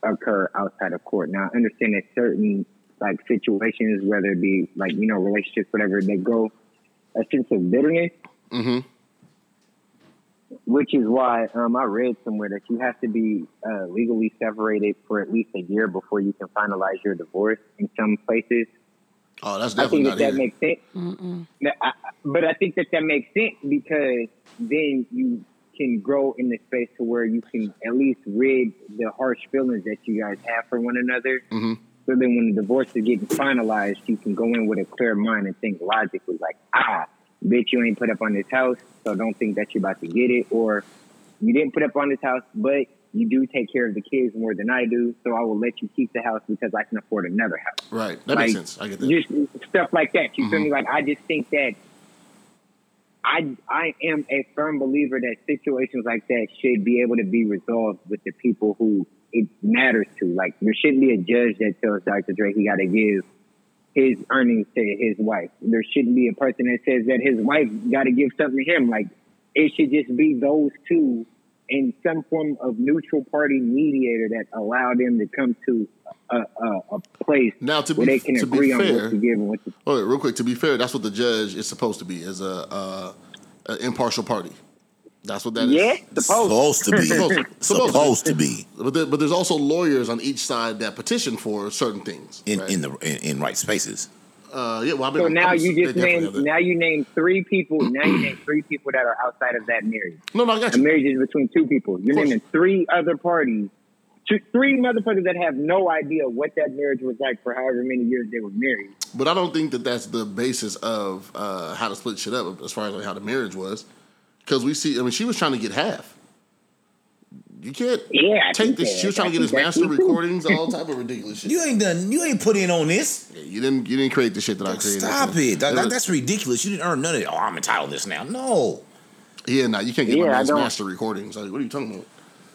occur outside of court. Now I understand that certain like situations, whether it be like, you know, relationships, whatever, they go a sense of bitterness which is why um, I read somewhere that you have to be uh, legally separated for at least a year before you can finalize your divorce in some places. Oh, that's I definitely think not that that here. makes sense. That- I- I- But I think that that makes sense because then you can grow in the space to where you can at least rid the harsh feelings that you guys have for one another. Mm-hmm. So then when the divorce is getting finalized, you can go in with a clear mind and think logically like, ah, bitch, you ain't put up on this house, so don't think that you're about to get it. Or you didn't put up on this house, but you do take care of the kids more than I do, so I will let you keep the house because I can afford another house Right, that makes sense. I get that. Mm-hmm. just stuff like that. You feel me? Like I just think that I I am a firm believer that situations like that should be able to be resolved with the people who it matters to. Like there shouldn't be a judge that tells Dr. Dre he got to give his earnings to his wife. There shouldn't be a person that says that his wife got to give something to him. Like it should just be those two in some form of neutral party mediator that allow them to come to a, a, a place Now, to where be- they can to be agree on fair- what to give and what to All right, Oh, real quick. To be fair, that's what the judge is supposed to be as a uh, an impartial party. That's what that is. yeah, suppose. Supposed to be. Supposed- supposed to be. Supposed to be. But there, but there's also lawyers on each side that petition for certain things. In right? in the in, in right spaces. uh, yeah. Well, I mean, So I'm- now I'm- you they just definitely have named that. now you name three people. Now you name three people that are outside of that marriage. no, no, I got A you. marriage is between two people. You're Of course. naming three other parties, two, three motherfuckers that have no idea what that marriage was like for however many years they were married. But I don't think that that's the basis of uh, how to split shit up as far as like how the marriage was, because we see. I mean, she was trying to get half. You can't Yeah, I take think this. She was that- trying to I get his think that's master me too. recordings, all type of ridiculous shit. You ain't done. You ain't put in on this. Yeah, you didn't. You didn't create the shit that I created. Stop so- it. That- that- Uh, that's ridiculous. You didn't earn none of it. Oh, I'm entitled to this now. No. yeah. Nah, you can't get Yeah, my I man's don't- master recordings. Like, what are you talking about?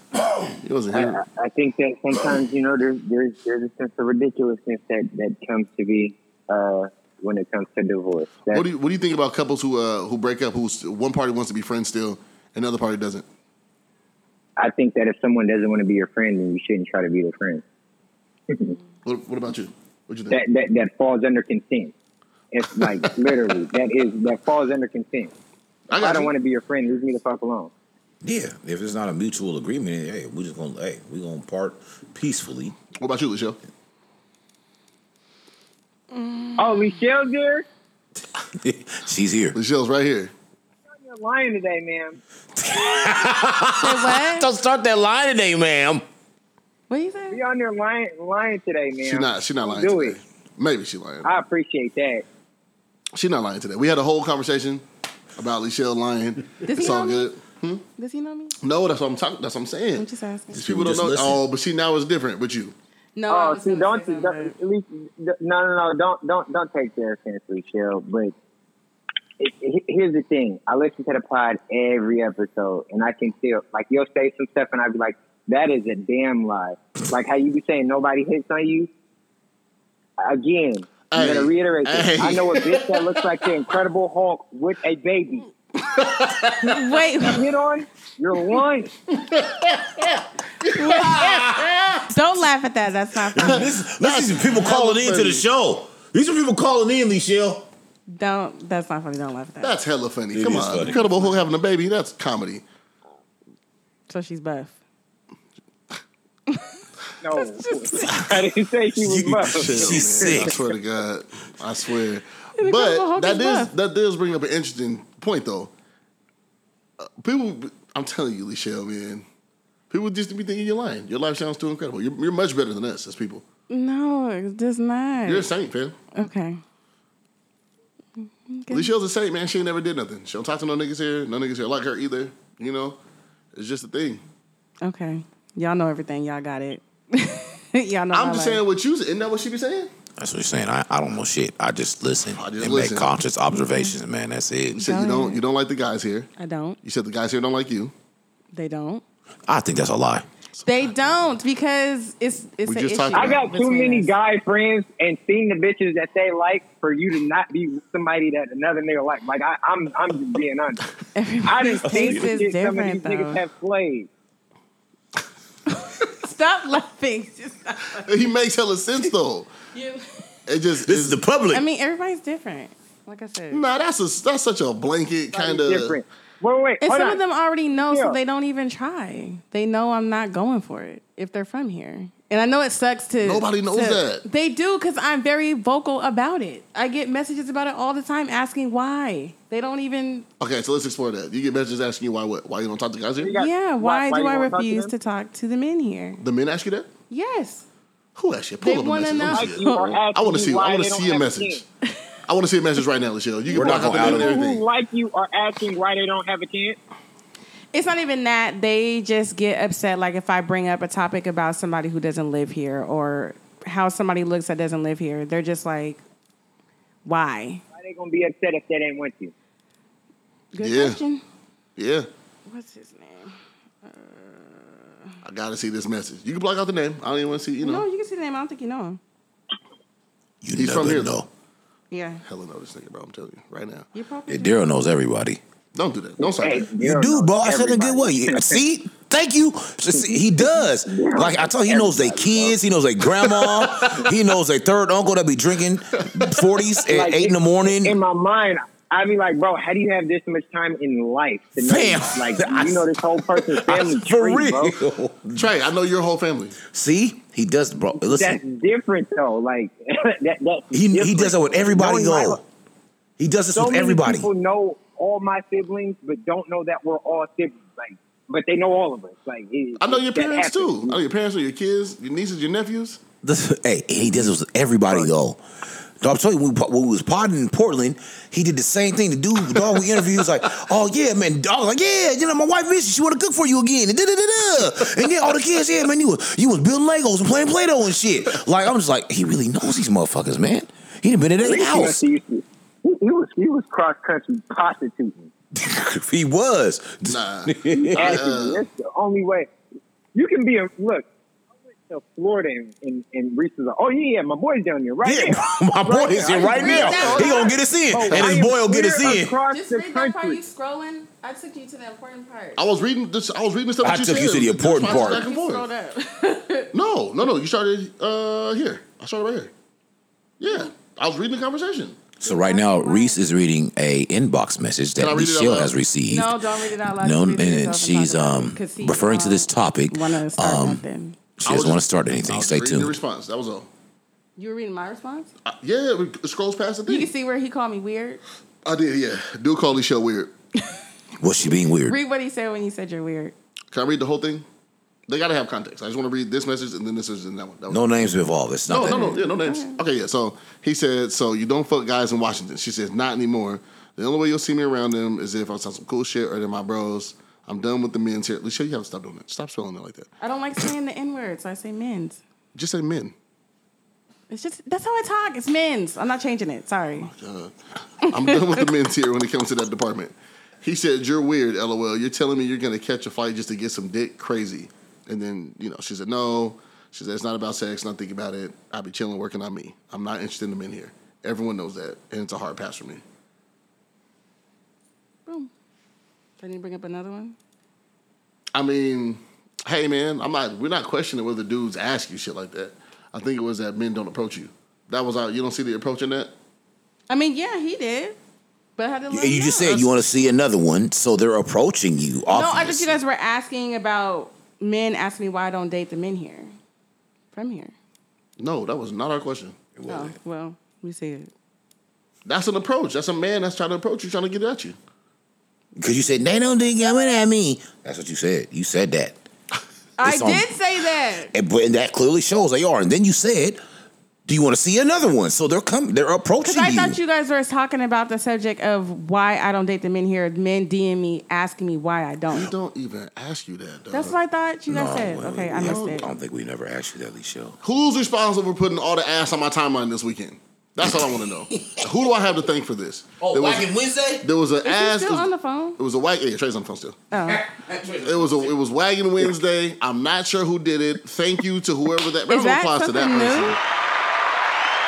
It wasn't here. I, I think that sometimes you know there's there's there's a sense of ridiculousness that that comes to be uh, when it comes to divorce. That, What do you What do you think about couples who uh, who break up? Who's one party wants to be friends still, and the other party doesn't? I think that if someone doesn't want to be your friend, then you shouldn't try to be their friend. What, what about you? What you think? That that that falls under consent. It's like literally that is that falls under consent. I I, got don't you. want to be your friend. Leave me the fuck alone. Yeah, if it's not a mutual agreement, hey, we just gonna hey, we gonna part peacefully. what about you, Michelle? Oh, Michelle's there. She's here. Michelle's right here. You're lying today, man. Said what? Don't start that line today, ma'am. What do you say? You're on there lying, lying today, man. She not. She not lying Do today. it. Maybe she lying. I appreciate that. She not lying today. We had a whole conversation about Michelle lying. Does he it's all know me? good. Does he know me? No, that's what I'm talking. That's what I'm saying. I'm just asking. These people don't Just know. listen. Oh, but see, now it's different. But you, No, I Oh, was see, gonna don't, say don't, that. at least, no, no, no, don't, don't, don't take their offense, Michelle. But it, he- here's the thing: I listen to the pod every episode, and I can still like you'll say some stuff, and I'd be like, "That is a damn lie." like how you be saying nobody hits on you. Again, I'm Hey, gonna reiterate this. hey. I know a bitch that looks like the Incredible Hulk with a baby. Wait, Hit on, you're lying. don't laugh at that. That's not funny. This, this is people calling in to the show. These are people calling in, Michelle. Don't. That's not funny. Don't laugh at that. that's hella funny. It Come is on, funny. Incredible Hulk having a baby. That's comedy. So she's buff. No, I didn't say she was buff. Shit, She's man. I sick. swear to God, I swear. Incredible But Hulk that is does buff. that does bring up an interesting point though. Uh, people, I'm telling you, Michelle, man, people just be thinking you're lying. Your life sounds too incredible. You're, you're much better than us as people. No, it does not. You're a saint, fam. Okay. Okay. Michelle's a saint, man. She ain't never did nothing. She don't talk to no niggas here. No niggas here like her either. You know, it's just a thing. Okay. Y'all know everything. Y'all got it. Y'all know. I'm my just life. saying what you isn't that what she be saying? That's what you're saying. I, I don't know shit. I just listen I just and listen. make conscious observations, man. That's You it. said you Tell don't her. you don't like the guys here. I don't. You said the guys here don't like you. They don't. I think that's a lie. They don't because it's it's We an just issue. talked I got too between many us. guy friends and seeing the bitches that they like for you to not be with somebody that another nigga like. Like I, I'm, I'm just being honest. I Everybody's didn't think taste the is shit some of these different, though. niggas have played. Stop laughing. Just stop. He makes hella sense though. You- It just This is the public. I mean, everybody's different. Like I said, Nah, that's a that's such a blanket kind of different. Wait, wait, and hold some on. of them already know, so Yeah. they don't even try. They know I'm not going for it if they're from here. And I know it sucks to Nobody knows to- that. they do because I'm very vocal about it. I get messages about it all the time asking why they don't even. Okay, so let's explore that. You get messages asking you why what? Why you don't talk to guys here? Yeah, yeah, why, why- why do you I won't talk to refuse them? to talk to the men here? The men ask you that? Yes, Who asked you? Pull They up a wanna message. Let me know. see Like it. you are I want to asking see. why I want they to don't see a have message. chance. I want to see a message right now, Lachelle. You can We're block not out gonna the men and out People everything. who like you are asking why they don't have a chance. it's not even that they just get upset. Like if I bring up a topic about somebody who doesn't live here or how somebody looks that doesn't live here, they're just like, why? Why they gonna be upset if that ain't with you? Good Yeah. question. Yeah, What's his name? I gotta see this message. You can block out the name. I don't even want to see. You know, No, you can see the name. I don't think you know him. you he's never from here, know. Yeah. hella know this nigga, bro. I'm telling you right now. You probably Yeah, Daryl knows everybody. Don't do that. Don't start Hey, that. You Daryl do, knows boss. That's a good everybody. way. Yeah, See? Thank you. See, He does. Like I told you, he knows their kids. He knows their grandma. he knows their third uncle that be drinking 40s at Like, 8 in the morning. In my mind, I be like, bro, how do you have this much time in life to know? Fam. Like you know this whole person's family For tree, bro. real. Trey, I know your whole family. See? He does, bro. That's Listen, different though. Like that. that he, he does it with everybody, Knowing my- though. He does this So with many everybody. people know all my siblings, but don't know that we're all siblings. Like, but they know all of us. Like, it, I know your that parents happens. too. I know your parents, know your kids, your nieces, your nephews. This, hey, he does this with everybody though. Dog, I'm telling you, when we, when we was podding in Portland, he did the same thing. The dude, dog, we interviewed, he was like, "Oh yeah, man." Dog was like, "Yeah, you know, my wife is she want to cook for you again?" And da da da da. And then all the kids, yeah, man, you was you was building Legos and playing Play-Doh and shit. Like I'm just like, he really knows these motherfuckers, man. He done been in He their was, house. he was he was cross country prostituting. he was. Nah, Actually, Uh, that's the only way you can be a look. to Florida and, and, and Reese was like, oh, yeah, yeah, my boy's down here, right? Yeah, there. my boy is here right now. He gonna get us in, Oh, and I his am boy will get clear us in. Across Just the read that part country. you scrolling. I took you to the important part. I was reading this. I was reading the stuff. I that you took you to said. the That's important why I was part. back and You scrolled forth. up. No, no, no. You started uh, here. I started right here. Yeah, I was reading the conversation. So right now, Reese is reading a inbox message Can I that read it out Michelle loud? has received. no, don't read it out loud. No, Just and, read it and yourself she's talk about it. um 'Cause he referring to don't this topic. wanna start Um, nothing. she I was doesn't want to just- start I anything. was Stay reading The tuned. response. That was all. You were reading my response. I, yeah, it scrolls past the You thing. can see where he called me weird. I did. Yeah, do call this show weird. Was she being weird? Read what he said when you said you're weird. Can I read the whole thing? They gotta have context. I just want to read this message and then this is and that one. That was No names involved. It's not No, that. no, no, yeah, no names. Okay, yeah. So he said, so you don't fuck guys in Washington. She says, not anymore. The only way you'll see me around them is if I saw some cool shit or they're my bros. I'm done with the men's here. Alicia, you have to stop doing that. Stop spelling it like that. I don't like saying the n words. I say men's. Just say men. It's just that's how I talk. It's men's. I'm not changing it. Oh, Sorry. Uh, I'm done with the men's here when it comes to that department. He said, you're weird, lol. You're telling me you're gonna catch a fight just to get some dick crazy. And then, you know, she said, no. She said, it's not about sex, not thinking about it. I'll be chilling, working on me. I'm not interested in the men here. Everyone knows that. And it's a hard pass for me. Boom. Did you bring up another one? I mean, hey man, I'm not. We're not questioning whether dudes ask you shit like that. I think it was that men don't approach you. That was out. You don't see the approach in that. I mean, yeah, he did. But how did You, you just said you want to see another one, so they're approaching you. No, I just you Obviously. guys were asking about men asking me why I don't date the men here. From here. No, that was not our question. Oh, well, we see it. That's an approach. That's a man that's trying to approach you, trying to get at you. because you said they don't think coming at me. That's what you said. You said that, I It's on- did say that. and, but, and that clearly shows they are. And then you said, "Do you want to see another one?" So they're coming. They're approaching Because I thought you guys were talking about the subject of why I don't date the men here. Men DM me asking me why I They don't. don't even ask you that. Dog. That's what I thought you guys No, said. wait, Okay, wait, I wait. missed I it. don't think we never asked you that, Alicia. Who's responsible for putting all the ass on my timeline this weekend? That's all I want to know. Who do I have to thank for this? Oh, there was, Wednesday. there was an Is ass. he still on the phone? It was a white. Yeah, Trey's on the phone still. Oh. It was a. It was Wagon Wednesday. I'm not sure who did it. Thank you to whoever that. Round Is of that applause to something that new? person.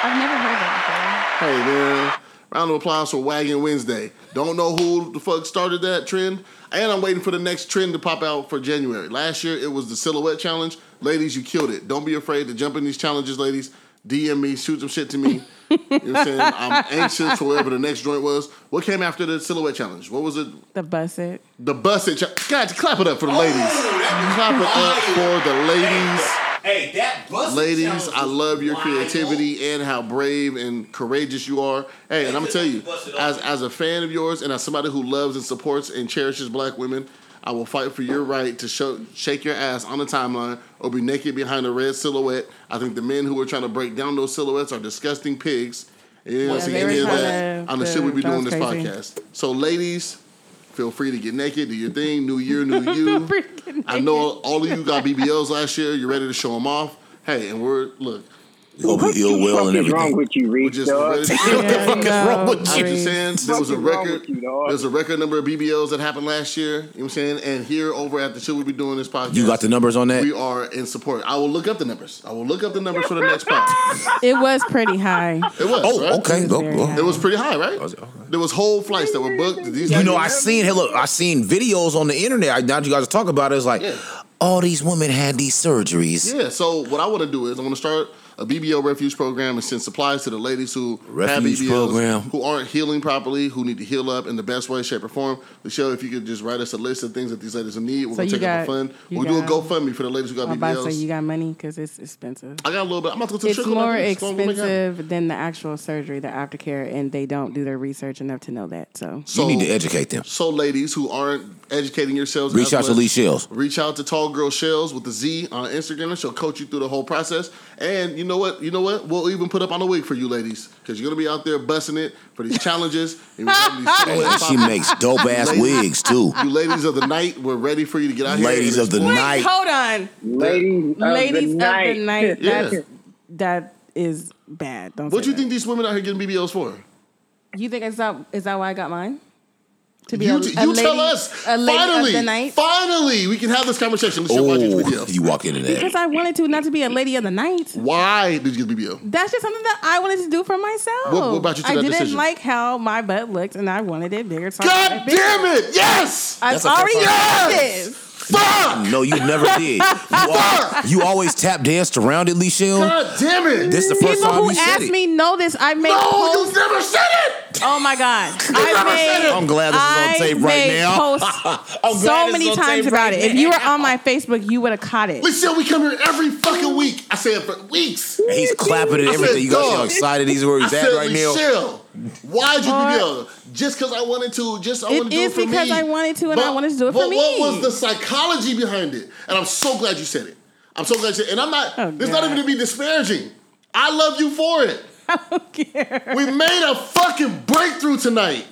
I've never heard that Hey man, round of applause for Wagon Wednesday. Don't know who the fuck started that trend, and I'm waiting for the next trend to pop out for January. Last year it was the silhouette challenge. Ladies, you killed it. Don't be afraid to jump in these challenges, ladies. DM me, shoot some shit to me. you know what I'm saying? I'm anxious for whatever the next joint was. What came after the silhouette challenge? What was it? before. The busset. The busted challenge. God, clap it up for the ladies. clap it up for the ladies. Hey, that bus. Ladies, I love your creativity and how brave and courageous you are. Hey, and I'm gonna tell you, as as a fan of yours and as somebody who loves and supports and cherishes black women, I will fight for your right to show, shake your ass on the timeline or be naked behind a red silhouette. I think the men who are trying to break down those silhouettes are disgusting pigs. And you don't Yeah, see they were any of trying that to- on the the- shit we be that doing was this crazy. podcast. So, ladies, feel free to get naked, do your thing. New year, new you. Freaking I know all of you got BBLs last year. You're ready to show them off. Hey, and we're look. Hope you ill will and What the fuck is wrong everything. with you, We're Reese? just dog? ready to What the fuck is wrong with I'm Reese. just saying there was a Fucking wrong record. with you, dog. There's a record number of BBLs that happened last year. You know what I'm saying? And here over at the show, we be doing this podcast. You got the numbers on that? We are in support. I will look up the numbers. I will look up the numbers for the next pod. It was pretty high. It was. right? Oh, okay. It's Go, very go. high. It was pretty high, right? Was it? Okay. There was whole flights that were booked. These You know, I seen hello, I seen videos on the internet. I- Now that you guys are talking about it, it's like Yeah. all these women had these surgeries. Yeah. So what I want to do is I want to start a BBL refuge program and send supplies to the ladies who Refuge have BBLs, program. who aren't healing properly, who need to heal up in the best way, shape, or form. Michelle, if you could just write us a list of things that these ladies need, we're So gonna you take up a got- fund. you We'll do a got- GoFundMe for the ladies who got I'm about to say you BBLs. got money because it's expensive. I got a little bit. I'm not going to It's trickle more like this. Go on, we'll make it happen. expensive than the actual surgery, the aftercare, and they don't do their research enough to know that. So You So, need to educate them. so ladies who aren't educating yourselves, Reach as out to much, Lee Shells. Reach out to Tall Girl Shells with the Z on Instagram. She'll coach you through the whole process. And you know what? You know what? We'll even put up on a wig for you ladies because you're gonna be out there busting it for these challenges. And you're gonna be Hey, and she popping. makes dope ass Ladies- wigs too. You ladies of the night, we're ready for you to get out here. Ladies and of the explore. night. hold Oh, on, Ladies, of ladies the of night. the night. Yeah. That's, that is bad. Don't. What say do you that. think these women out here getting BBLs for? You think is that is that why I got mine? to be you, a, t- a you lady, tell us a lady finally, of the night. finally, we can have this conversation. Let's Oh, watch your video. you walk into Because that. I wanted to not to be a lady of the night. Why did you get BBL? That's just something that I wanted to do for myself. What- what brought you to I that didn't decision? like how my butt looked, and I wanted it bigger. So I God got it bigger. damn it! Yes, I've That's a already tough done one. this. fuck! No, you never did. You, al- you always tap danced around it, Lee Shell. God damn it! This is the first People time who you said asked it. me know this. I make no, posts. you've never said it. Oh my god! I never said made. it. I'm glad this is on I tape right made now. posts I'm glad so this many is on tape times about right it. If you were now. on my Facebook, you would have caught it. Listen, we come here every fucking week. I say it for weeks. And He's clapping and I said, everything. You got "Dog." how excited he's where he's I at said, right now. Michelle, why'd you Or- BBL? Just because I wanted to. Just I It wanted to do is it for because me. I wanted to and I wanted to do it for but What me. was the psychology behind it? And I'm so glad you said it. I'm so glad you. And I'm not. Oh, it's not God. even to be disparaging. I love you for it. I don't care. We made a fucking breakthrough tonight.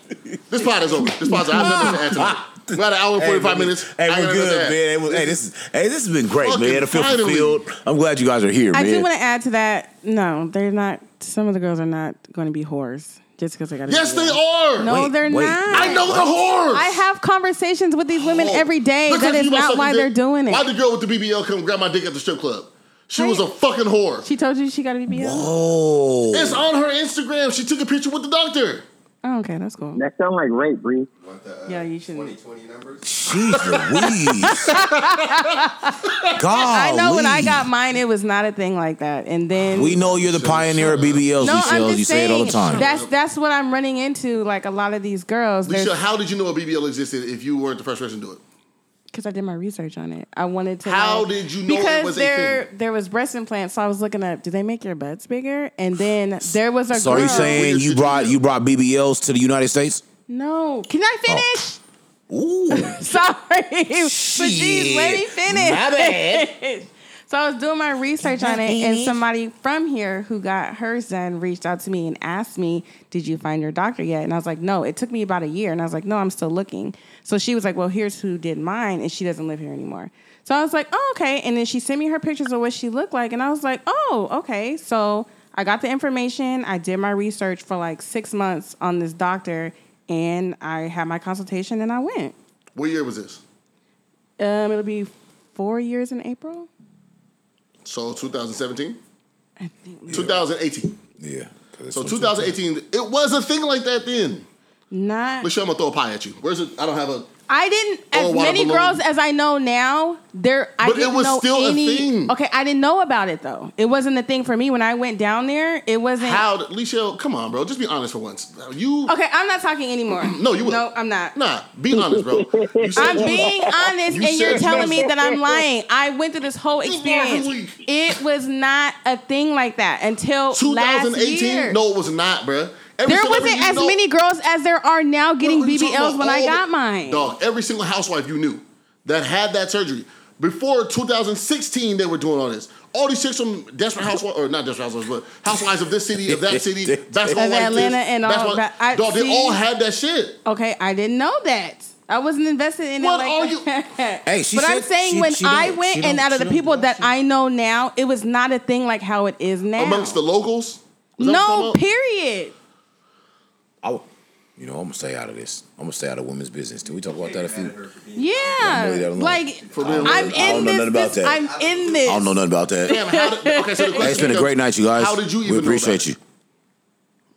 This pod is over. This pod's over. I have nothing to add tonight. We got an hour and 45 man, minutes. Hey, I got we're nothing to good, add. man. Hey, well, hey, this is, hey, this has been great, Fucking man. I feel finally. fulfilled. I'm glad you guys are here, I man. do want to add to that. No, they're not. Some of the girls are not going to be whores just because they got. Yes, they are. No, Wait, they're wait. not. I know the whores. I have conversations with these women Oh. every day. Look That like is you about not sucking why dick. they're doing Why it. the girl with the BBL come grab my dick at the strip club? She Right. was a fucking whore. She told you she got to be. Oh, Oh, It's on her Instagram. She took a picture with the doctor. Oh, okay, that's cool. That sound like rape, Bree. Want the uh, Yeah, you shouldn't. 2020 numbers? jeez Louise. God, I know when I got mine, it was not a thing like that. And then We know you're the pioneer of BBLs, No, I'm Michelle. just You say it all the time. That's that's what I'm running into. Like a lot of these girls, Lisa, how did you know a BBL existed if you weren't the first person to do it? because I did my research on it. I wanted to. How like- did you know it because was a there thing? there was breast implants, so I was looking up. Do they make your butts bigger? And then there was a So are girl. you saying Weird you shit brought to do. you brought BBLs to the United States? no? Can I finish? Ooh, Sorry, but geez, let me Oh. Shit. finish. My bad. So I was doing my research on it, and somebody from here who got hers done reached out to me and asked me, "Did you find your doctor yet?" And I was like, "No." It took me about a year, and I was like, "No, I'm still looking." So she was like, "Well, here's who did mine, and she doesn't live here anymore." So I was like, "Oh, okay." And then she sent me her pictures of what she looked like, and I was like, "Oh, okay." So I got the information. I did my research for like six months on this doctor, and I had my consultation, and I went. What year was this? Um, it'll be four years in April. So 2017? I think 2018. yeah. 'cause it's So so- 2018, it was a thing like that then. not. Michelle, I'm gonna throw a pie at you. Where's it? I don't have a. I didn't. Oh, As water many balloon. girls as I know now, there. I But it didn't was know still a any, thing. Okay, I didn't know about it though. It wasn't a thing for me when I went down there. It wasn't. How? did- Michelle, come on, bro. Just be honest for once. You. Okay, I'm not talking anymore. No, you will. No, I'm not. Nah, be honest, bro. You said I'm you- being honest, You and you're said- telling me that I'm lying. I went through this whole This experience. wasn't- It was not a thing like that until 2018? Last year. No, it was not, bruh. Every there celebrity wasn't you as know- many girls as there are now getting What are you talking BBLs about? when I All got the- mine. Dog, every single housewife you knew that had that surgery. Before 2016, they were doing all this. All these chicks from Desperate Housewives, or not Desperate Housewives, but Housewives of this city, of that city, basketball Of wife Atlanta this, and all basketball- that. I- dog, they see? all had that shit. Okay, I didn't know that. I wasn't invested in What it. Like oh, are you- that. Hey, she but I'm said saying she- when she I don't- she went and don't- out of she the don't people watch that it. I know now, it was not a thing like how it is now. Amongst the locals. Is that what I'm no, talking about? period. I, you know, I'm gonna stay out of this. I'm gonna stay out of women's business. Did we talk about that a few? Yeah, leave that alone. like real. I'm in I don't know this. nothing about this- that. I'm in this. I don't know nothing about that. Damn, how did- okay, so the Hey, question it's been a becomes, great night, you guys. How did you even We know appreciate that? you.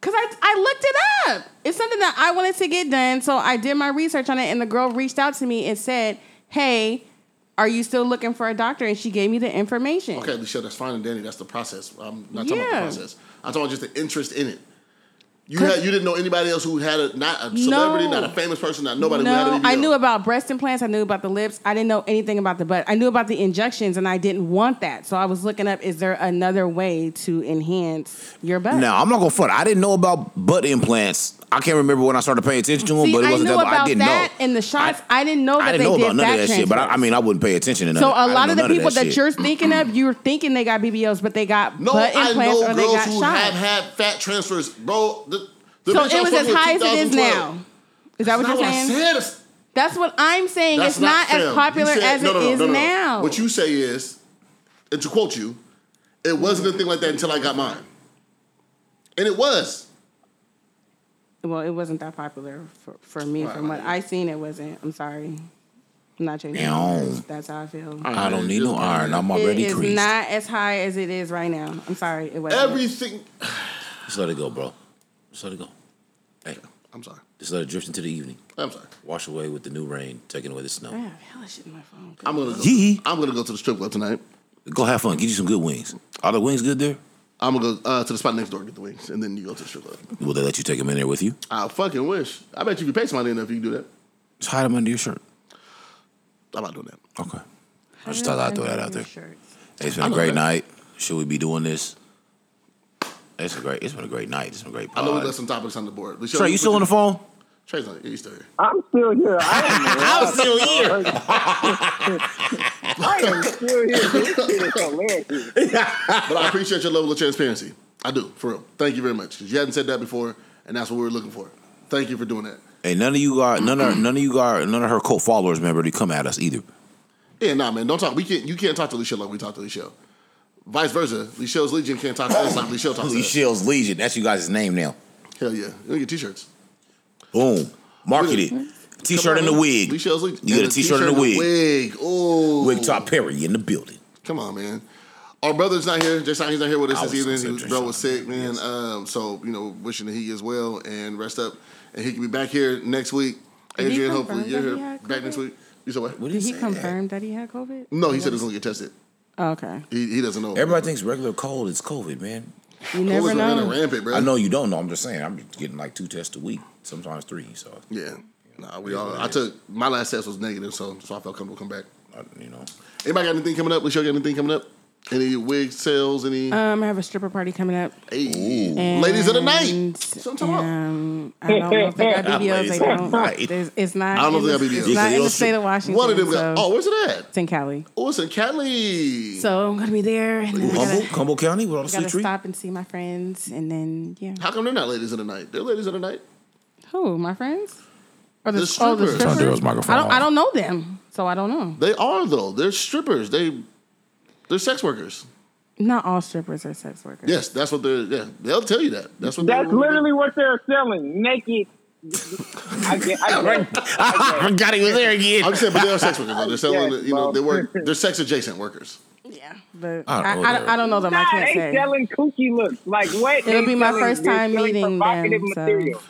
Cause I I looked it up. It's something that I wanted to get done, so I did my research on it. And the girl reached out to me and said, "Hey, are you still looking for a doctor?" And she gave me the information. Okay, Lisha, that's fine and dandy. That's the process. I'm not talking about the Yeah. process. I'm talking about just the interest in it. You had you didn't know anybody else who had a not a celebrity, No. not a famous person, not nobody who No, had a I BBL. knew about breast implants. I knew about the lips. I didn't know anything about the butt. I knew about the injections, and I didn't want that. So I was looking up: is there another way to enhance your butt? Now I'm not gonna front. I didn't know about butt implants. I can't remember when I started paying attention to them, See, but it I wasn't knew that. about I didn't that know. and the shots. I, didn't know that I didn't they know about did none that of that shit. But I, I transfer. mean, I wouldn't pay attention to none. So of that. I a didn't lot know of the none people that, shit. you're thinking of, you're thinking they got BBLs, but they got No, butt I implants know or they girls got who shot. have had fat transfers, bro. The, the bitch so I it was fucking as with high as it is 2012. now. Is that That's what you're not saying? what I said. It's- That's what I'm saying. that's it's not, fair. as You popular said- as no, no, it no, is no, no. now. What you say is, and to quote you, it wasn't a thing like that until I got mine, and it was. Well, it wasn't that popular for, for me. Right, From what right. I seen, it wasn't. I'm sorry. I'm not changing. Damn. my words. That's how I feel. All right, I don't need just- no iron. I'm It already is creased. not as high as it is right now. I'm sorry. It wasn't. Everything. Just let it go, bro. Just let it go. Hey, I'm sorry. just let it drift into the evening. I'm sorry. Wash away with the new rain, taking away the I snow. have hella shit in my phone. I'm gonna go. Yee. I'm gonna go to the strip club tonight. Go have fun. Get you some good wings. Are the wings good there? I'm gonna go uh, to the spot next door and get the wings, and then you go to the strip club. Will they let you take them in there with you? I fucking wish. I bet you could pay somebody enough if you can do that. Just hide them under your shirt. I'm not doing that. Okay. I just thought I'd throw that out there. Shirts. Hey, it's been I a know great that. night. Should we be doing this? It's a great. It's been a great night. It's been a great I know we left pod. some topics on the board. But Trey, you still on the phone? Trey's on it. Yeah, he's still here. I'm still here. I am still here. I am still here. This shit is hilarious. But I appreciate your level of transparency. I do, for real. Thank you very much. 'Cause you hadn't said that before, and that's what we were looking for. Thank you for doing that. Hey, none of you got none of none of you got none of her cult followers, man, ready to come at us either. Yeah, nah, man. Don't talk. We can't. You can't talk to Lechelle like we talk to Lechelle. Vice versa. Lechelle's Legion can't talk to us like Lechelle talks to us. Shell's Legion. That's you guys' name now. Hell yeah. You get t-shirts. Boom. Market it. T-shirt and a wig. Lechelle's Legion. You get a t-shirt and a wig. Wig. Oh. Wig top Perry in the building. Come on, man. Our brother's not here. Jason, he's not here with us I this was gonna evening. say His Jason. bro was sick, man. Um, so you know, wishing that he is well and rest up, and he can be back here next week. he Adrian, hopefully confirm you're here that he had back next COVID? week. You said what? What Did is he confirm that he had COVID? No, he said he's gonna get tested. Oh, okay. He, he doesn't know. Everybody thinks regular cold is COVID, man. You Covid's never been running know. rampant, bro. I know you don't know. I'm just saying. I'm getting like two tests a week, sometimes three. So, Yeah. Nah, we all. I took my last test was negative, so so I felt comfortable coming back. I, you know, Anybody got anything coming up? Lechelle got anything coming up? Any wig sales? Any Um, I have a stripper party coming up. Hey. And, ladies of the night? So Something about- um, I don't know if they got BBLs. Ladies They of the don't. night. There's- It's not. I don't know in if they got BBLs. the- It's not in Y'all the should- state of Washington. One of them. Got, so oh, where's it at? It's in Cali. Oh, it's in Cali. So I'm gonna be there. And then I Humble, gotta, Humble County with all the gotta sweet treat. stop and see my friends, and then yeah. How come they're not ladies of the night? They're ladies of the night. Who my friends? Or The oh, the strippers. Turn strippers? Daryl's microphone I don't. I off. don't know them, so I don't know. They are though. They're strippers. They they're sex workers. Not all strippers are sex workers. Yes, that's what they're. Yeah, they'll tell you that. That's what. That's they're- literally what they're selling. Naked. I get, I get, I forgot he was there again. I'm saying, but they are sex workers. Though. They're selling. Yes, you know, bro. they work. They're sex adjacent workers. Yeah, but I I, don't know I, them. I, don't know them. I Nah, can't they say. selling kooky looks. Like what? It'll They be my selling- first they're time selling meeting provocative them, so- material.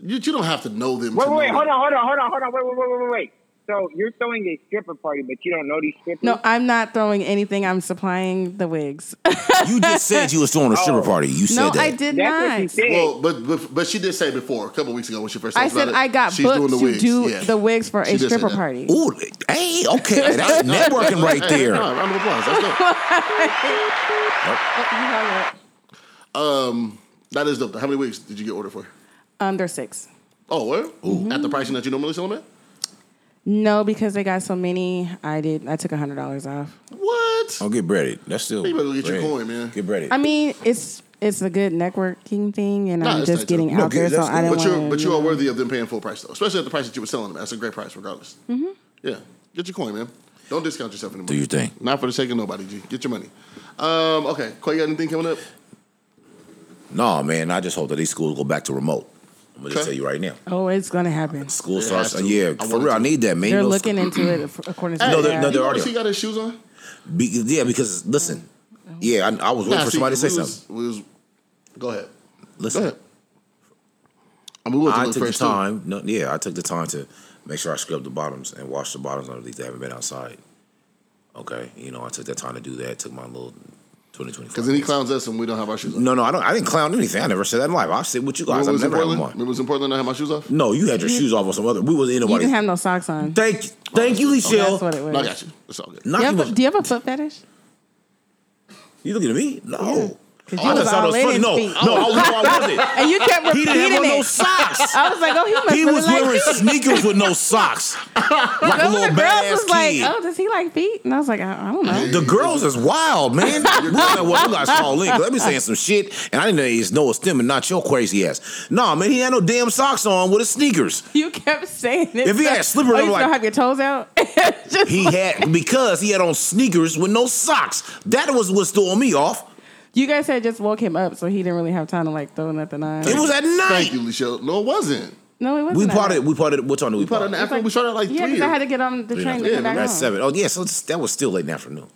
You, you don't have to know them. Wait, to wait, wait, know hold them. on, hold on, hold on, hold on, wait, wait, wait, wait, wait, wait. So you're throwing a stripper party, but you don't know these strippers? No, I'm not throwing anything. I'm supplying the wigs. You just said you was throwing a stripper Oh. party. You said no, that. I did That's what you not. said. Well, but, but but she did say before a couple weeks ago when she first. I talked about said it, I got she's booked doing the to wigs. do yeah. the wigs for She a did say stripper that. party. Ooh, hey, okay, that's networking right Hey, there. no, round of applause. That's dope. um, that is dope. How many wigs did you get ordered for? Under six. Oh, what? Mm-hmm. At the pricing that you normally sell them at? No, because they got so many. I did. I took hundred dollars off. What? Oh, get breaded. That's still. You better get your bread. coin, man. Get breaded. I mean, it's it's a good networking thing, and Nah, I'm it's just not true. getting No, out good, there. So that's I good. don't But you're want but you are worthy of them paying full price though, especially at the price that you were selling them. That's a great price, regardless. Mm-hmm. Yeah, get your coin, man. Don't discount yourself anymore. Do your thing. Not for the sake of nobody, G. Get your money. Um, okay, Quay, you got anything coming up? No, man. I just hope that these schools go back to remote. I'm gonna just Okay. tell you right now. Oh, it's gonna happen. School It starts. has to. yeah, I for want real. it I to. need that, man. You They're know, looking into it ac- according to mm-hmm. No, they're- no, their- they're- you already- She got his shoes on. be- yeah, because listen. Yeah, I, I was waiting Nah, for see, somebody to say we was- something. we was- go ahead. Go Listen, ahead. I mean, we went to I look took the first, too. time. No, yeah, I took the time to make sure I scrubbed the bottoms and washed the bottoms underneath. They haven't been outside. Okay, you know, I took that time to do that. Took my little 2025. Because then he clowns us and we don't have our shoes on. No, no, I don't. I didn't clown anything. I never said that in life. I said with you guys. I Remember when we was in never had them Portland? on. Remember we was in Portland and I had my shoes off? No, you had your shoes off on some other. We was in You nobody. didn't have no socks on. Thank, thank you, That's what Michelle. it No, I was. got you. It's all good. Not You you, have a- was- do you have a foot fetish? you looking at me? No. Oh, 'Cause I you just was thought it all was funny. in No, his feet. no, I was, no, I wasn't. And you kept He repeating didn't have on it. no socks. I was like, oh, he must He really was like wearing feet. sneakers with no socks, like a Remember little the girls badass was like, kid. oh, does he like feet? And I was like, I, I don't know. The girls is wild, man. Look at what you guys call in. Let me saying some shit, and I didn't know he's Noah Stem and not your crazy ass. No, man, he had no damn socks on with his sneakers. You kept saying it. If he had slippers, oh, I'm you like- still have your toes out. Just- He had because he had on sneakers with no socks. That was what's throwing me off. You guys said just woke him up, so he didn't really have time to like throw nothing on. It was at Thank night. you, Lichelle. No, it wasn't. no, it wasn't. We at parted. night. We parted. What time did we We put on part? the afternoon. We started at like Yeah, three. because I had to get on the train to yeah, come back we At home. seven. Oh yeah, so it's- that was still late in the afternoon.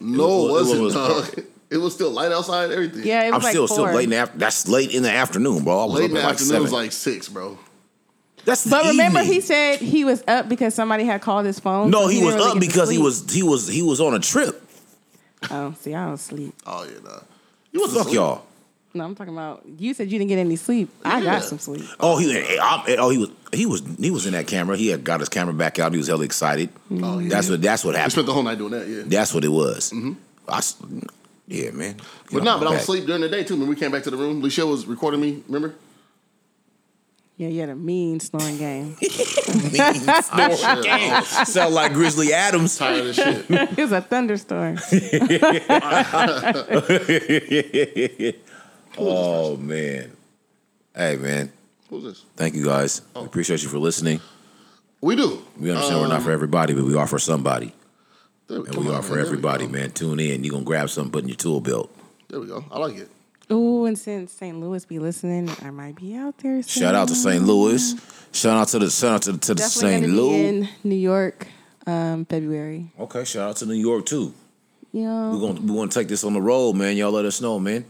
no, it It was- it wasn't. was- dog. It was still light outside. and Everything. Yeah, it was I'm like still four. still late in the after. That's late in the afternoon, bro. I was late up in the at like afternoon seven. was like six, bro. That's the But remember, evening. he said he was up because somebody had called his phone. no, so he, didn't was really up get to because he sleep. was he was he was on a trip. Oh, see, I don't sleep. Oh yeah, nah. You was Fuck y'all. No, I'm talking about you said you didn't get any sleep. I Yeah. got some sleep. Oh, he I, oh he was he was he was in that camera. He had got his camera back out. He was hella excited. Oh, yeah. That's what that's what I happened. spent the whole night doing that. Yeah. That's what it was. I s yeah, man. Get But off no, my but I was back. asleep during the day too. When we came back to the room, Lichelle was recording me. Remember? Yeah, you had a mean snoring game. Oh, I was Sound like Grizzly Adams. tired of this shit. it was a thunderstorm. oh man. Hey man. Who's this? Thank you guys. We appreciate you for listening. We do. Uh, We understand we're not for everybody, but we are for somebody. There And come we on, are man. for There we everybody, go. man. Tune in. You're gonna grab something, put in your tool belt. There we go. I like it. Ooh, and since St. Louis be listening, I might be out there. Soon. Shout out to St. Louis. Shout out to the shout out to, to the Definitely St. gonna be Louis. in New York, um, February. Okay, shout out to New York too. You know, We're gonna we wanna take this on the road, man. Y'all let us know, man.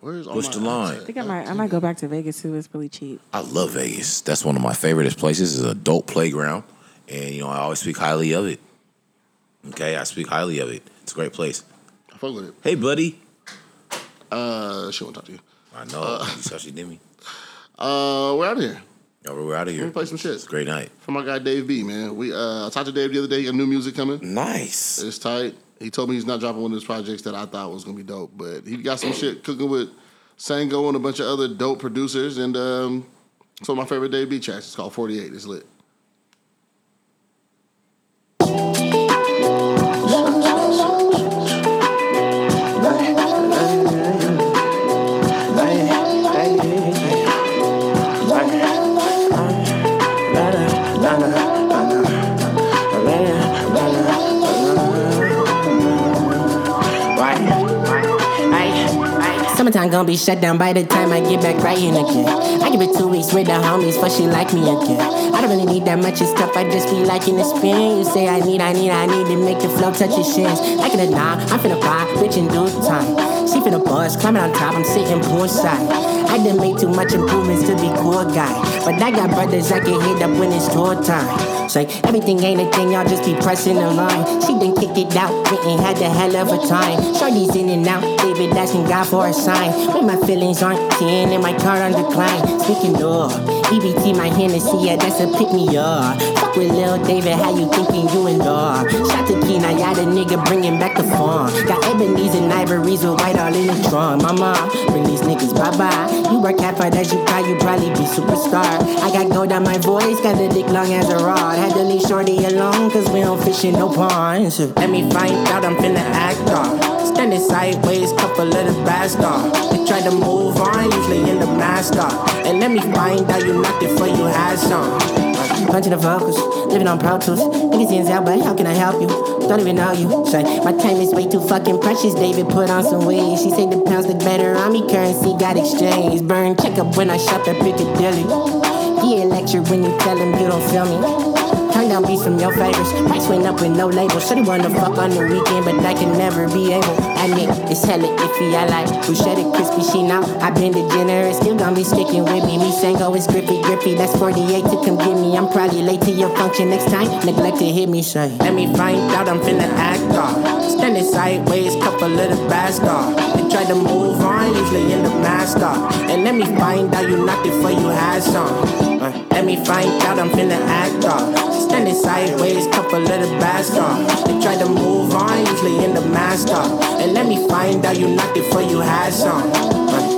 Where's all Push my the line. I think I might, I might go back to Vegas too. It's really cheap. I love Vegas. That's one of my favorite places. It's an adult playground, and you know I always speak highly of it. Okay, I speak highly of it. It's a great place. I fuck with it. Hey, buddy. Uh, she won't talk to you. I know you saw she did me. Uh, we're out of here. Yo, we're out of here. Let me play some shit. It's a great night. From my guy Dave B, man. We uh, I talked to Dave the other day. He got new music coming. Nice. It's tight. He told me he's not dropping one of his projects that I thought was gonna be dope, but he got some shit cooking with Sango and a bunch of other dope producers. And um, it's one of my favorite Dave B tracks. It's called Forty Eight. It's lit. Summertime gonna be shut down by the time I get back crying again. I give it two weeks with the homies, for she like me again. I don't really need that much of stuff, I just be liking the spin. You say I need, I need, I need to make the flow touch your shins. Like it or not, I'm finna buy, bitch in due time. She finna buzz, climbing on top, I'm sitting poolside. I didn't make too much improvements to be cool guy, but I got brothers I can hit up when it's tour time. It's like everything ain't a thing, y'all just be pressing the line. She done kicked it out, went and had the hell of a time. Shorty's in and out, David asking God for a sign. When my feelings aren't keen and my card on decline. Speaking of, EBT, my Hennessy, yeah, that's a pick me up. Fuck with Lil David, how you thinking you in love? Shot to Key, now y'all the nigga bringing back the farm. Got ebonies and ivories with white all in the drum. Mama, bring these niggas bye bye. You work half hard as you cry, you probably be superstar. I got gold on my voice, got a dick long as a rod. Had to leave Shorty alone, cause we don't fish in no ponds. Let me find out, I'm finna act off. Standing sideways, couple of the bastard. They try to move on, usually end up masked off. And let me find out you knocked it before you had some. Bunch of the vocals, living on Pro Tools. Niggas in out, but how can I help you? Don't even know you. Say, my time is way too fucking precious. David put on some weight. She said the pounds look better on me. Currency got exchanged. Burn check up when I shop at Piccadilly. He a lecture when you tell him you don't feel me. Turn down beats from your favorites. Price went up with no label. Should've wanna fuck on the weekend, but I can never be able. Admit, it's hella iffy. I like bruschetta crispy. She now, i been degenerate. Still gonna be sticking with me. Me Sango is grippy, grippy. That's 48 to come get me. I'm probably late to your function next time. Neglect to hit me, say. Let me find out I'm finna act off. Standing sideways, couple of the bastard. They try to move on, usually in the mask off. And let me find out you knocked it for you had some. Uh, Let me find out I'm finna act off. Standing sideways, couple of the bastard. They try to move on, usually in the mask off. And let me find out you knocked it for you had some. Uh,